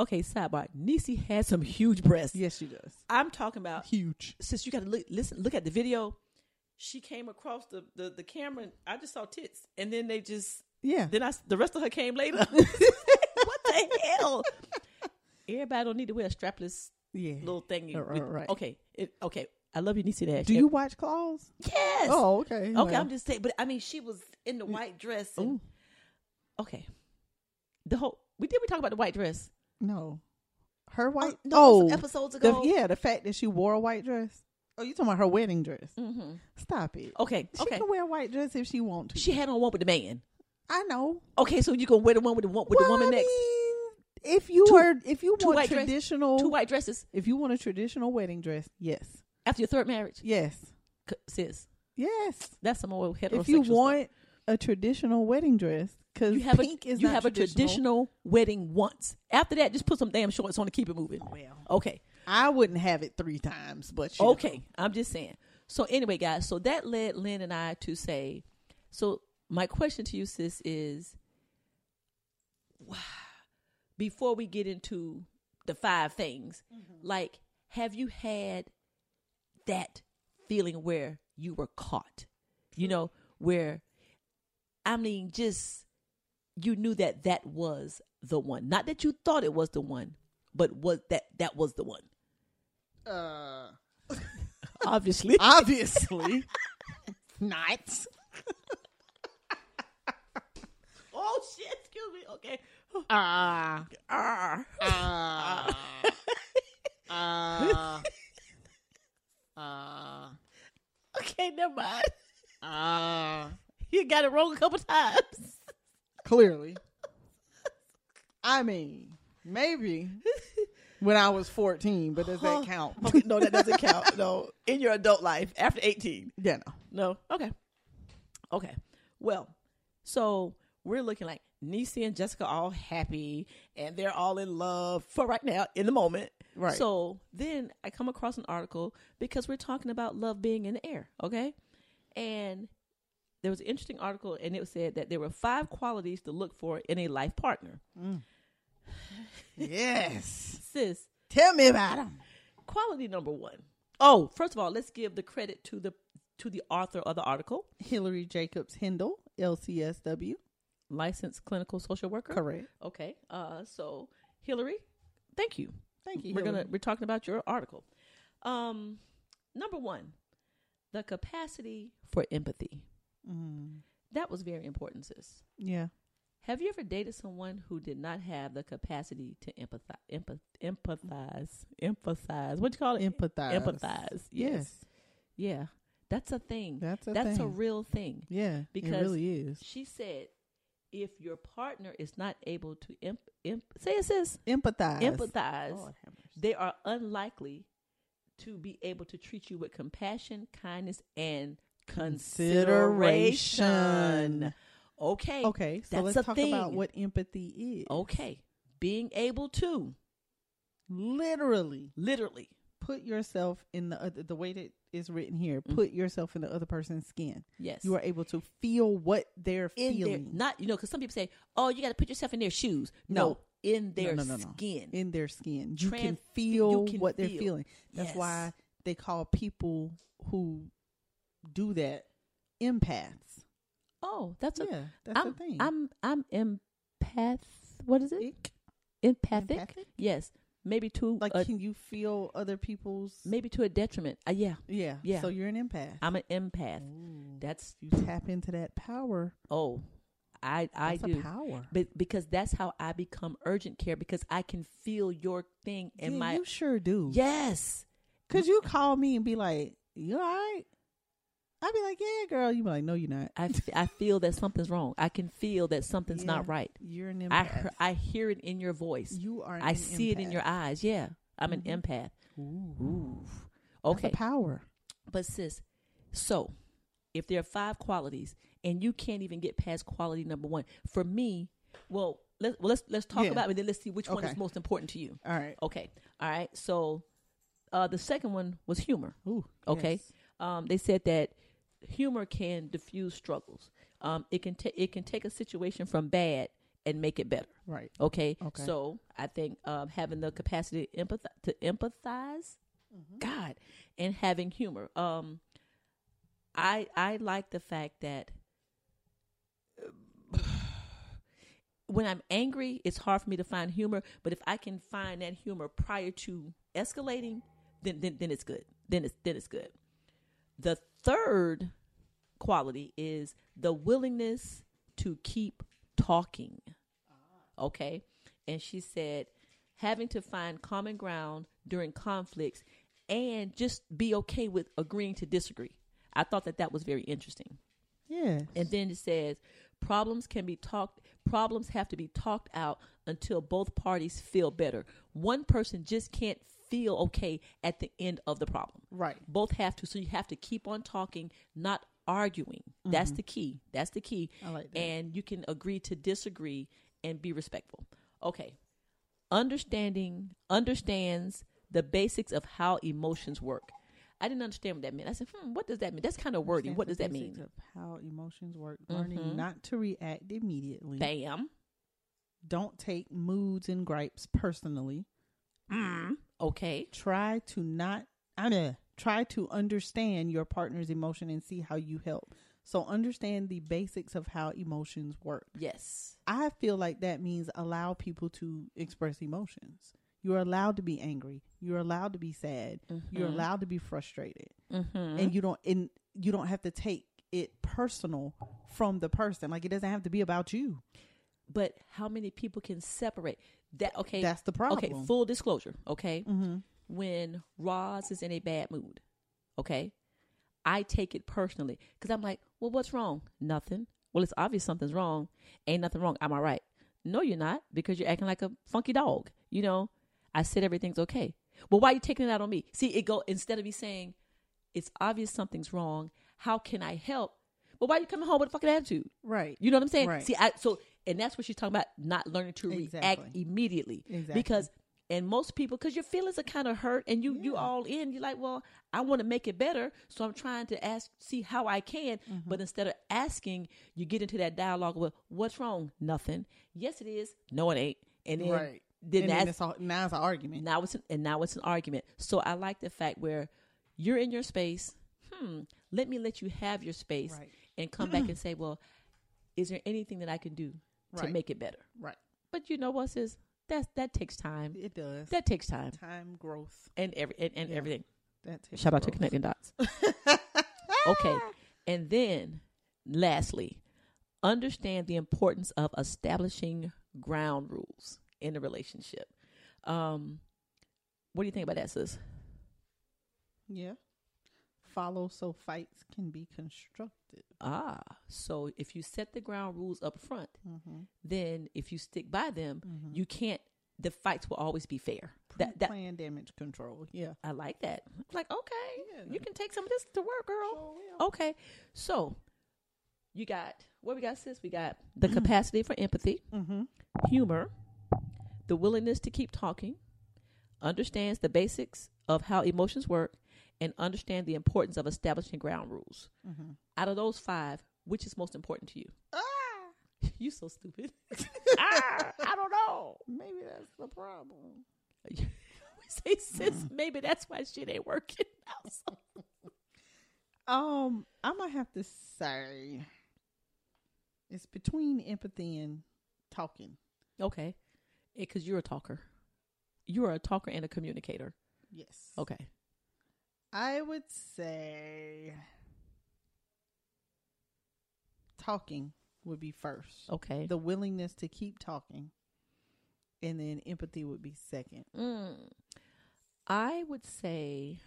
Speaker 4: okay, sidebar. Nisi has some huge breasts.
Speaker 3: Yes, she does.
Speaker 4: I'm talking about
Speaker 3: Huge.
Speaker 4: since you got to look, listen, look at the video. She came across the, the the camera, and I just saw tits, and then they just
Speaker 3: Yeah.
Speaker 4: then I the rest of her came later. what the hell? Everybody don't need to wear a strapless
Speaker 3: yeah.
Speaker 4: little thing.
Speaker 3: Right, right, right.
Speaker 4: Okay, it, okay. I love you, Nisi Nash.
Speaker 3: Do you watch claws?
Speaker 4: Yes.
Speaker 3: Oh, okay.
Speaker 4: Okay,
Speaker 3: Well,
Speaker 4: I'm just saying, but I mean, she was in the white dress. And, Mm. okay, the whole we did we talk about the white dress?
Speaker 3: no. Her white
Speaker 4: Oh,
Speaker 3: Oh,
Speaker 4: no, some episodes
Speaker 3: the-
Speaker 4: ago.
Speaker 3: yeah, the fact that she wore a white dress. Oh, you talking about her wedding dress?
Speaker 4: Mm-hmm.
Speaker 3: Stop it.
Speaker 4: Okay,
Speaker 3: She
Speaker 4: okay.
Speaker 3: can wear a white dress if she want to.
Speaker 4: She had on one with the man.
Speaker 3: I know.
Speaker 4: Okay, so you gonna wear the one with the one with the
Speaker 3: Well,
Speaker 4: woman
Speaker 3: I
Speaker 4: next?
Speaker 3: mean, if you
Speaker 4: Two-
Speaker 3: are if you
Speaker 4: two
Speaker 3: want
Speaker 4: white dress-
Speaker 3: traditional
Speaker 4: Two white dresses
Speaker 3: if you want a traditional wedding dress, yes.
Speaker 4: after your third marriage,
Speaker 3: Yes.
Speaker 4: C- sis.
Speaker 3: Yes.
Speaker 4: That's some old heterosexual.
Speaker 3: If you
Speaker 4: stuff.
Speaker 3: want a traditional wedding dress cuz
Speaker 4: you have a
Speaker 3: pink is
Speaker 4: you
Speaker 3: not
Speaker 4: have a traditional wedding once. After that, just put some damn shorts on to keep it moving.
Speaker 3: Well.
Speaker 4: Okay,
Speaker 3: I wouldn't have it 3 times, but you know.
Speaker 4: okay. I'm just saying. So anyway, guys, so that led Lynn and I to say. So my question to you, sis, is before we get into the five things, like, have you had that feeling where you were caught? You know, where I mean, just you knew that that was the one. Not that you thought it was the one, but was that that was the one?
Speaker 3: Uh
Speaker 4: Obviously,
Speaker 3: obviously not.
Speaker 4: oh shit! Excuse me. Okay.
Speaker 3: Ah.
Speaker 4: Ah.
Speaker 3: Ah. Ah. Ah.
Speaker 4: Okay, never mind.
Speaker 3: Ah.
Speaker 4: You got it wrong a couple times.
Speaker 3: Clearly. I mean, maybe when I was 14, but does that count?
Speaker 4: Okay, no, that doesn't count. No, in your adult life after eighteen.
Speaker 3: Yeah, no.
Speaker 4: No. Okay. Okay. Well, so we're looking like Nisi and Jessica all happy and they're all in love for right now in the moment.
Speaker 3: Right.
Speaker 4: So then I come across an article because we're talking about love being in the air. Okay. And there was an interesting article and it said that there were five qualities to look for in a life partner.
Speaker 3: Yes.
Speaker 4: Sis,
Speaker 3: Tell me about them.
Speaker 4: quality number one. Oh, first of all, let's give the credit to the to the author of the article,
Speaker 3: Hillary Jacobs Hindle, LCSW.
Speaker 4: licensed clinical social worker.
Speaker 3: Correct.
Speaker 4: Okay. Uh, so Hillary, thank you.
Speaker 3: Thank you.
Speaker 4: We're
Speaker 3: Hillary.
Speaker 4: gonna we're talking about your article. Um, number one, the capacity for empathy.
Speaker 3: Mm,
Speaker 4: That was very important, sis.
Speaker 3: yeah.
Speaker 4: Have you ever dated someone who did not have the capacity to empathize? Empath, empathize, emphasize. What you call it?
Speaker 3: Empathize.
Speaker 4: Empathize. Yes.
Speaker 3: Yes.
Speaker 4: Yeah. That's a thing.
Speaker 3: That's a
Speaker 4: That's a
Speaker 3: thing.
Speaker 4: real thing.
Speaker 3: Yeah. it
Speaker 4: Because-
Speaker 3: really is.
Speaker 4: She said, if your partner is not able to imp, imp, say it, sis.
Speaker 3: Empathize.
Speaker 4: empathize,
Speaker 3: Lord have mercy.
Speaker 4: they are unlikely to be able to treat you with compassion, kindness, and consideration.
Speaker 3: Consideration.
Speaker 4: Okay.
Speaker 3: Okay, so
Speaker 4: That's a
Speaker 3: let's talk about
Speaker 4: thing.
Speaker 3: what empathy is.
Speaker 4: Okay. Being able to
Speaker 3: Literally,
Speaker 4: literally.
Speaker 3: put yourself in the other, the way that is written here. Put yourself in the other person's skin.
Speaker 4: Mm-hmm. Yes.
Speaker 3: You are able to feel what they're
Speaker 4: in
Speaker 3: feeling.
Speaker 4: their not you know because some people say, "Oh, you got to put yourself in their shoes." No,
Speaker 3: No.
Speaker 4: in
Speaker 3: No,
Speaker 4: their
Speaker 3: no, no, no.
Speaker 4: skin.
Speaker 3: In their skin, you can
Speaker 4: Trans-
Speaker 3: feel
Speaker 4: you can
Speaker 3: what
Speaker 4: feel.
Speaker 3: they're feeling. That's
Speaker 4: Yes.
Speaker 3: why they call people who do that empaths.
Speaker 4: oh, that's a
Speaker 3: Yeah, that's
Speaker 4: I'm,
Speaker 3: the thing.
Speaker 4: I'm I'm empath. What is it?
Speaker 3: Ick.
Speaker 4: Empathic.
Speaker 3: Empathic?
Speaker 4: Yes. Maybe to
Speaker 3: Like,
Speaker 4: a-
Speaker 3: can you feel other people's?
Speaker 4: maybe to a detriment. Uh, yeah,
Speaker 3: Yeah,
Speaker 4: Yeah.
Speaker 3: So you're an empath.
Speaker 4: I'm an empath. That's
Speaker 3: you tap into that power.
Speaker 4: oh, I I
Speaker 3: That's a
Speaker 4: do
Speaker 3: power.
Speaker 4: But because that's how I become urgent care because I can feel your thing in
Speaker 3: yeah,
Speaker 4: my
Speaker 3: you sure do.
Speaker 4: yes.
Speaker 3: Cause you call me and be like, "You all right?" I'd be like, "Yeah, girl." You be like, "No, you're not."
Speaker 4: I, f- I feel that something's wrong. I can feel that something's not
Speaker 3: Yeah,
Speaker 4: right.
Speaker 3: You're an empath.
Speaker 4: I hear, I hear it in your voice.
Speaker 3: You are
Speaker 4: I
Speaker 3: an
Speaker 4: see it in
Speaker 3: empath.
Speaker 4: your eyes. Yeah, I'm an empath. Ooh.
Speaker 3: That's a
Speaker 4: Okay.
Speaker 3: power.
Speaker 4: But sis, so if there are five qualities and you can't even get past quality number one. For me, well, let, well let's let's talk
Speaker 3: Yeah.
Speaker 4: about it, and then let's see which one is
Speaker 3: Okay.
Speaker 4: most important to you.
Speaker 3: All right.
Speaker 4: Okay. All right. So uh, the second one was humor.
Speaker 3: Ooh,
Speaker 4: Oh, Okay.
Speaker 3: yes.
Speaker 4: Um, they said that humor can diffuse struggles. Um, it can ta- it can take a situation from bad and make it better.
Speaker 3: Right.
Speaker 4: Okay.
Speaker 3: Okay.
Speaker 4: So I think um, having the capacity to empathize, to empathize God, and having humor. Um, I I like the fact that when I'm angry, it's hard for me to find humor. But if I can find that humor prior to escalating, then then, then it's good. Then it's then it's good. The third quality is the willingness to keep talking. Okay. And she said, having to find common ground during conflicts and just be okay with agreeing to disagree. I thought that that was very interesting.
Speaker 3: Yeah.
Speaker 4: And then it says problems can be talked problems have to be talked out until both parties feel better. One person just can't feel okay at the end of the problem.
Speaker 3: Right.
Speaker 4: Both have to so you have to keep on talking, not arguing. That's the key. That's the key.
Speaker 3: Mm-hmm. I like that.
Speaker 4: And you can agree to disagree and be respectful. Okay. Understanding understands the basics of how emotions work. I didn't understand what that meant. I said, hmm, what does that mean? That's kind of wordy.
Speaker 3: Understand
Speaker 4: What
Speaker 3: the
Speaker 4: does that
Speaker 3: basics
Speaker 4: mean? Mm-hmm.
Speaker 3: Of how emotions work. Learning not to react immediately.
Speaker 4: Bam.
Speaker 3: Don't take moods and gripes personally. Mm-hmm.
Speaker 4: Okay.
Speaker 3: Try to not. I mean, try to understand your partner's emotion and see how you help. So understand the basics of how emotions work.
Speaker 4: Yes.
Speaker 3: I feel like that means allow people to express emotions. You're allowed to be angry. You're allowed to be sad. You're allowed to be frustrated. And you don't and you don't have to take it personal from the person. Like it doesn't have to be about you.
Speaker 4: But how many people can separate that? Okay.
Speaker 3: That's the problem.
Speaker 4: Okay. Full disclosure. Okay.
Speaker 3: Mm-hmm.
Speaker 4: When Roz is in a bad mood, okay, I take it personally because I'm like, well, what's wrong? Nothing. Well, it's obvious something's wrong. Ain't nothing wrong. I'm all right. No, you're not because you're acting like a funky dog. You know, I said everything's okay. Well, why are you taking it out on me? See, it go instead of me saying, it's obvious something's wrong. How can I help? Well, why are you coming home with a fucking attitude?
Speaker 3: Right.
Speaker 4: You know what I'm saying?
Speaker 3: Right.
Speaker 4: See, I so and that's what she's talking about not learning to react
Speaker 3: Exactly.
Speaker 4: immediately
Speaker 3: Exactly.
Speaker 4: because and most people because your feelings are kind of hurt and you you all in you're like well i want to make it better so i'm trying to ask see how i can
Speaker 3: Mm-hmm.
Speaker 4: but instead of asking you get into that dialogue well what's wrong nothing yes it is no it ain't and then
Speaker 3: right.
Speaker 4: then
Speaker 3: and
Speaker 4: that's
Speaker 3: then it's all, now it's an argument.
Speaker 4: now it's an, and now it's an argument. So I like the fact where you're in your space. Hmm. Let me let you have your space
Speaker 3: Right.
Speaker 4: and come back and say, well, is there anything that I can do to
Speaker 3: Right.
Speaker 4: make it better?
Speaker 3: Right.
Speaker 4: But you know what, sis? That's that takes time.
Speaker 3: It does.
Speaker 4: That takes time
Speaker 3: time growth.
Speaker 4: and every and, and
Speaker 3: Yeah.
Speaker 4: everything.
Speaker 3: That takes
Speaker 4: Shout out to
Speaker 3: growth.
Speaker 4: Connecting Dots.
Speaker 3: Ah!
Speaker 4: okay, and then lastly, understand the importance of establishing ground rules in a relationship. Um, what do you think about that, sis?
Speaker 3: Yeah. Follow so fights can be constructive.
Speaker 4: Ah, so if you set the ground rules up front, then if you stick by them, you can't. The fights will always be fair. That, that
Speaker 3: Plan damage control. Yeah.
Speaker 4: I like that. Like, okay,
Speaker 3: Yeah.
Speaker 4: you can take some of this to work, girl. okay, so you got what we got, sis. We got the capacity for empathy, humor, the willingness to keep talking, understands the basics of how emotions work, and understand the importance of establishing ground rules. Out of those five, which is most important to you? you so stupid. Ah, I don't know.
Speaker 3: Maybe that's the problem.
Speaker 4: we say sis, maybe that's why shit ain't working out. So-
Speaker 3: Um, I'm gonna have to say it's between empathy and talking.
Speaker 4: Okay, because you're a talker. You are a talker and a communicator.
Speaker 3: Yes.
Speaker 4: Okay.
Speaker 3: I would say talking would be first.
Speaker 4: Okay.
Speaker 3: The willingness to keep talking. And then empathy would be second.
Speaker 4: Mm. I would say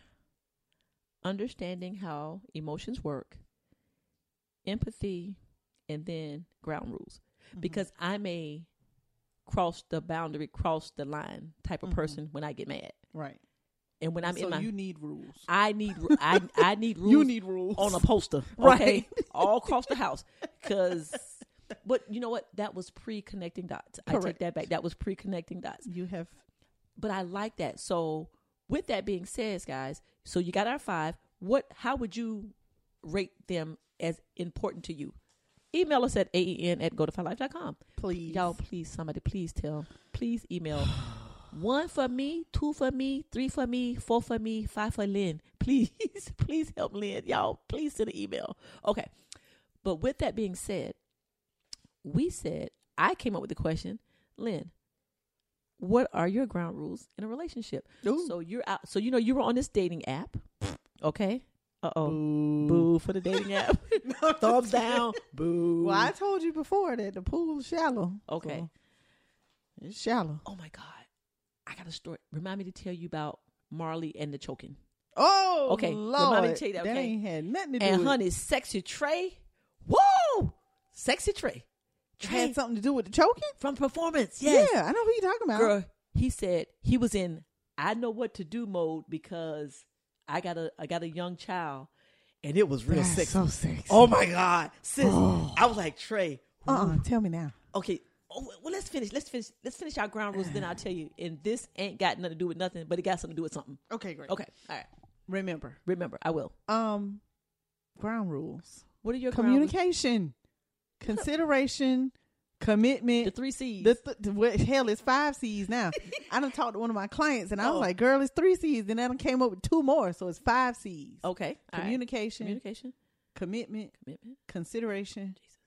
Speaker 4: understanding how emotions work, empathy, and then ground rules.
Speaker 3: Mm-hmm.
Speaker 4: Because I'm a cross the boundary, cross the line type of person when I get mad.
Speaker 3: Right.
Speaker 4: And when I'm
Speaker 3: Mm-hmm. so
Speaker 4: in my,
Speaker 3: you need rules.
Speaker 4: I need ru- I I need rules.
Speaker 3: You need rules.
Speaker 4: on a poster,
Speaker 3: Right.
Speaker 4: okay, all across the house. Because, but you know what? That was pre-connecting dots. I take
Speaker 3: Correct.
Speaker 4: that back. That was pre-connecting dots.
Speaker 3: You have
Speaker 4: But I like that. So, with that being said, guys, so you got our five. What? How would you rate them as important to you? Email us at aen at go to com.
Speaker 3: please.
Speaker 4: Y'all, please, somebody, please tell, please email. One for me, two for me, three for me, four for me, five for Lynn. Please, please help Lynn. Y'all, please send an email. Okay. But with that being said, we said, I came up with the question, Lynn, what are your ground rules in a relationship?
Speaker 3: Ooh.
Speaker 4: So you're out. So, you know, you were on this dating app. Okay. Uh oh. Boo. Boo for the dating app. Thumbs down. Boo.
Speaker 3: Well, I told you before that the pool's shallow.
Speaker 4: Okay.
Speaker 3: So, it's shallow.
Speaker 4: Oh my God. I got a story. Remind me to tell you about Marley and the choking.
Speaker 3: Oh,
Speaker 4: Okay,
Speaker 3: Lord,
Speaker 4: remind me to tell you that, okay?
Speaker 3: ain't had nothing to do.
Speaker 4: And
Speaker 3: with,
Speaker 4: honey, sexy Trey. Woo! Sexy Trey.
Speaker 3: it
Speaker 4: Trey
Speaker 3: had something to do with the choking.
Speaker 4: from performance. Yes.
Speaker 3: Yeah, I know who you're talking about.
Speaker 4: Girl, he said he was in I know what to do mode because I got a I got a young child and it was real
Speaker 3: That's
Speaker 4: sexy.
Speaker 3: so Oh. sexy.
Speaker 4: Oh my God. Sis, I was like, Trey,
Speaker 3: uh, tell me now.
Speaker 4: okay. Oh, well, let's finish. Let's finish. Let's finish our ground rules. Then I'll tell you. And this ain't got nothing to do with nothing, but it got something to do with something.
Speaker 3: Okay, great.
Speaker 4: Okay. All right.
Speaker 3: Oh, Remember,
Speaker 4: Remember, I will.
Speaker 3: um, ground rules:
Speaker 4: What are your ground rules?
Speaker 3: communication, consideration, commitment.
Speaker 4: The three C's.
Speaker 3: The th- the- what- hell, it's five C's now. I done talked to one of my clients, and I was
Speaker 4: Oh.
Speaker 3: like, "Girl, it's three C's." Then I done came up with two more, so it's five C's.
Speaker 4: okay. all right.
Speaker 3: Communication,
Speaker 4: Communication.
Speaker 3: commitment,
Speaker 4: Commitment.
Speaker 3: consideration.
Speaker 4: Jesus.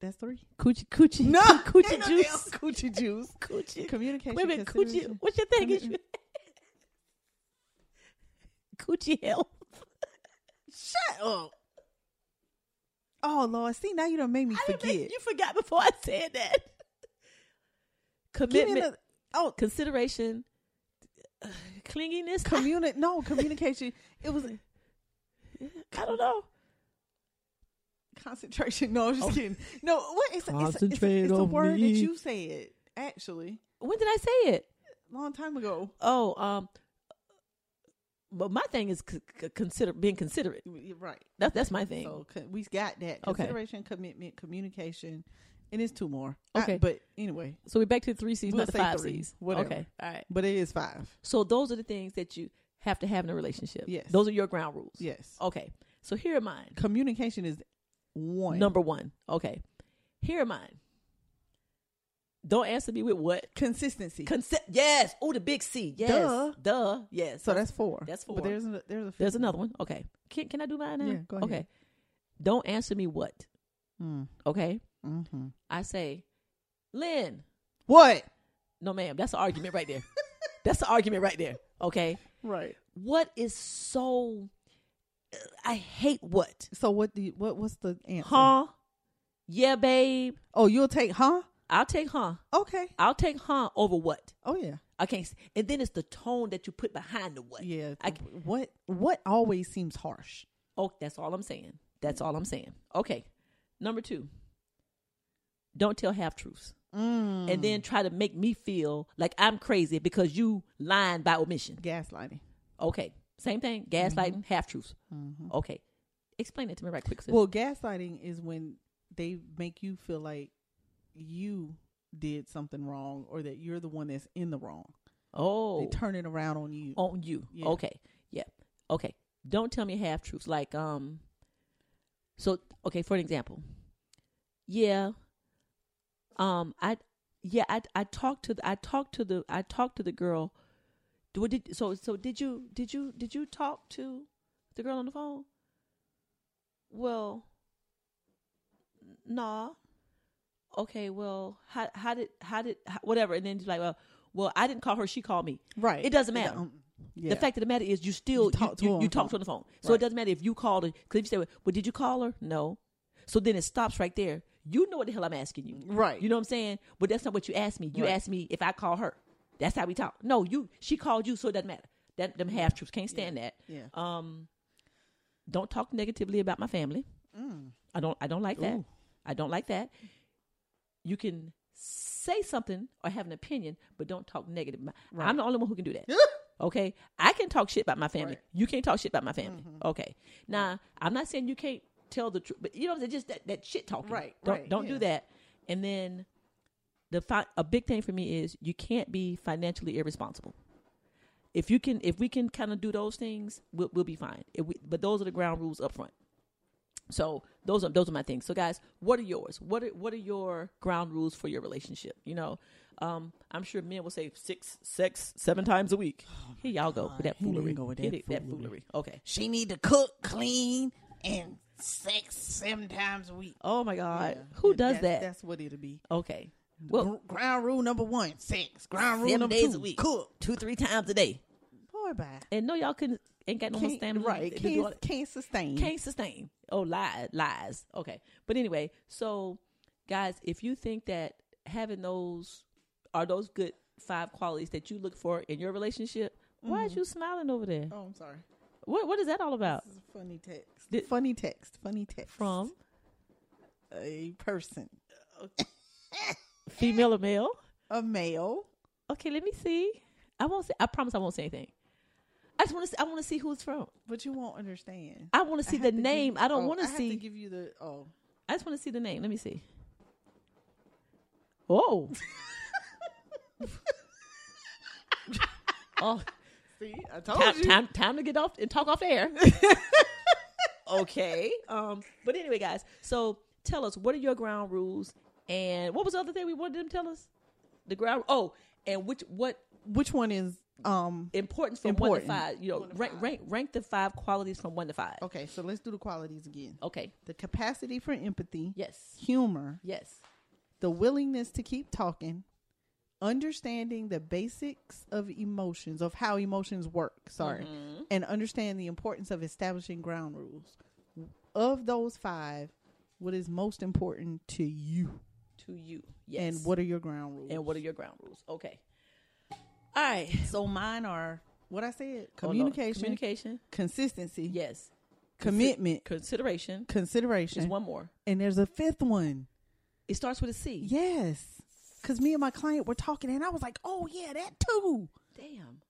Speaker 3: That's three.
Speaker 4: Coochie, coochie.
Speaker 3: No,
Speaker 4: coochie
Speaker 3: ain't no damn
Speaker 4: juice.
Speaker 3: coochie juice.
Speaker 4: Coochie.
Speaker 3: Communication.
Speaker 4: Wait a minute, coochie.
Speaker 3: consideration.
Speaker 4: What you think? is
Speaker 3: Commitment.
Speaker 4: coochie health.
Speaker 3: Shut up. Oh Lord, see now you don't make me
Speaker 4: I didn't
Speaker 3: forget.
Speaker 4: think- you forgot before I said that.
Speaker 3: Give me
Speaker 4: Commitment.
Speaker 3: another- oh,
Speaker 4: consideration. uh, clinginess.
Speaker 3: communi- No communication. It was
Speaker 4: I, I don't know.
Speaker 3: concentration. No,
Speaker 4: Oh.
Speaker 3: I'm just kidding. No, what is it's, it's, it's,
Speaker 7: Concentrate
Speaker 3: it's a
Speaker 7: on
Speaker 3: word
Speaker 7: me.
Speaker 3: that you said actually
Speaker 4: When did I say it?
Speaker 3: a long time ago.
Speaker 4: Oh, um. But my thing is c- c- consider being considerate.
Speaker 3: Right.
Speaker 4: That's that's my thing.
Speaker 3: So co- we got that
Speaker 4: Okay.
Speaker 3: consideration, commitment, communication, and it's two more. I-
Speaker 4: Okay.
Speaker 3: but anyway,
Speaker 4: So we're back to the three C's,
Speaker 3: We'll
Speaker 4: not the
Speaker 3: say
Speaker 4: five
Speaker 3: three,
Speaker 4: C's.
Speaker 3: whatever.
Speaker 4: Okay. All right.
Speaker 3: but it is five.
Speaker 4: So those are the things that you have to have in a relationship.
Speaker 3: Yes.
Speaker 4: Those are your ground rules.
Speaker 3: Yes.
Speaker 4: Okay. So here are mine.
Speaker 3: Communication is one.
Speaker 4: Number one. Okay. Here are mine. Don't answer me with what?
Speaker 3: consistency.
Speaker 4: Conce- yes. Oh, the big C. Yes.
Speaker 3: Duh.
Speaker 4: Duh. Yes.
Speaker 3: so that's four.
Speaker 4: That's four.
Speaker 3: But there's a, there's a
Speaker 4: There's
Speaker 3: fifth
Speaker 4: another one. Okay. Can can I do mine now?
Speaker 3: Yeah, go ahead.
Speaker 4: Okay. Don't answer me what?
Speaker 3: Mm.
Speaker 4: Okay.
Speaker 3: Mm-hmm.
Speaker 4: I say, Lynn.
Speaker 3: What?
Speaker 4: No, ma'am. That's an argument right there. that's an argument right there. Okay.
Speaker 3: Right.
Speaker 4: What is so? I hate what?
Speaker 3: So what do you, what what's the answer?
Speaker 4: Huh? Yeah, babe.
Speaker 3: Oh, you'll take huh?
Speaker 4: I'll take huh.
Speaker 3: Okay.
Speaker 4: I'll take huh over what?
Speaker 3: Oh yeah.
Speaker 4: I can't. s- And then it's the tone that you put behind the what.
Speaker 3: Yeah.
Speaker 4: I, c-
Speaker 3: what what always seems harsh?
Speaker 4: oh, that's all I'm saying. That's
Speaker 3: Mm.
Speaker 4: all I'm saying. Okay. Number two. Don't tell half truths,
Speaker 3: Mm.
Speaker 4: and then try to make me feel like I'm crazy because you lying by omission.
Speaker 3: gaslighting.
Speaker 4: Okay. Same thing. Gaslighting,
Speaker 3: Mm-hmm.
Speaker 4: half truths. Okay. Explain it to me right quick. sis.
Speaker 3: Well, gaslighting is when they make you feel like you did something wrong or that you're the one that's in the wrong.
Speaker 4: oh.
Speaker 3: They turn it around on you.
Speaker 4: on you.
Speaker 3: Yeah.
Speaker 4: Okay. Yeah. Okay. Don't tell me half truths. Like, um, so okay, for an example. Yeah. Um, I yeah, I I talked to the I talked to the I talked to the girl. Do- What did so so did you did you did you talk to the girl on the phone? Well, n- nah. Okay, well, how how did how did how, whatever, and then you're like, well, well, I didn't call her. She called me.
Speaker 3: Right.
Speaker 4: It doesn't matter.
Speaker 3: um, yeah.
Speaker 4: The fact of the matter is, you still
Speaker 3: You
Speaker 4: you,
Speaker 3: talk to
Speaker 4: you-
Speaker 3: her on
Speaker 4: you
Speaker 3: the
Speaker 4: talk to her
Speaker 3: phone.
Speaker 4: on the phone, so it
Speaker 3: Right.
Speaker 4: doesn't matter if you called her. Because if you say, "Well, well, did you call her?" No. So then it stops right there. You know what the hell I'm asking you,
Speaker 3: Right.
Speaker 4: You know what I'm saying? But that's not what you asked me. You
Speaker 3: Right.
Speaker 4: asked me if I call her. That's how we talk. No, you. She called you, so it doesn't matter. That them half truths can't stand that.
Speaker 3: Mm. Yeah.
Speaker 4: Um, don't talk negatively about
Speaker 3: Mm.
Speaker 4: my family. I don't. I don't like that. I don't like that. You can say something or have an opinion, but don't talk negative. My- I'm the only one who can do that. okay, I can talk shit about my family. You can't talk shit about my family.
Speaker 3: Mm-hmm.
Speaker 4: Okay, now I'm not saying you can't tell the truth, but you know, it's just that that shit talking.
Speaker 3: Right,
Speaker 4: Don't
Speaker 3: right,
Speaker 4: don't
Speaker 3: yeah.
Speaker 4: do that. And then the fi- a big thing for me is you can't be financially irresponsible. If you can, if we can kind of do those things, we'll, we'll be fine. If we, but those are the ground rules up front. So those are those are my things. So guys, what are yours? What are what are your ground rules for your relationship? You know, um, I'm sure men will say six, sex, seven times a week.
Speaker 3: Oh
Speaker 4: Here y'all go with that
Speaker 3: Here we
Speaker 4: foolery.
Speaker 3: go with
Speaker 4: Here
Speaker 3: that
Speaker 4: they- that
Speaker 3: foolery.
Speaker 4: foolery. Okay.
Speaker 3: She need to cook, clean, and sex seven times a week.
Speaker 4: Oh my God,
Speaker 3: Yeah.
Speaker 4: who
Speaker 3: Yeah,
Speaker 4: does
Speaker 3: that's-
Speaker 4: that?
Speaker 3: That's what it'll be.
Speaker 4: okay. Well,
Speaker 3: Gr- ground rule number one: sex. Ground rule
Speaker 4: seven
Speaker 3: number
Speaker 4: days
Speaker 3: two:
Speaker 4: a week,
Speaker 3: cook.
Speaker 4: two three times a day,
Speaker 3: Boy, bye.
Speaker 4: and no, y'all couldn't ain't got no more
Speaker 3: Can't-
Speaker 4: stamina.
Speaker 3: right?
Speaker 4: to do all
Speaker 3: Can't,
Speaker 4: that.
Speaker 3: can't sustain.
Speaker 4: can't sustain. Oh, lies, lies. Okay, but anyway, so guys, if you think that having those are those good five qualities that you look for in your relationship, why
Speaker 3: Mm-hmm.
Speaker 4: is you smiling over there?
Speaker 3: Oh, I'm sorry.
Speaker 4: What What is that all about?
Speaker 3: This is a funny text.
Speaker 4: Did-
Speaker 3: funny text. Funny text
Speaker 4: From
Speaker 3: a person,
Speaker 4: female or male?
Speaker 3: a male.
Speaker 4: Okay, let me see. I won't say. I promise I won't say anything. I just want to. I want to see who it's from.
Speaker 3: But you won't understand.
Speaker 4: I want to see
Speaker 3: have
Speaker 4: the
Speaker 3: to give-
Speaker 4: name. I don't
Speaker 3: oh,
Speaker 4: want
Speaker 3: I
Speaker 4: to
Speaker 3: have
Speaker 4: see.
Speaker 3: give you the oh.
Speaker 4: I just want to see the name. Let me see. Whoa. oh,
Speaker 3: See, I told
Speaker 4: time,
Speaker 3: you.
Speaker 4: time, time to get off and talk off the air. okay. Um, but anyway, guys, so tell us what are your ground rules and what was the other thing we wanted them to tell us? The ground oh, and which what
Speaker 3: Which one is um?
Speaker 4: importance from
Speaker 3: Important.
Speaker 4: one to five, you know, rank, rank rank the five qualities from one to five.
Speaker 3: Okay, so let's do the qualities again.
Speaker 4: Okay.
Speaker 3: The capacity for empathy,
Speaker 4: Yes.
Speaker 3: humor,
Speaker 4: Yes.
Speaker 3: the willingness to keep talking, understanding the basics of emotions, of how emotions work, sorry,
Speaker 4: Mm-hmm.
Speaker 3: and understand the importance of establishing ground rules. Of those five, what is most important to you?
Speaker 4: To you. Yes.
Speaker 3: And what are your ground rules?
Speaker 4: and what are your ground rules? Okay. All right.
Speaker 3: so mine are what I said
Speaker 4: Hold on.
Speaker 3: communication,
Speaker 4: Communication.
Speaker 3: consistency,
Speaker 4: Yes.
Speaker 3: commitment,
Speaker 4: Consideration is
Speaker 3: consideration,
Speaker 4: one more.
Speaker 3: and there's a fifth one.
Speaker 4: It starts with a C.
Speaker 3: Yes. Because me and my client were talking, and I was like, oh, yeah, that too.
Speaker 4: Damn.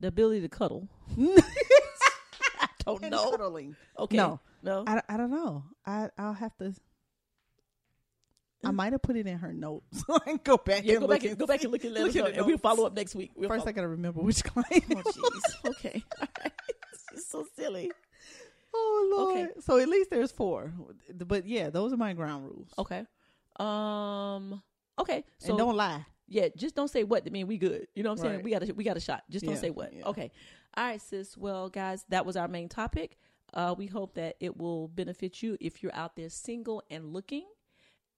Speaker 4: The ability to cuddle. I don't
Speaker 3: And
Speaker 4: know.
Speaker 3: cuddling.
Speaker 4: Okay.
Speaker 3: No.
Speaker 4: No.
Speaker 3: I, I don't know. I, I'll have to. I might have put it in her notes. so I can go back
Speaker 4: yeah,
Speaker 3: and
Speaker 4: go
Speaker 3: look
Speaker 4: back and go back and look at let
Speaker 3: look
Speaker 4: us
Speaker 3: at
Speaker 4: know,
Speaker 3: the
Speaker 4: and we'll
Speaker 3: notes.
Speaker 4: follow up next week. We'll
Speaker 3: First, I
Speaker 4: follow-
Speaker 3: got to remember which client. it
Speaker 4: Oh,
Speaker 3: was.
Speaker 4: jeez. Okay. All right. She's so silly.
Speaker 3: oh Lord.
Speaker 4: Okay.
Speaker 3: So at least there's four. But yeah, those are my ground rules.
Speaker 4: Okay. Um. Okay. So
Speaker 3: and don't lie.
Speaker 4: yeah, just don't say what. I mean, we good. You know what I'm saying?
Speaker 3: Right.
Speaker 4: We got a we got a shot. Just don't
Speaker 3: Yeah,
Speaker 4: say what.
Speaker 3: yeah.
Speaker 4: Okay. All right, sis. Well, guys, that was our main topic. Uh, we hope that it will benefit you if you're out there single and looking,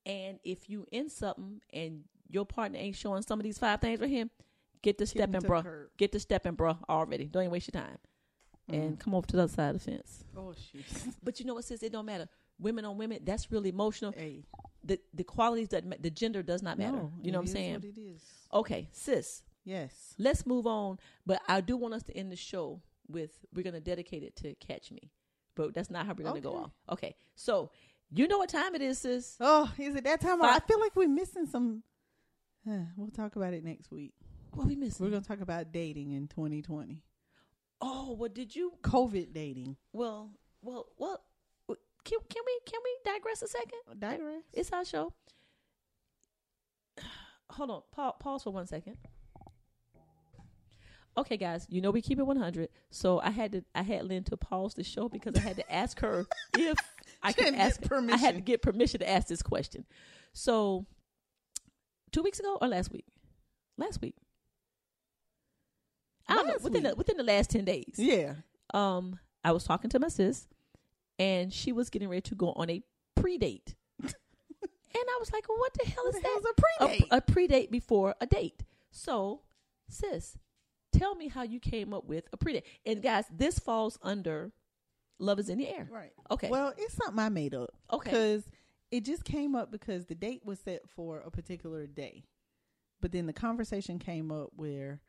Speaker 4: and if you in something and your partner ain't showing some of these five things for him, get the step
Speaker 3: him
Speaker 4: and
Speaker 3: to
Speaker 4: bruh.
Speaker 3: curb.
Speaker 4: Get the step and bruh already. Don't even waste your time, and
Speaker 3: Mm.
Speaker 4: come over to the other side of the fence.
Speaker 3: Oh shit.
Speaker 4: Mm-hmm. But you know what, sis? It don't matter. Women on women, that's really emotional.
Speaker 3: Hey.
Speaker 4: The the qualities that ma- the gender does not matter.
Speaker 3: No,
Speaker 4: you know
Speaker 3: it
Speaker 4: what I'm
Speaker 3: is
Speaker 4: saying? Oh.
Speaker 3: What it is.
Speaker 4: okay, sis
Speaker 3: Yes.
Speaker 4: let's move on. But I do want us to end the show with we're gonna dedicate it to catch me. But that's not how we're gonna go
Speaker 3: Okay.
Speaker 4: off. Okay. So you know what time it is, sis.
Speaker 3: Oh, is it that time? I
Speaker 4: Five-
Speaker 3: feel like we're missing some. Huh, we'll talk about it next week.
Speaker 4: What we missing?
Speaker 3: We're gonna talk about dating in 2020.
Speaker 4: oh well did you
Speaker 3: COVID dating.
Speaker 4: well well well can can we can we digress a second?
Speaker 3: Digress.
Speaker 4: It's our show. Hold on. Pa- pause for one second. Okay, guys. You know we keep it one hundred, so I had to I had Lynn to pause the show because I had to ask her if I
Speaker 3: She
Speaker 4: could
Speaker 3: had to get
Speaker 4: ask I had to
Speaker 3: permission.
Speaker 4: get permission to ask this question. So, two weeks ago or last week? Last week. I don't know.
Speaker 3: Last
Speaker 4: Within the,
Speaker 3: week.
Speaker 4: within the last ten days
Speaker 3: Yeah.
Speaker 4: um, I was talking to my sis, and she was getting ready to go on a pre-date, and I was like, well, "What the hell
Speaker 3: What
Speaker 4: is
Speaker 3: the hell's
Speaker 4: that?
Speaker 3: a pre-date?"
Speaker 4: A, a pre-date before a date." So, sis, tell me how you came up with a pre-date. And guys, this falls under love is in the air.
Speaker 3: Right.
Speaker 4: Okay.
Speaker 3: Well, it's something I made up.
Speaker 4: Okay.
Speaker 3: Because it just came up because the date was set for a particular day, but then the conversation came up where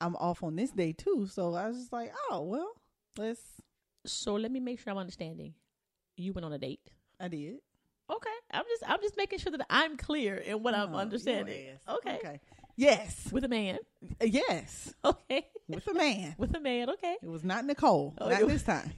Speaker 3: I'm off on this day too. So I was just like, oh well, let's.
Speaker 4: so let me make sure I'm understanding. You went on a date.
Speaker 3: I did.
Speaker 4: Okay. I'm just I'm just making sure that I'm clear in what I'm
Speaker 3: Oh,
Speaker 4: understanding.
Speaker 3: your ass.
Speaker 4: Okay.
Speaker 3: Okay. Yes.
Speaker 4: With a man.
Speaker 3: Uh, Yes.
Speaker 4: Okay.
Speaker 3: With a man.
Speaker 4: With a man, okay.
Speaker 3: It was not Nicole.
Speaker 4: Oh,
Speaker 3: not
Speaker 4: it-
Speaker 3: this time.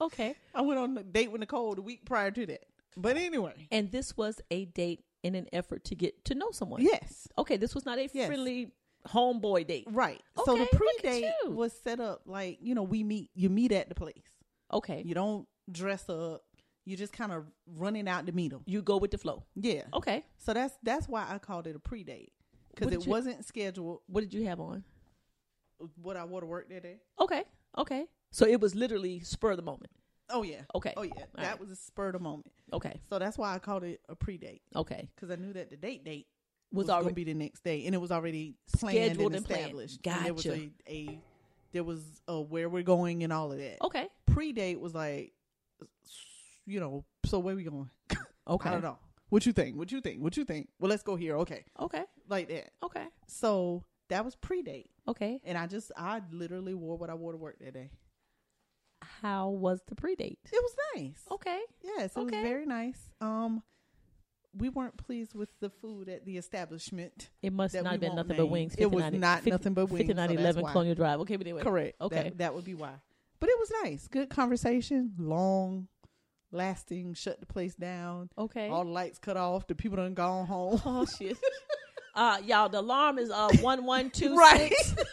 Speaker 4: Okay.
Speaker 3: I went on a date with Nicole the week prior to that. But anyway.
Speaker 4: And this was a date in an effort to get to know someone.
Speaker 3: Yes.
Speaker 4: Okay, this was not a
Speaker 3: Yes.
Speaker 4: friendly homeboy date.
Speaker 3: Right. so the
Speaker 4: Okay, look at
Speaker 3: pre-date
Speaker 4: you.
Speaker 3: was set up like, you know, we meet you meet at the place.
Speaker 4: Okay. You,
Speaker 3: You don't dress up. You just kind of running out to meet them.
Speaker 4: go with the flow.
Speaker 3: Yeah.
Speaker 4: Okay.
Speaker 3: So that's that's why I called it a pre-date
Speaker 4: What
Speaker 3: cuz
Speaker 4: did
Speaker 3: it
Speaker 4: you-
Speaker 3: wasn't scheduled
Speaker 4: What did you have on?
Speaker 3: what I wore to work that day.
Speaker 4: Okay. Okay. So it was literally spur of the moment.
Speaker 3: Oh yeah.
Speaker 4: Okay.
Speaker 3: Oh yeah.
Speaker 4: All
Speaker 3: that
Speaker 4: right.
Speaker 3: was a spur of the moment.
Speaker 4: Okay.
Speaker 3: So that's why I called it a pre-date
Speaker 4: Okay.
Speaker 3: because I knew that the date date
Speaker 4: Was
Speaker 3: was,
Speaker 4: already-
Speaker 3: going to be the next day, and it was already planned
Speaker 4: Scheduled
Speaker 3: and
Speaker 4: and planned.
Speaker 3: established. And there was
Speaker 4: Gotcha.
Speaker 3: a, a there was a where we're going and all of that.
Speaker 4: Okay.
Speaker 3: Pre-date was like, you know, so where we going?
Speaker 4: Okay.
Speaker 3: I don't know. What you think? What you think? What you think? Well, let's go here. Okay,
Speaker 4: Okay.
Speaker 3: like that.
Speaker 4: Okay.
Speaker 3: So that was pre-date,
Speaker 4: Okay.
Speaker 3: and I just I literally wore what I wore to work that day.
Speaker 4: How was the pre-date?
Speaker 3: It was nice.
Speaker 4: Okay.
Speaker 3: Yes, it
Speaker 4: Oh, Okay.
Speaker 3: was very nice. Um, we weren't pleased with the food at the establishment.
Speaker 4: It must
Speaker 3: that
Speaker 4: not
Speaker 3: we
Speaker 4: have been
Speaker 3: won't
Speaker 4: nothing but
Speaker 3: name.
Speaker 4: wings.
Speaker 3: It was
Speaker 4: 59
Speaker 3: not nothing but wings, so
Speaker 4: 5911
Speaker 3: that's why.
Speaker 4: Colonial Drive. Okay, but anyway.
Speaker 3: Correct.
Speaker 4: Okay.
Speaker 3: that, that would be why. But it was nice. Good conversation, long, lasting. Shut the place down.
Speaker 4: okay.
Speaker 3: All the lights cut off. The people done gone home.
Speaker 4: oh shit. uh, y'all, the alarm is uh one one two
Speaker 3: Right.
Speaker 4: six.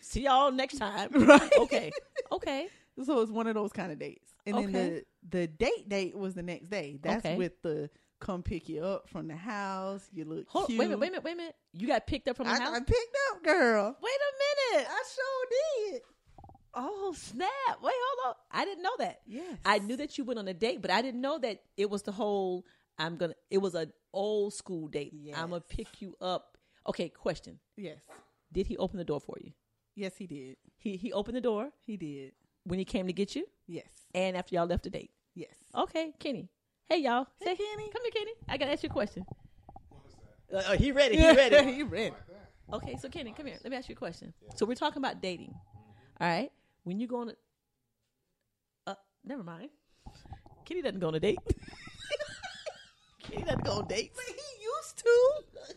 Speaker 4: See y'all next time.
Speaker 3: Right.
Speaker 4: Okay. Okay.
Speaker 3: so it's one of those kind of dates. And then
Speaker 4: Okay.
Speaker 3: the the date date was the next day. That's
Speaker 4: Okay.
Speaker 3: with the come pick you up from the house. You look
Speaker 4: Hold, wait
Speaker 3: cute.
Speaker 4: a minute. Wait a minute. Wait a minute. You got picked up from the
Speaker 3: I
Speaker 4: house.
Speaker 3: got picked up, girl.
Speaker 4: Wait a minute.
Speaker 3: I sure did.
Speaker 4: Oh snap! Wait, hold on. I didn't know that.
Speaker 3: Yes.
Speaker 4: I knew that you went on a date, but I didn't know that it was the whole. I'm gonna. It was an old school date. I'm gonna pick you up. Okay, question.
Speaker 3: Yes.
Speaker 4: Did he open the door for you?
Speaker 3: Yes, he did.
Speaker 4: He he opened the door
Speaker 3: He did.
Speaker 4: when he came to get you,
Speaker 3: Yes.
Speaker 4: and after y'all left the date.
Speaker 3: Yes.
Speaker 4: Okay, Kenny. Hey y'all.
Speaker 3: Hey,
Speaker 4: Say
Speaker 3: Kenny.
Speaker 4: Come here, Kenny. I gotta ask you a question. What was that? Uh, oh, he ready. He ready.
Speaker 3: you ready?
Speaker 4: Okay, so Kenny, come here. Let me ask you a question. So we're talking about dating. All right. When you go on a uh never mind. Kenny doesn't go on a date. Kenny doesn't go on dates. But he used to.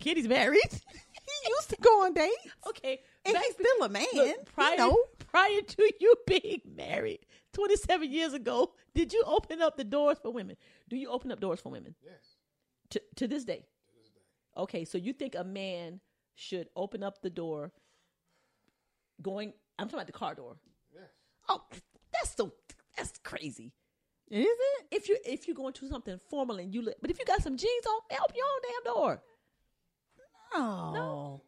Speaker 4: Kenny's married.
Speaker 3: He used to go on dates.
Speaker 4: okay.
Speaker 3: And
Speaker 4: back
Speaker 3: he's
Speaker 4: be-
Speaker 3: still a man.
Speaker 4: Look, prior,
Speaker 3: you know.
Speaker 4: prior to you being married 27 years ago, did you open up the doors for women? Do you open up doors for women? Yes. To, to this day? Okay, so you think a man should open up the door going, I'm talking about the car door. Yes. Oh, that's so, that's crazy.
Speaker 3: Is it?
Speaker 4: If you if you going to something formal and you look, but if you got some jeans on, they open your own damn door.
Speaker 3: Oh.
Speaker 4: No.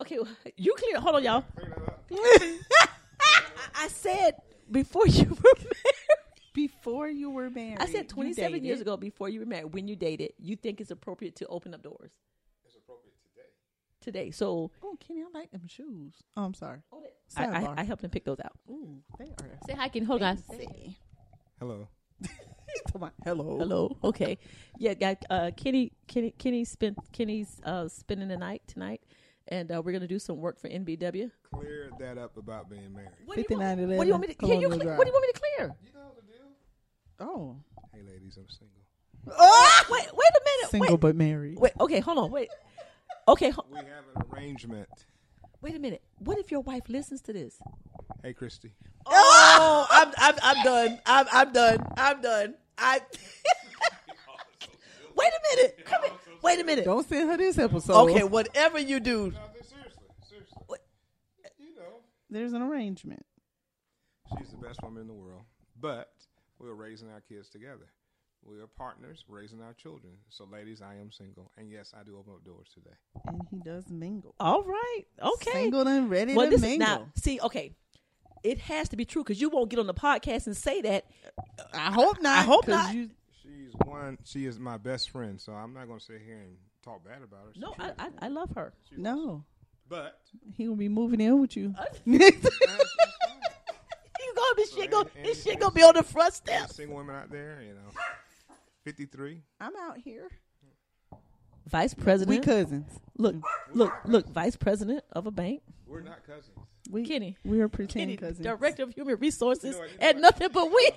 Speaker 4: Okay, well, you clear. Hold on, y'all. I, I said before you were married.
Speaker 3: Before you were married.
Speaker 4: I said
Speaker 3: you
Speaker 4: 27 years
Speaker 3: dated.
Speaker 4: ago, before you were married, when you dated, you think it's appropriate to open up doors. It's appropriate today. Today, so
Speaker 3: Oh, Kenny, I like them shoes. Oh, I'm sorry.
Speaker 4: I, I,
Speaker 3: Sidebar.
Speaker 4: I helped him pick those out.
Speaker 3: Ooh, they are.
Speaker 4: Say hi, Ken. Hold on.
Speaker 3: fancy.
Speaker 7: Hello.
Speaker 3: Come on. Hello.
Speaker 4: Hello. Okay. Yeah, got uh, Kenny. Kenny. Kenny spent. Kenny's uh, spending the night tonight, and uh, we're gonna do some work for NBW.
Speaker 7: Clear that up about being married.
Speaker 4: What do you want,
Speaker 3: 5911
Speaker 4: what do you want me to? Can you
Speaker 3: Colonial
Speaker 4: clear,
Speaker 3: Drive.
Speaker 4: what do you want me to clear?
Speaker 3: Oh.
Speaker 7: Hey, ladies, I'm single.
Speaker 4: Wait. Wait a minute.
Speaker 3: Single
Speaker 4: wait.
Speaker 3: but married.
Speaker 4: Wait. Okay. Hold on. Wait. Okay. ho-
Speaker 7: We have an arrangement.
Speaker 4: wait a minute. What if your wife listens to this?
Speaker 7: Hey, Christy.
Speaker 4: Oh, I'm, I'm, I'm done. I'm, I'm done. I'm done. I. wait a minute. Come here. Wait a minute.
Speaker 3: Don't send her this episode.
Speaker 4: Okay, whatever you do.
Speaker 7: seriously, seriously.
Speaker 4: What?
Speaker 7: You know,
Speaker 3: There's an arrangement.
Speaker 7: she's the best woman in the world, but we're raising our kids together. We are partners raising our children. So, ladies, I am single. And yes, I do open up doors today.
Speaker 3: And he does mingle.
Speaker 4: All right. Oh, Okay.
Speaker 3: Single and ready
Speaker 4: well,
Speaker 3: to
Speaker 4: this is
Speaker 3: mingle.
Speaker 4: now. See, okay. It has to be true because you won't get on the podcast and say that.
Speaker 3: I hope not.
Speaker 4: I hope
Speaker 3: 'cause
Speaker 4: not.
Speaker 3: You,
Speaker 7: She's one, she is my best friend. So, I'm not going to sit here and talk bad about her. She's
Speaker 4: No,
Speaker 7: true.
Speaker 4: I, I, I love her.
Speaker 3: no.
Speaker 7: But,
Speaker 3: He will be moving in with you.
Speaker 4: Uh, You gonna be shit gonna
Speaker 7: and-
Speaker 4: this
Speaker 7: and-
Speaker 4: shit gonna be on the front
Speaker 7: there's
Speaker 4: steps.
Speaker 7: single women out there, you know, 53.
Speaker 3: I'm out here.
Speaker 4: Vice president.
Speaker 3: We cousins.
Speaker 4: look, look, look. Vice president of a bank.
Speaker 7: We're not cousins.
Speaker 3: We,
Speaker 4: Kenny.
Speaker 3: we are
Speaker 4: Kenny,
Speaker 3: pretending cousins.
Speaker 4: director of human resources,
Speaker 7: You know what, you know
Speaker 4: and nothing but we.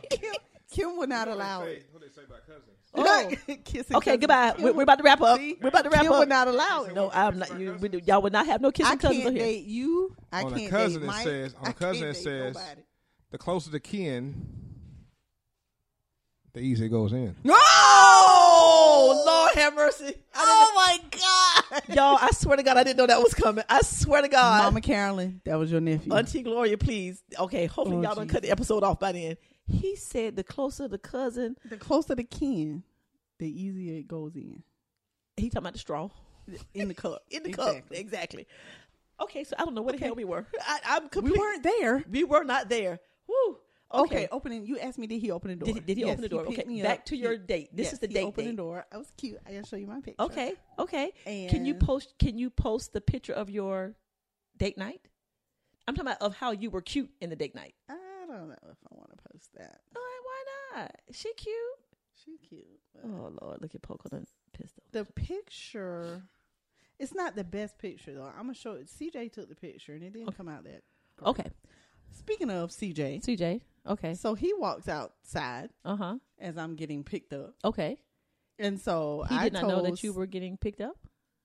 Speaker 3: Kim would not allow
Speaker 7: What they say-
Speaker 3: it.
Speaker 7: What they say about cousins?
Speaker 4: Oh.
Speaker 3: Kissing
Speaker 4: okay,
Speaker 3: cousins.
Speaker 4: goodbye.
Speaker 3: Kim
Speaker 4: We're, we're about to wrap up.
Speaker 3: See?
Speaker 4: We're about to wrap
Speaker 3: Kim
Speaker 4: up.
Speaker 3: would not allow it.
Speaker 4: No, I'm not. You, we, y'all would not have no
Speaker 3: I
Speaker 4: kissing cousins on
Speaker 3: can't
Speaker 4: here.
Speaker 3: date you. I
Speaker 7: On a
Speaker 3: can't
Speaker 7: cousin
Speaker 3: date
Speaker 7: it
Speaker 3: Mike.
Speaker 7: says- on a
Speaker 3: I
Speaker 7: cousin
Speaker 3: can't
Speaker 7: it
Speaker 3: date
Speaker 7: says-
Speaker 3: nobody.
Speaker 7: The closer the kin, the easier it goes in.
Speaker 3: No!
Speaker 4: Oh Lord, have mercy!
Speaker 3: Oh my God!
Speaker 4: Y'all, I swear to God, I didn't know that was coming. I swear to God,
Speaker 3: Mama Carolyn, that was your nephew.
Speaker 4: Auntie Gloria, please. Okay, hopefully
Speaker 3: Oh,
Speaker 4: y'all don't cut the episode off by then. He said the closer the cousin,
Speaker 3: the closer the kin, the easier it goes in.
Speaker 4: he talking about the straw
Speaker 3: In the cup.
Speaker 4: in the cup.
Speaker 3: Exactly.
Speaker 4: Exactly. Okay, so I don't know where the hell we were. I, I'm
Speaker 3: We
Speaker 4: complete.
Speaker 3: weren't there.
Speaker 4: We were not there. Woo.
Speaker 3: Okay.
Speaker 4: Okay.
Speaker 3: opening. You asked me, did he open the door?
Speaker 4: Did he- did he open the door?
Speaker 3: picked
Speaker 4: Okay,
Speaker 3: me
Speaker 4: back
Speaker 3: up.
Speaker 4: to your
Speaker 3: He-
Speaker 4: date. This
Speaker 3: yes,
Speaker 4: is the
Speaker 3: he
Speaker 4: date
Speaker 3: opened
Speaker 4: date.
Speaker 3: the door. I was cute. I gotta show you my picture.
Speaker 4: Okay. Okay. can you
Speaker 3: And-
Speaker 4: post? Can you post the picture of your date night? I'm talking about of how you were cute in the date night.
Speaker 3: I don't know if I want to post that.
Speaker 4: Oh, why not? She cute.
Speaker 3: She cute. but-
Speaker 4: Oh Lord, look at Poco done pissed off.
Speaker 3: The picture. It's not the best picture though. I'm gonna show it. CJ took the picture and it didn't come out that.
Speaker 4: Okay,
Speaker 3: Speaking of CJ,
Speaker 4: CJ. Okay.
Speaker 3: so he walks outside
Speaker 4: Uh huh.
Speaker 3: as I'm getting picked up,
Speaker 4: Okay.
Speaker 3: and so
Speaker 4: He
Speaker 3: I
Speaker 4: did not know
Speaker 3: told
Speaker 4: that you were getting picked up.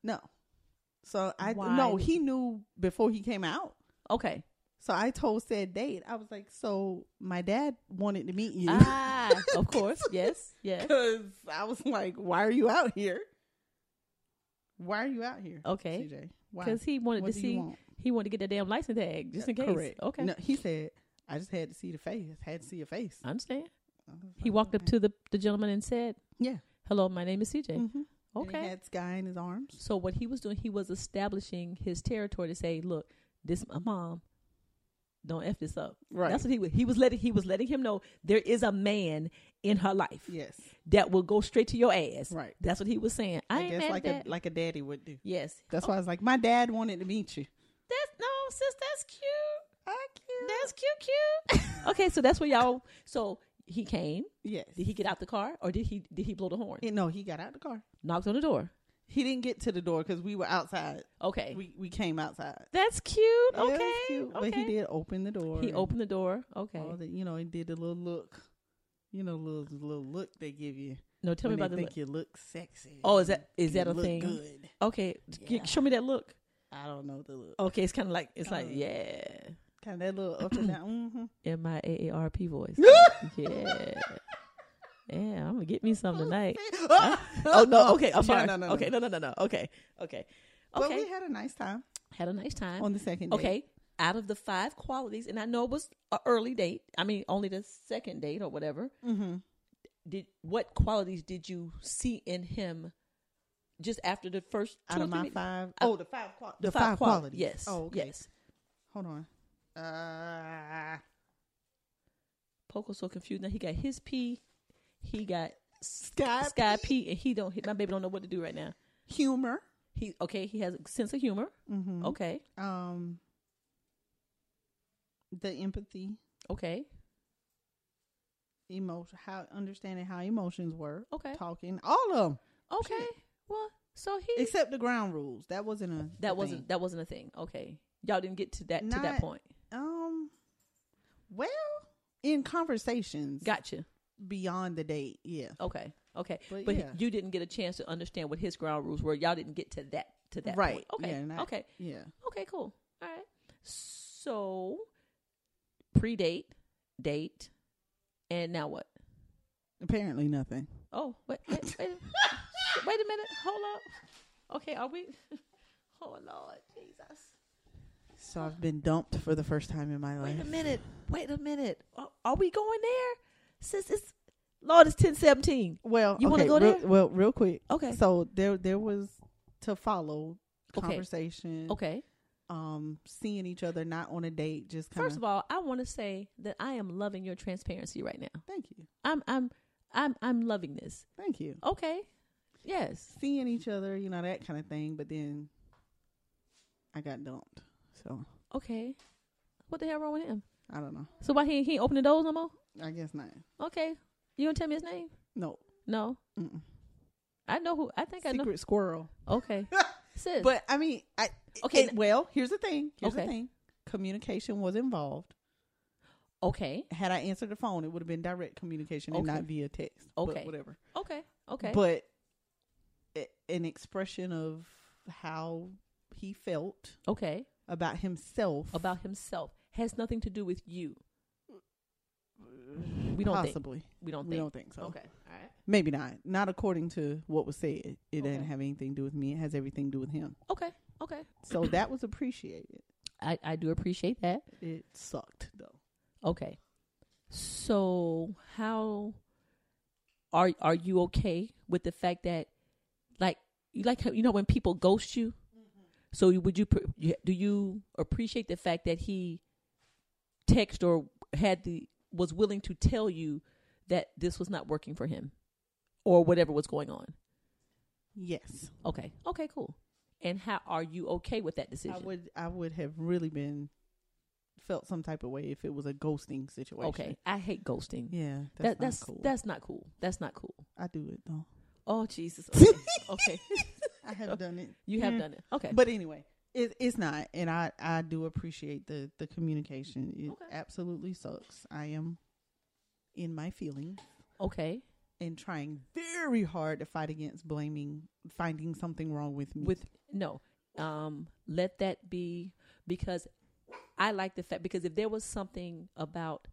Speaker 3: no. So I
Speaker 4: Why
Speaker 3: no.
Speaker 4: did-
Speaker 3: He knew before he came out.
Speaker 4: Okay.
Speaker 3: So I told said date. I was like, so my dad wanted to meet you.
Speaker 4: Ah, of course. Yes. Yes.
Speaker 3: Because I was like, why are you out here? Why are you out here?
Speaker 4: Okay.
Speaker 3: CJ. Why?
Speaker 4: Because he wanted
Speaker 3: What
Speaker 4: to
Speaker 3: do you
Speaker 4: see.
Speaker 3: want?
Speaker 4: He wanted to get that damn license tag just in case.
Speaker 3: Uh, Correct.
Speaker 4: Okay.
Speaker 3: No, he said, I just had to see the face. Had to see your face.
Speaker 4: I understand.
Speaker 3: I was
Speaker 4: He
Speaker 3: like,
Speaker 4: walked up
Speaker 3: okay.
Speaker 4: to the the gentleman and said,
Speaker 3: Yeah.
Speaker 4: "Hello, my name is CJ."
Speaker 3: Mm-hmm.
Speaker 4: Okay.
Speaker 3: he had Sky in his arms.
Speaker 4: So what he was doing, he was establishing his territory to say, "Look, this my mom. Don't f this up."
Speaker 3: Right.
Speaker 4: That's what he was. He was letting he was letting him know there is a man in her life
Speaker 3: Yes.
Speaker 4: that will go straight to your ass.
Speaker 3: Right.
Speaker 4: That's what he was saying. I, ain't
Speaker 3: guess
Speaker 4: mad
Speaker 3: like
Speaker 4: at that.
Speaker 3: a
Speaker 4: Oh.
Speaker 3: like a daddy would do.
Speaker 4: yes.
Speaker 3: That's why I was like, my dad wanted to meet you.
Speaker 4: That's no, sis. That's cute.
Speaker 3: I cute.
Speaker 4: That's cute, cute. okay, so that's what y'all. So he came.
Speaker 3: Yes.
Speaker 4: Did he get out the car, or did he did he blow the horn?
Speaker 3: Yeah, no, he got out the car.
Speaker 4: Knocked on the door.
Speaker 3: He didn't get to the door because we were outside.
Speaker 4: Okay.
Speaker 3: We we came outside.
Speaker 4: that's cute.
Speaker 3: Yeah, it
Speaker 4: Okay.
Speaker 3: was cute,
Speaker 4: okay.
Speaker 3: But he did open the door.
Speaker 4: He
Speaker 3: and
Speaker 4: opened the door. Okay.
Speaker 3: all the, you know, he did a little look. You know, little little look they give you.
Speaker 4: no, tell me
Speaker 3: when they
Speaker 4: about the
Speaker 3: think
Speaker 4: look.
Speaker 3: you look sexy.
Speaker 4: Oh, is that is
Speaker 3: You
Speaker 4: that a
Speaker 3: look
Speaker 4: thing?
Speaker 3: Good.
Speaker 4: Okay, g-
Speaker 3: Yeah.
Speaker 4: show me that look.
Speaker 3: I don't know the look.
Speaker 4: Okay, it's kind of like it's like
Speaker 3: Oh.
Speaker 4: yeah,
Speaker 3: Kind of Oh, that little up and down. mm-hmm.
Speaker 4: in my AARP voice. yeah, yeah, I'm gonna get me some tonight.
Speaker 3: Mm-hmm.
Speaker 4: Oh no, okay,
Speaker 3: Yeah,
Speaker 4: I'm sorry.
Speaker 3: no, no, no.
Speaker 4: Okay, no, no, no, no. Okay, okay,
Speaker 3: But
Speaker 4: okay.
Speaker 3: we had a nice time
Speaker 4: had a nice time.
Speaker 3: on the second date.
Speaker 4: okay, out of the five qualities, and I know it was an early date. I mean, only the second date or whatever.
Speaker 3: Mm-hmm.
Speaker 4: Did what qualities did you see in him? Just after the first two
Speaker 3: Out
Speaker 4: or
Speaker 3: of
Speaker 4: three Uh,
Speaker 3: my
Speaker 4: meetings?
Speaker 3: five.
Speaker 4: I-
Speaker 3: Oh, the five qualities. The five qualities.
Speaker 4: Yes.
Speaker 3: Oh, okay.
Speaker 4: yes.
Speaker 3: Hold on. Uh,
Speaker 4: Poco's so confused now. He got his P, he got
Speaker 3: Sky,
Speaker 4: Sky P, and he don't. My baby don't know what to do right now.
Speaker 3: humor.
Speaker 4: He okay. He has a sense of humor.
Speaker 3: Mm-hmm.
Speaker 4: Okay,
Speaker 3: Um, the empathy,
Speaker 4: okay,
Speaker 3: emotion, how understanding how emotions work.
Speaker 4: Okay.
Speaker 3: Talking, all of them
Speaker 4: okay. Well, so he
Speaker 3: except the ground rules. That wasn't a.
Speaker 4: that
Speaker 3: a
Speaker 4: wasn't that wasn't a thing. Okay, y'all didn't get to that to that
Speaker 3: Not-
Speaker 4: point.
Speaker 3: thing. Um. Well, in conversations
Speaker 4: Gotcha.
Speaker 3: beyond the date, yeah.
Speaker 4: Okay, okay, but,
Speaker 3: But
Speaker 4: he-
Speaker 3: yeah.
Speaker 4: you didn't get a chance to understand what his ground rules were. Y'all didn't get to that to that
Speaker 3: right.
Speaker 4: Point. Okay,
Speaker 3: Yeah, not-
Speaker 4: okay,
Speaker 3: Yeah.
Speaker 4: okay, cool. All right. So pre-date, date, and now what?
Speaker 3: Apparently nothing.
Speaker 4: Oh, wait, wait, wait, wait a minute. Hold up. Okay, are we? Oh Lord, Jesus.
Speaker 3: So I've been dumped for the first time in my life.
Speaker 4: Wait a minute. Wait a minute. Are, are we going there? Sis, it's Lord. It's ten seventeen.
Speaker 3: Well,
Speaker 4: You wanna
Speaker 3: okay,
Speaker 4: go
Speaker 3: real-
Speaker 4: there?
Speaker 3: Well, real quick.
Speaker 4: Okay.
Speaker 3: So there, there was to follow
Speaker 4: Okay.
Speaker 3: conversation.
Speaker 4: Okay.
Speaker 3: Um, seeing each other not on a date, just kind
Speaker 4: First of all, I want to say that I am loving your transparency right now.
Speaker 3: Thank you.
Speaker 4: I'm I'm I'm I'm loving this.
Speaker 3: Thank you.
Speaker 4: Okay. Yes.
Speaker 3: Seeing each other, you know that kind of thing. But then I got dumped. So
Speaker 4: Okay. What the hell wrong with him?
Speaker 3: I don't know.
Speaker 4: So why he ain't- he ain't opening doors no more?
Speaker 3: I guess not.
Speaker 4: Okay. You gonna tell me his name?
Speaker 3: No.
Speaker 4: No.
Speaker 3: Mm-mm.
Speaker 4: I know who. I think I know.
Speaker 3: Secret squirrel.
Speaker 4: Okay. Sis.
Speaker 3: But I mean, I
Speaker 4: Okay,
Speaker 3: okay.
Speaker 4: n-
Speaker 3: well, here's the thing. Here's
Speaker 4: Okay.
Speaker 3: the thing. communication was involved.
Speaker 4: Okay.
Speaker 3: Had I answered the phone, it would have been direct communication and
Speaker 4: Okay.
Speaker 3: not via text. but
Speaker 4: Okay.
Speaker 3: whatever.
Speaker 4: Okay. Okay.
Speaker 3: But a- an expression of how he felt
Speaker 4: okay.
Speaker 3: about himself.
Speaker 4: About himself has nothing to do with you. We don't think.
Speaker 3: uh, possibly.
Speaker 4: We don't
Speaker 3: We
Speaker 4: think.
Speaker 3: don't think so.
Speaker 4: Okay. All right.
Speaker 3: Maybe not. Not according to what was said. It
Speaker 4: Okay.
Speaker 3: doesn't have anything to do with me. It has everything to do with him.
Speaker 4: Okay. Okay.
Speaker 3: So that was appreciated.
Speaker 4: I, I do appreciate that.
Speaker 3: It sucked though.
Speaker 4: Okay. So how are are you okay with the fact that like you like how- you know when people ghost you?
Speaker 3: Mm-hmm.
Speaker 4: So you- would you pr- you- do you appreciate the fact that he text or had the was willing to tell you that this was not working for him or whatever was going on?
Speaker 3: Yes.
Speaker 4: Okay. Okay, cool. And how are you okay with that decision?
Speaker 3: I would I would have really been felt some type of way if it was a ghosting situation.
Speaker 4: okay. I hate ghosting.
Speaker 3: Yeah. That's
Speaker 4: That-
Speaker 3: not
Speaker 4: that's
Speaker 3: cool.
Speaker 4: that's not cool. That's not cool.
Speaker 3: I do it though.
Speaker 4: Oh Jesus. Okay. okay.
Speaker 3: I have done it. Mm.
Speaker 4: You have done it. Okay.
Speaker 3: Mm-hmm. But anyway, it, it's not, and I I do appreciate the the communication. It
Speaker 4: Okay.
Speaker 3: absolutely sucks. I am in my feelings
Speaker 4: okay.
Speaker 3: and trying very hard to fight against blaming finding something wrong with me.
Speaker 4: With no. Um let that be because I like the fact because if there was something about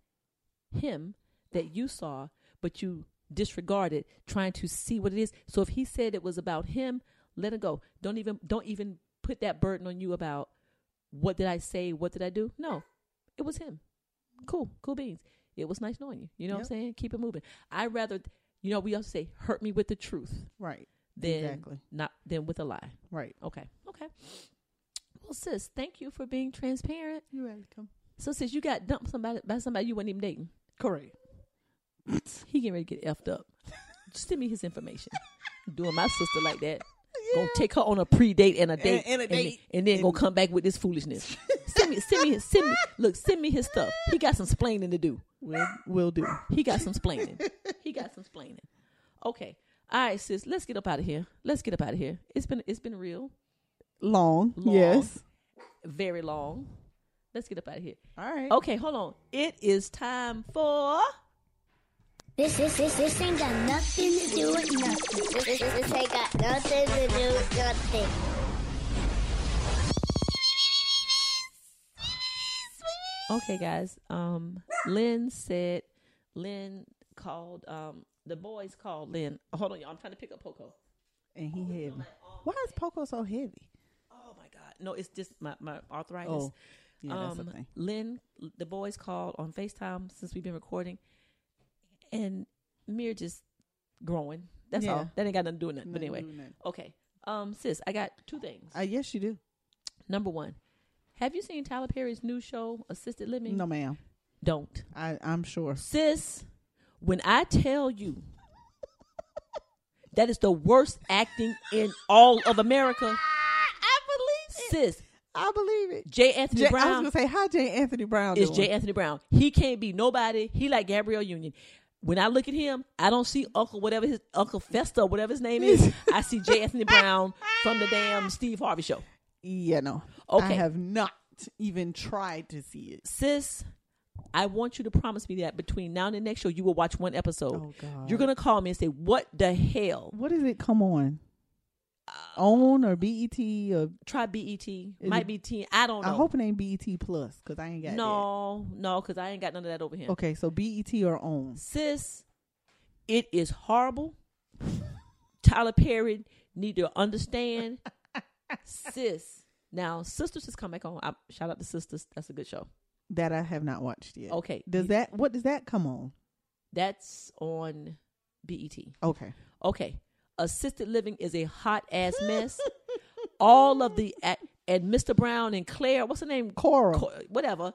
Speaker 4: him that you saw but you disregarded trying to see what it is. So if he said it was about him, let it go. Don't even don't even put that burden on you about what did I say, what did I do? No. It was him. Cool, cool beans. It was nice knowing you. You know what I'm
Speaker 3: Yep.
Speaker 4: saying? Keep it moving. I rather you know, we also say hurt me with the truth.
Speaker 3: right,
Speaker 4: than
Speaker 3: Exactly.
Speaker 4: not than with a lie.
Speaker 3: right.
Speaker 4: Okay. Okay. Well, sis, thank you for being transparent.
Speaker 3: You're welcome.
Speaker 4: So, sis, you got dumped somebody by somebody you weren't even dating.
Speaker 3: Correct.
Speaker 4: He getting ready to get effed up. Just send me his information. Doing my sister like that. Gonna take her on a pre date and a date
Speaker 3: and a date.
Speaker 4: and, then gonna come back with this foolishness. send me, send me, send me. Look, send me his stuff. He got some splaining to do.
Speaker 3: We'll we'll do.
Speaker 4: He got some splaining. he got some splaining. Okay. All right, sis. Let's get up out of here. Let's get up out of here. It's been it's been real.
Speaker 3: Long,
Speaker 4: Long.
Speaker 3: yes.
Speaker 4: very long. Let's get up out of here.
Speaker 3: All right.
Speaker 4: Okay, hold on. It is time for
Speaker 5: This, this, this, this ain't got nothing to do with nothing. This, this, this ain't got nothing to do with nothing.
Speaker 4: Okay, guys. Um Lynn said Lynn called um the boys called Lynn. Hold on, y'all. I'm trying to pick up Poco.
Speaker 3: And he heavy. Why is Poco so heavy?
Speaker 4: Oh my god. No, it's just my, my arthritis.
Speaker 3: Oh, yeah,
Speaker 4: um,
Speaker 3: that's a thing.
Speaker 4: Lynn, the boys called on FaceTime since we've been recording, and Mir just growing. That's
Speaker 3: Yeah.
Speaker 4: all. That ain't got nothing to do with nothing. but
Speaker 3: Nothing
Speaker 4: anyway,
Speaker 3: to do with nothing.
Speaker 4: okay. Um, sis, I got two things.
Speaker 3: Uh, yes, you do.
Speaker 4: Number one, have you seen Tyler Perry's new show, Assisted Living?
Speaker 3: No, ma'am.
Speaker 4: Don't.
Speaker 3: I I'm sure.
Speaker 4: Sis, when I tell you that is the worst acting in all of America,
Speaker 3: I believe
Speaker 4: sis,
Speaker 3: I believe it.
Speaker 4: J. Anthony
Speaker 3: J- I
Speaker 4: Brown
Speaker 3: was gonna say hi, J. Anthony Brown.
Speaker 4: is
Speaker 3: doing?
Speaker 4: J. Anthony Brown. He can't be nobody. He like Gabrielle Union. When I look at him, I don't see Uncle whatever his Uncle Festa, whatever his name is. I see J. Anthony Brown from the damn Steve Harvey show.
Speaker 3: Yeah, no.
Speaker 4: Okay.
Speaker 3: I have not even tried to see it.
Speaker 4: sis, I want you to promise me that between now and the next show, you will watch one episode.
Speaker 3: Oh, God.
Speaker 4: You're gonna call me and say, "What the hell?"
Speaker 3: What is it? Come on. on or BET or
Speaker 4: Try BET, might be T. I don't know.
Speaker 3: I hope it ain't BET plus because I ain't got
Speaker 4: no, no, because I ain't got none of that over here,
Speaker 3: that. Okay, so BET or on.
Speaker 4: sis. It is horrible. Tyler Perry need to understand, sis. Now, sisters has come back on. I, shout out to sisters. That's a good show.
Speaker 3: That I have not watched yet.
Speaker 4: Okay.
Speaker 3: Does that what does that come on?
Speaker 4: That's on BET.
Speaker 3: Okay.
Speaker 4: Okay, assisted living is a hot ass mess. All of the a- and Mr. Brown and Claire, what's her name?
Speaker 3: Cora.
Speaker 4: Co- whatever.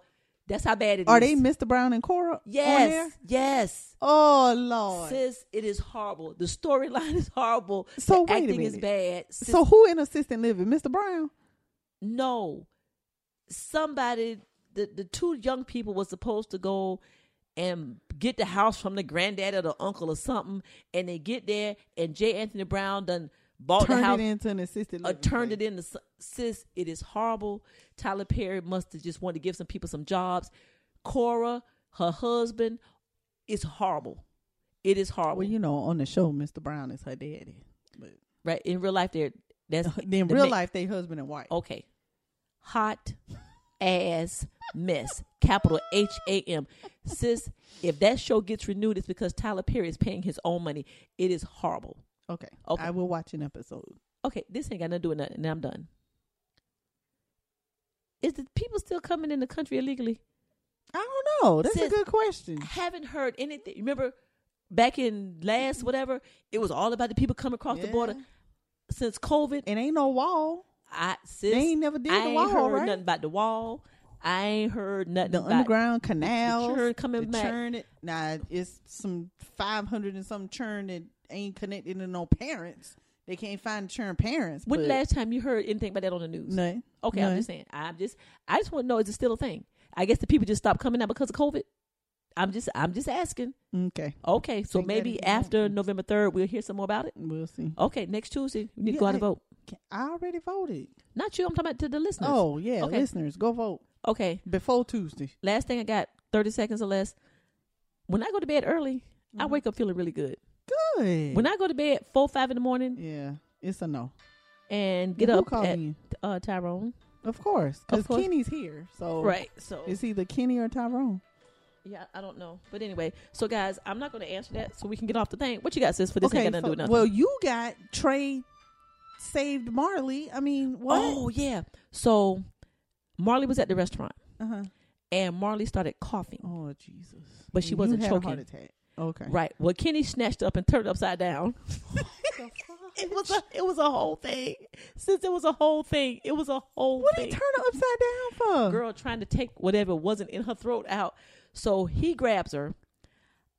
Speaker 4: That's how bad it is.
Speaker 3: Are they Mr. Brown and Cora? on there?
Speaker 4: Yes, yes.
Speaker 3: Oh Lord.
Speaker 4: Sis, it is horrible. The storyline is horrible.
Speaker 3: So
Speaker 4: the
Speaker 3: wait a
Speaker 4: acting is
Speaker 3: minute.
Speaker 4: bad. Sis,
Speaker 3: so who in assistant living? Mr. Brown?
Speaker 4: no, somebody. The the two young people was supposed to go and get the house from the granddad or the uncle or something, and they get there, and J. Anthony Brown done bought
Speaker 3: turned
Speaker 4: Oh, the house,
Speaker 3: it into an assisted
Speaker 4: uh,
Speaker 3: living.
Speaker 4: turned it into s- sis. It is horrible. Tyler Perry must have just wanted to give some people some jobs. Cora, her husband, it's horrible. It is horrible,
Speaker 3: Well, you know, on the show, Mr. Brown is her daddy. But
Speaker 4: right? In real life, there. That's
Speaker 3: in
Speaker 4: the
Speaker 3: real
Speaker 4: ma- Oh,
Speaker 3: life, they husband and wife.
Speaker 4: Okay, hot ass mess. Capital H A M. Sis, if that show gets renewed, it's because Tyler Perry is paying his own money. It is horrible.
Speaker 3: Okay.
Speaker 4: Okay.
Speaker 3: I will watch an episode.
Speaker 4: okay, this ain't got nothing to do with nothing, and I'm done. Is the people still coming in the country illegally?
Speaker 3: I don't know. That's a
Speaker 4: Sis,
Speaker 3: good question.
Speaker 4: I haven't heard anything. Remember back in last whatever, it was all about the people coming across the border.
Speaker 3: Yeah.
Speaker 4: Since COVID,
Speaker 3: It ain't no wall.
Speaker 4: I sis,
Speaker 3: They ain't never did
Speaker 4: I
Speaker 3: the
Speaker 4: ain't
Speaker 3: wall,
Speaker 4: heard
Speaker 3: right?
Speaker 4: nothing about the wall. I ain't heard nothing
Speaker 3: The
Speaker 4: about
Speaker 3: underground canals.
Speaker 4: churn coming
Speaker 3: the
Speaker 4: back.
Speaker 3: Churn it. Nah, it's some 500 and some churn that ain't connected to no parents. They can't find churn parents.
Speaker 4: When
Speaker 3: but
Speaker 4: last time you heard anything about that on the news?
Speaker 3: None.
Speaker 4: Okay, I'm
Speaker 3: None.
Speaker 4: just saying. I'm just I just want to know is it still a thing? I guess the people just stopped coming out because of COVID. I'm just I'm just asking.
Speaker 3: Okay.
Speaker 4: Okay, so
Speaker 3: Take that if
Speaker 4: maybe
Speaker 3: you want
Speaker 4: after
Speaker 3: to.
Speaker 4: November third, we'll hear some more about it.
Speaker 3: We'll see.
Speaker 4: Okay, next Tuesday, we need to
Speaker 3: Yeah,
Speaker 4: go out and
Speaker 3: I-
Speaker 4: vote.
Speaker 3: I already voted.
Speaker 4: Not you. I'm talking about to the listeners.
Speaker 3: Oh, yeah.
Speaker 4: Okay.
Speaker 3: Listeners, go vote
Speaker 4: Okay.
Speaker 3: before Tuesday.
Speaker 4: Last thing I got, thirty seconds or less. When I go to bed early, I
Speaker 3: Mm-hmm.
Speaker 4: wake up feeling really good.
Speaker 3: Good.
Speaker 4: When I go to bed four five in the morning
Speaker 3: yeah. It's a no.
Speaker 4: and get
Speaker 3: Who
Speaker 4: up
Speaker 3: calling
Speaker 4: at
Speaker 3: you?
Speaker 4: uh, Tyrone.
Speaker 3: Of course. Because
Speaker 4: Of course.
Speaker 3: Kenny's here. So
Speaker 4: Right. So
Speaker 3: it's either Kenny or Tyrone.
Speaker 4: yeah, I don't know, but anyway. So guys, I'm not going to answer that, so we can get off the thing. What you got, sis? For this ain't got nothing to do
Speaker 3: so-
Speaker 4: with nothing.
Speaker 3: Well, you got Trey saved Marley. I mean, what?
Speaker 4: oh yeah. So Marley was at the restaurant,
Speaker 3: uh-huh.
Speaker 4: and Marley started coughing.
Speaker 3: oh Jesus!
Speaker 4: But she
Speaker 3: You
Speaker 4: wasn't
Speaker 3: had
Speaker 4: choking.
Speaker 3: A heart attack. Okay,
Speaker 4: Right. Well, Kenny snatched up and turned upside down. it was a it was a whole thing. Since it was a whole thing, it was a whole
Speaker 3: What did
Speaker 4: thing.
Speaker 3: he turn her upside down for?
Speaker 4: Girl trying to take whatever wasn't in her throat out. So he grabs her.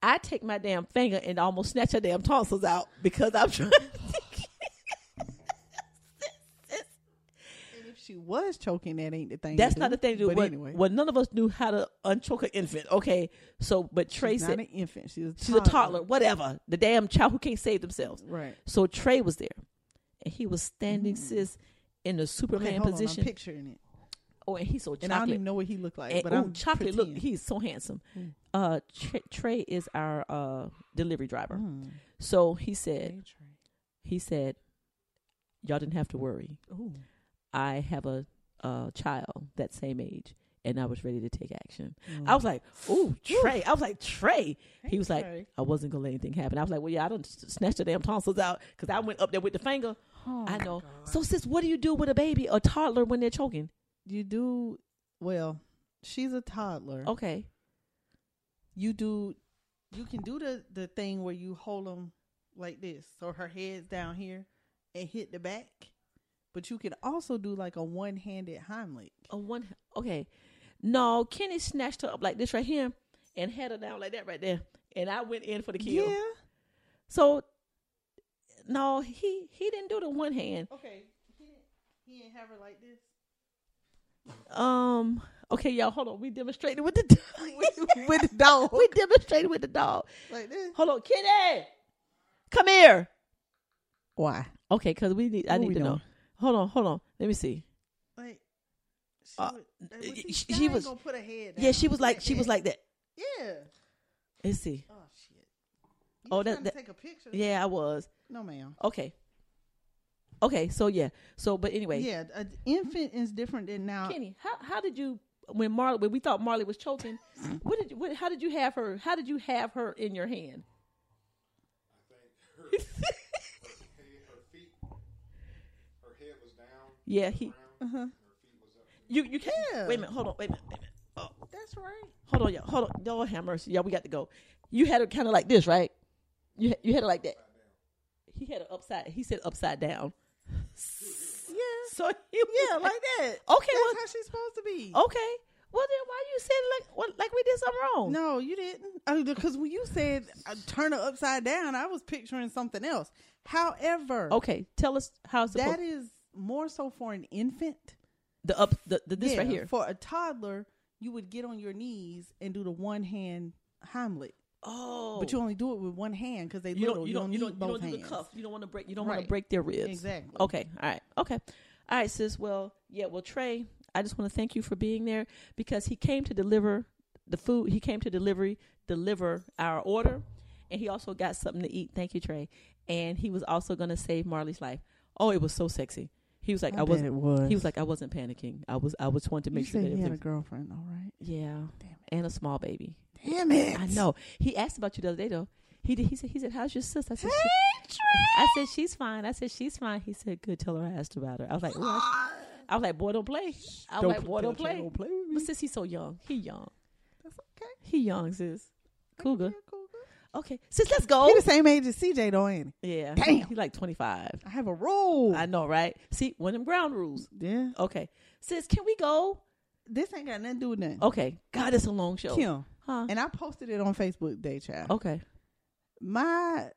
Speaker 4: I take my damn finger and almost snatch her damn tonsils out because I'm trying.
Speaker 3: if she was choking, that ain't the thing.
Speaker 4: That's
Speaker 3: to
Speaker 4: not the thing to do.
Speaker 3: But
Speaker 4: Well,
Speaker 3: anyway,
Speaker 4: well, none of us knew how to unchoke an infant. Okay, so but Trey
Speaker 3: she's not
Speaker 4: said
Speaker 3: an infant. She's a
Speaker 4: she's a toddler. Whatever, the damn child who can't save themselves.
Speaker 3: Right.
Speaker 4: So Trey was there, and he was standing sis in the
Speaker 3: Mm. Okay,
Speaker 4: Superman
Speaker 3: hold On, I'm
Speaker 4: position.
Speaker 3: picturing it,
Speaker 4: oh, and he's so
Speaker 3: and I don't
Speaker 4: chocolate.
Speaker 3: even know what he looked like.
Speaker 4: And,
Speaker 3: but
Speaker 4: ooh,
Speaker 3: I'm Mm.
Speaker 4: chocolate. Look,
Speaker 3: pretending.
Speaker 4: he's so handsome. Uh, Tr- Trey is our uh delivery driver.
Speaker 3: Mm.
Speaker 4: So he said, he said, y'all didn't have to worry.
Speaker 3: Ooh.
Speaker 4: I have a, uh child that same age, and I was ready to take action.
Speaker 3: Mm.
Speaker 4: I was like, "Ooh, Trey!" I was like, "Trey." He was like,
Speaker 3: Trey.
Speaker 4: "I wasn't gonna let anything happen." I was like, "Well, yeah, I don't snatch the damn tonsils out because I went up there with the finger."
Speaker 3: Oh
Speaker 4: I know. So, sis, what do you do with a baby, a toddler, when they're choking?
Speaker 3: You do well. She's a toddler.
Speaker 4: Okay,
Speaker 3: you do you can do the the thing where you hold them like this so her head's down here and hit the back but you can also do like a one-handed heimlich
Speaker 4: a one. Okay, no, Kenny snatched her up like this right here and had her down like that right there, and I went in for the kill.
Speaker 3: yeah
Speaker 4: So, no, he he didn't do the one hand.
Speaker 3: okay he didn't, he didn't have her like this
Speaker 4: Um. Okay, y'all, hold on. We demonstrated with the with,
Speaker 3: with the dog
Speaker 4: we demonstrated with the dog.
Speaker 3: like this
Speaker 4: Hold on, Kitty, come here.
Speaker 3: why
Speaker 4: Okay, because we need. I
Speaker 3: What
Speaker 4: need
Speaker 3: we
Speaker 4: to know.
Speaker 3: doing?
Speaker 4: Hold on, hold on. Let me see.
Speaker 3: like she,
Speaker 4: Uh,
Speaker 3: would- like, well, see,
Speaker 4: she-
Speaker 3: Sky
Speaker 4: she
Speaker 3: ain't
Speaker 4: was-
Speaker 3: gonna put her head
Speaker 4: Yeah,
Speaker 3: down
Speaker 4: she was like she was
Speaker 3: that.
Speaker 4: like that.
Speaker 3: yeah
Speaker 4: Let's see.
Speaker 3: oh shit you
Speaker 4: Oh,
Speaker 3: oh
Speaker 4: that-
Speaker 3: that,
Speaker 4: that-
Speaker 3: take a picture
Speaker 4: Yeah, I was.
Speaker 3: no ma'am
Speaker 4: Okay. Okay, so yeah, so but anyway,
Speaker 3: yeah an infant is different than now
Speaker 4: Kenny, how how did you when Marley when we thought Marley was choking? what did you, what, how did you have her? How did you have her in your hand?
Speaker 7: Her feet, her head was down.
Speaker 4: Yeah, he. You you can't.
Speaker 3: Uh-huh. Yeah.
Speaker 4: Wait a minute. Hold on. Wait a minute. Wait a minute. Oh,
Speaker 3: that's right
Speaker 4: hold on, y'all. Hold on. Y'all have mercy. Y'all, we got to go. You had her kind of like this, right? You ha- you had her like that. He had her upside. He said upside down.
Speaker 3: yeah
Speaker 4: So he was
Speaker 3: Yeah, like that.
Speaker 4: Okay,
Speaker 3: that's
Speaker 4: well-
Speaker 3: how she's supposed to be.
Speaker 4: Okay. Well then, why you saying like what, like we did something wrong?
Speaker 3: No, you didn't. Because when you said uh, turn her upside down, I was picturing something else. However,
Speaker 4: Okay. Tell us how's the
Speaker 3: that is more so for an infant.
Speaker 4: the up the, the this
Speaker 3: Yeah,
Speaker 4: right here.
Speaker 3: For a toddler, you would get on your knees and do the one hand Heimlich.
Speaker 4: Oh,
Speaker 3: But you only do it with one hand because they
Speaker 4: you
Speaker 3: little.
Speaker 4: don't you don't you
Speaker 3: need
Speaker 4: don't, you
Speaker 3: both
Speaker 4: don't do the
Speaker 3: hands.
Speaker 4: cuff. You don't want to break. You don't want
Speaker 3: Right.
Speaker 4: to break their ribs.
Speaker 3: Exactly.
Speaker 4: Okay. All right. Okay. All right, sis. Well, yeah. Well, Trey, I just want to thank you for being there because he came to deliver the food. He came to delivery deliver our order, and he also got something to eat. Thank you, Trey. And he was also going to save Marley's life. Oh, it was so sexy. He was like,
Speaker 3: I
Speaker 4: I,
Speaker 3: bet
Speaker 4: wasn't.
Speaker 3: it was.
Speaker 4: He was like, I wasn't panicking. I was. I was wanting to make
Speaker 3: you
Speaker 4: sure
Speaker 3: said
Speaker 4: that
Speaker 3: he had
Speaker 4: everything.
Speaker 3: a girlfriend, all right?
Speaker 4: yeah. And a small baby.
Speaker 3: Damn it!
Speaker 4: I know. He asked about you the other day though. He did, he said he said how's your sister? I said she, I said she's fine. I said she's fine. He said good. Tell her I asked about her. I was like, "Ooh, I, sh-" I was like, boy, don't play. I was
Speaker 3: Don't
Speaker 4: like,
Speaker 3: pl-
Speaker 4: boy,
Speaker 3: tell
Speaker 4: don't
Speaker 3: Trey
Speaker 4: play.
Speaker 3: don't play with me.
Speaker 4: But since he's so young, he young.
Speaker 3: That's okay.
Speaker 4: He young, sis. Cougar. Oh.
Speaker 3: Yeah, Cougar.
Speaker 4: Okay, sis, let's
Speaker 3: He
Speaker 4: go.
Speaker 3: the same age as CJ though, ain't he?
Speaker 4: Yeah,
Speaker 3: Damn.
Speaker 4: he like twenty five.
Speaker 3: I have a rule.
Speaker 4: I know, right? See, one of them ground rules.
Speaker 3: yeah.
Speaker 4: Okay, sis, can we go?
Speaker 3: This ain't got nothing to do with nothing.
Speaker 4: Okay, God, it's a long show.
Speaker 3: Kim.
Speaker 4: Huh?
Speaker 3: And I posted it on Facebook, day child.
Speaker 4: Okay,
Speaker 3: My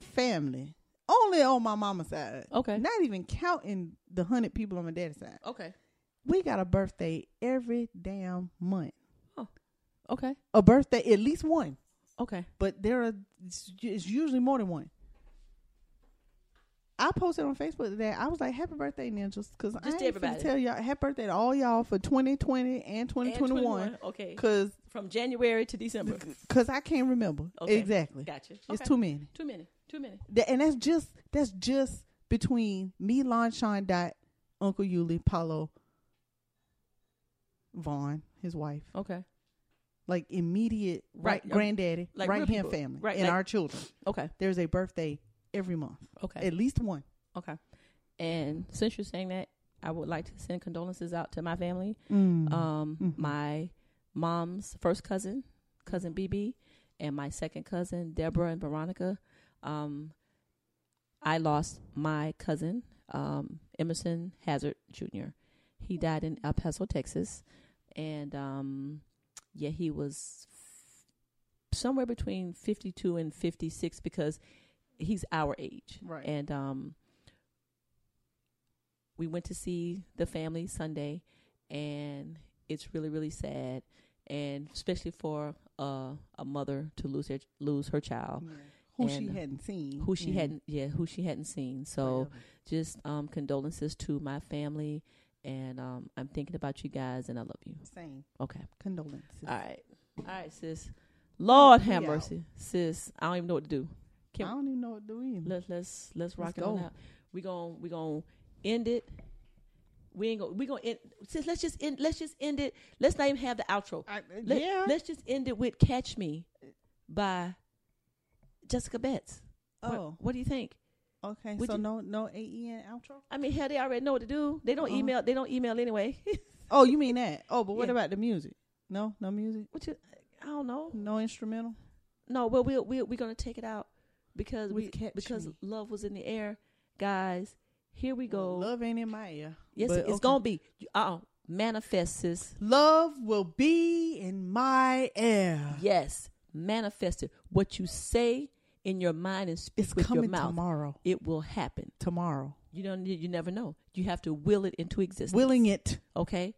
Speaker 3: family, only on my mama's side.
Speaker 4: Oh, Okay.
Speaker 3: Not even counting the hundred people on my daddy's side.
Speaker 4: okay,
Speaker 3: We got a birthday every damn month.
Speaker 4: okay,
Speaker 3: A birthday, at least one.
Speaker 4: okay.
Speaker 3: but there are it's it's usually more than one. I posted on Facebook today. I was like, "Happy birthday, ninjas!" Because I
Speaker 4: Just
Speaker 3: ain't
Speaker 4: to everybody.
Speaker 3: finna tell y'all, happy birthday to all y'all for 2020 and 2021.
Speaker 4: 21, okay.
Speaker 3: because
Speaker 4: From January to December.
Speaker 3: because I can't remember
Speaker 4: Okay.
Speaker 3: exactly.
Speaker 4: Gotcha.
Speaker 3: It's
Speaker 4: Okay.
Speaker 3: too many,
Speaker 4: Two minutes. Two minutes.
Speaker 3: Th- and that's just that's just between me, Lon, Sean, Dot, Uncle Yuli, Paulo, Vaughn, his wife,
Speaker 4: Okay.
Speaker 3: like immediate right,
Speaker 4: Right, um,
Speaker 3: granddaddy,
Speaker 4: like real
Speaker 3: right hand
Speaker 4: people.
Speaker 3: family,
Speaker 4: Right,
Speaker 3: and
Speaker 4: like-
Speaker 3: our children.
Speaker 4: Okay.
Speaker 3: there's a birthday every month.
Speaker 4: Okay.
Speaker 3: At least one.
Speaker 4: Okay. And since you're saying that, I would like to send condolences out to my family.
Speaker 3: Mm-hmm. Mm.
Speaker 4: Um, my mom's first cousin, cousin BB, and my second cousin Deborah and Veronica. Um, I lost my cousin um, Emerson Hazard Jr. He died in El Paso, Texas, and um, yeah, he was somewhere between 52 and 56 because he's our age.
Speaker 3: Right.
Speaker 4: And um we went to see the family Sunday and it's really really sad and especially for uh, a mother to lose her lose her child
Speaker 3: Who she
Speaker 4: Oh. And
Speaker 3: hadn't seen.
Speaker 4: who she
Speaker 3: in
Speaker 4: hadn't yeah who she hadn't seen so just um condolences to my family and um I'm thinking about you guys and I love you
Speaker 3: Same.
Speaker 4: okay
Speaker 3: Condolences.
Speaker 4: all right all right sis lord have
Speaker 3: We out.
Speaker 4: mercy sis I don't even know what to do
Speaker 3: I don't even know what to do either.
Speaker 4: Let's let's let's rock
Speaker 3: Let's
Speaker 4: it on
Speaker 3: go.
Speaker 4: out. We gon' we gon' end it. We ain't gonna we gonna end. Since let's just end. Let's just end it. Let's not even have the outro.
Speaker 3: I-
Speaker 4: Let,
Speaker 3: yeah.
Speaker 4: Let's just end it with "Catch Me" by Jessica Betts. What-
Speaker 3: Oh.
Speaker 4: what, do you think?
Speaker 3: Okay,
Speaker 4: Would
Speaker 3: so
Speaker 4: you-
Speaker 3: no no AEN outro?
Speaker 4: I mean, hell, they already know what to do. They don't
Speaker 3: Uh-uh.
Speaker 4: email. They don't email anyway.
Speaker 3: Oh, you mean that. Oh, but what
Speaker 4: Yeah.
Speaker 3: about the music? No, no music?
Speaker 4: what you? I don't know.
Speaker 3: No instrumental?
Speaker 4: No, well, we we we're gonna take it out because
Speaker 3: With
Speaker 4: we
Speaker 3: Catch
Speaker 4: because
Speaker 3: Me.
Speaker 4: love was in the air, guys. Here we go.
Speaker 3: Love ain't in my ear.
Speaker 4: yes,
Speaker 3: but
Speaker 4: it's
Speaker 3: okay.
Speaker 4: gonna be. Uh, uh manifest, sis.
Speaker 3: Love will be in my air.
Speaker 4: Yes, manifest it. What you say in your mind and speak
Speaker 3: It's
Speaker 4: with your
Speaker 3: coming
Speaker 4: mouth,
Speaker 3: tomorrow.
Speaker 4: it will happen.
Speaker 3: Tomorrow.
Speaker 4: You don't. You never know. You have to will it into existence.
Speaker 3: Willing it.
Speaker 4: okay,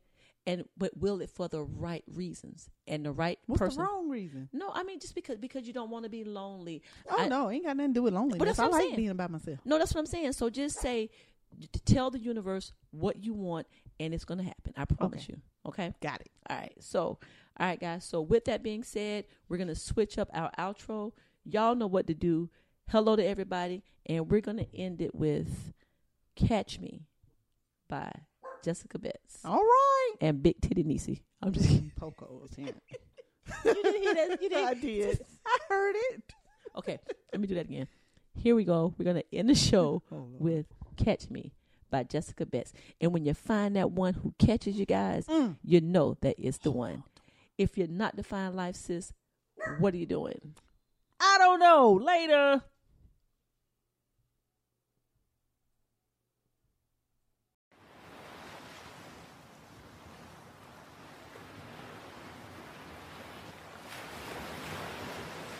Speaker 4: and but will it for the right reasons and the right
Speaker 3: What's
Speaker 4: person.
Speaker 3: the wrong reason?
Speaker 4: No, I mean just because because you don't want to be lonely.
Speaker 3: Oh
Speaker 4: I-
Speaker 3: no, ain't got nothing to do with loneliness.
Speaker 4: that's
Speaker 3: I
Speaker 4: what I'm
Speaker 3: like
Speaker 4: saying.
Speaker 3: being by myself.
Speaker 4: No, that's what I'm saying. So just say, t- tell the universe what you want, and it's gonna happen. I promise
Speaker 3: Okay.
Speaker 4: you. Okay.
Speaker 3: Got it.
Speaker 4: All right. So, all right, guys. So, with that being said, we're going to switch up our outro. Y'all know what to do. Hello to everybody. And we're going to end it with Catch Me by Jessica Betts
Speaker 3: All right.
Speaker 4: and Big Titty Nisi. I'm just kidding.
Speaker 3: Poco was in.
Speaker 4: You didn't hear that? You didn't?
Speaker 3: I did. I heard it.
Speaker 4: Okay. Let me do that again. Here we go. We're going to end the show
Speaker 3: Oh, Lord.
Speaker 4: with Catch Me by Jessica Betts. And when you find that one who catches you guys,
Speaker 3: Mm.
Speaker 4: you know that it's the one. If you're not defying life, sis, what are you doing?
Speaker 3: I don't know. Later.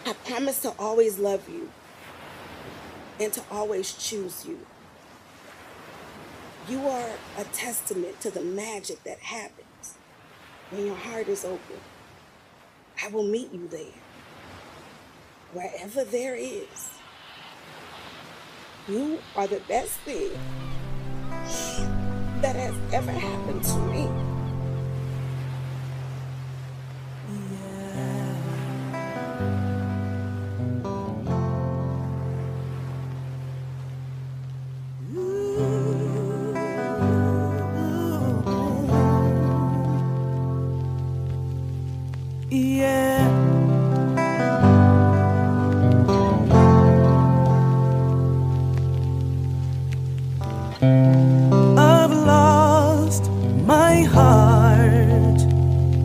Speaker 6: I promise to always love you and to always choose you. You are a testament to the magic that happens when your heart is open. I will meet you there. wherever there is. You are the best thing that has ever happened to me.
Speaker 3: Yeah. I've lost my heart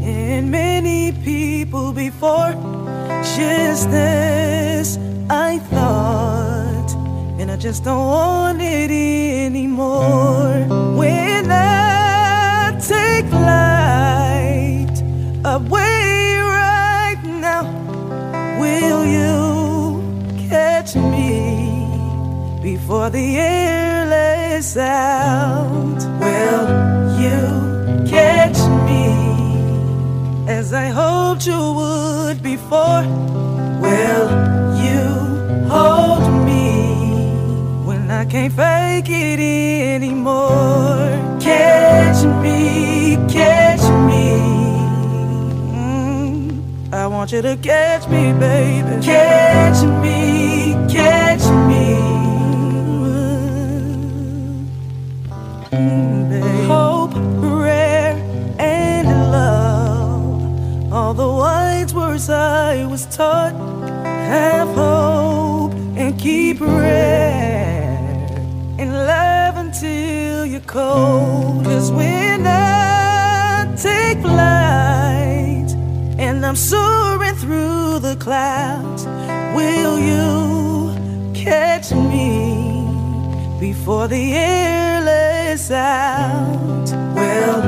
Speaker 3: in many people before. Just this I thought, and I just don't want it anymore. When I take light away right now, will you catch me? before the air is out. Will you catch me as I hoped you would before? Will you hold me when I can't fake it anymore? Catch me, catch me. Mm, I want you to catch me, baby. Catch me, catch me. Mm, babe. Hope, prayer, and love. All the wise words I was taught. Have hope and keep prayer in love until you're cold. Cause when I take flight and I'm soaring through the clouds, will you catch me before the air is out? Will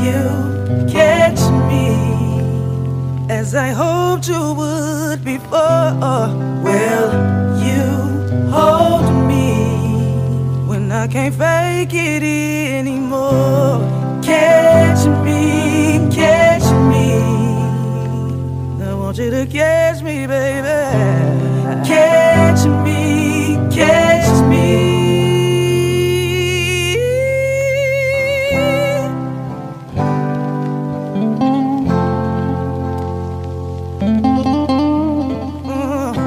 Speaker 3: you catch me as I hoped you would before? Will you hold me? when I can't fake it anymore. Catch me, catch me. I want you to catch me, baby. Catch me, catch me. Mm.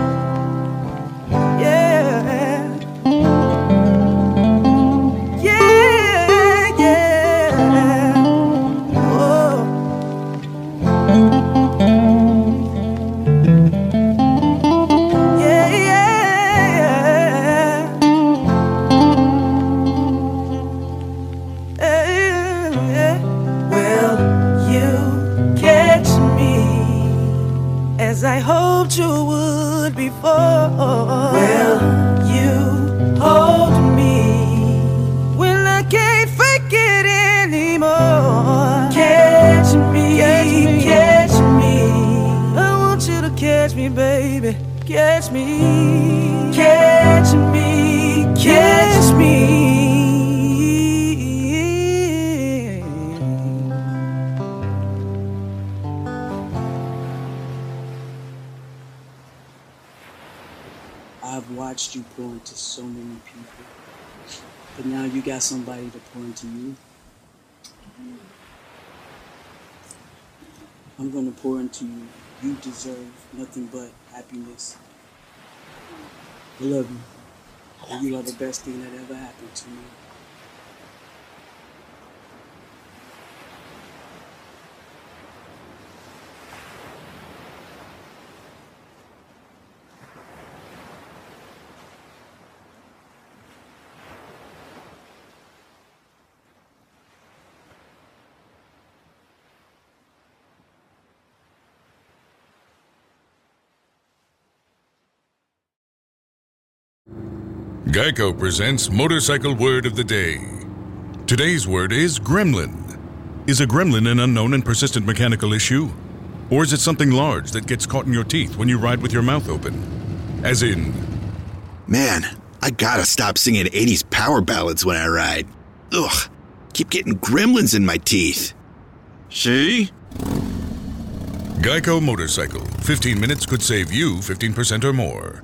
Speaker 3: Yeah. Oh. Yeah, yeah. Oh. Yeah, yeah, yeah. Eh, yeah. Will you catch me as I hoped you would before? Will you hold me? When I can't fake it anymore. Catch me, catch me, catch me. I want you to catch me, baby. Catch me, catch me, catch me.
Speaker 2: I've watched you pour into so many people, but now you got somebody to pour into you. I'm going to pour into you. You deserve nothing but happiness. I love you. You are the best thing that ever happened to me.
Speaker 1: Geico presents Motorcycle Word of the Day. Today's word is gremlin. Is a gremlin an unknown and persistent mechanical issue? Or is it something large that gets caught in your teeth when you ride with your mouth open? As in,
Speaker 8: Man, I gotta stop singing 80s power ballads when I ride. Ugh, keep getting gremlins in my teeth. See?
Speaker 1: Geico Motorcycle. 15 minutes could save you 15% or more.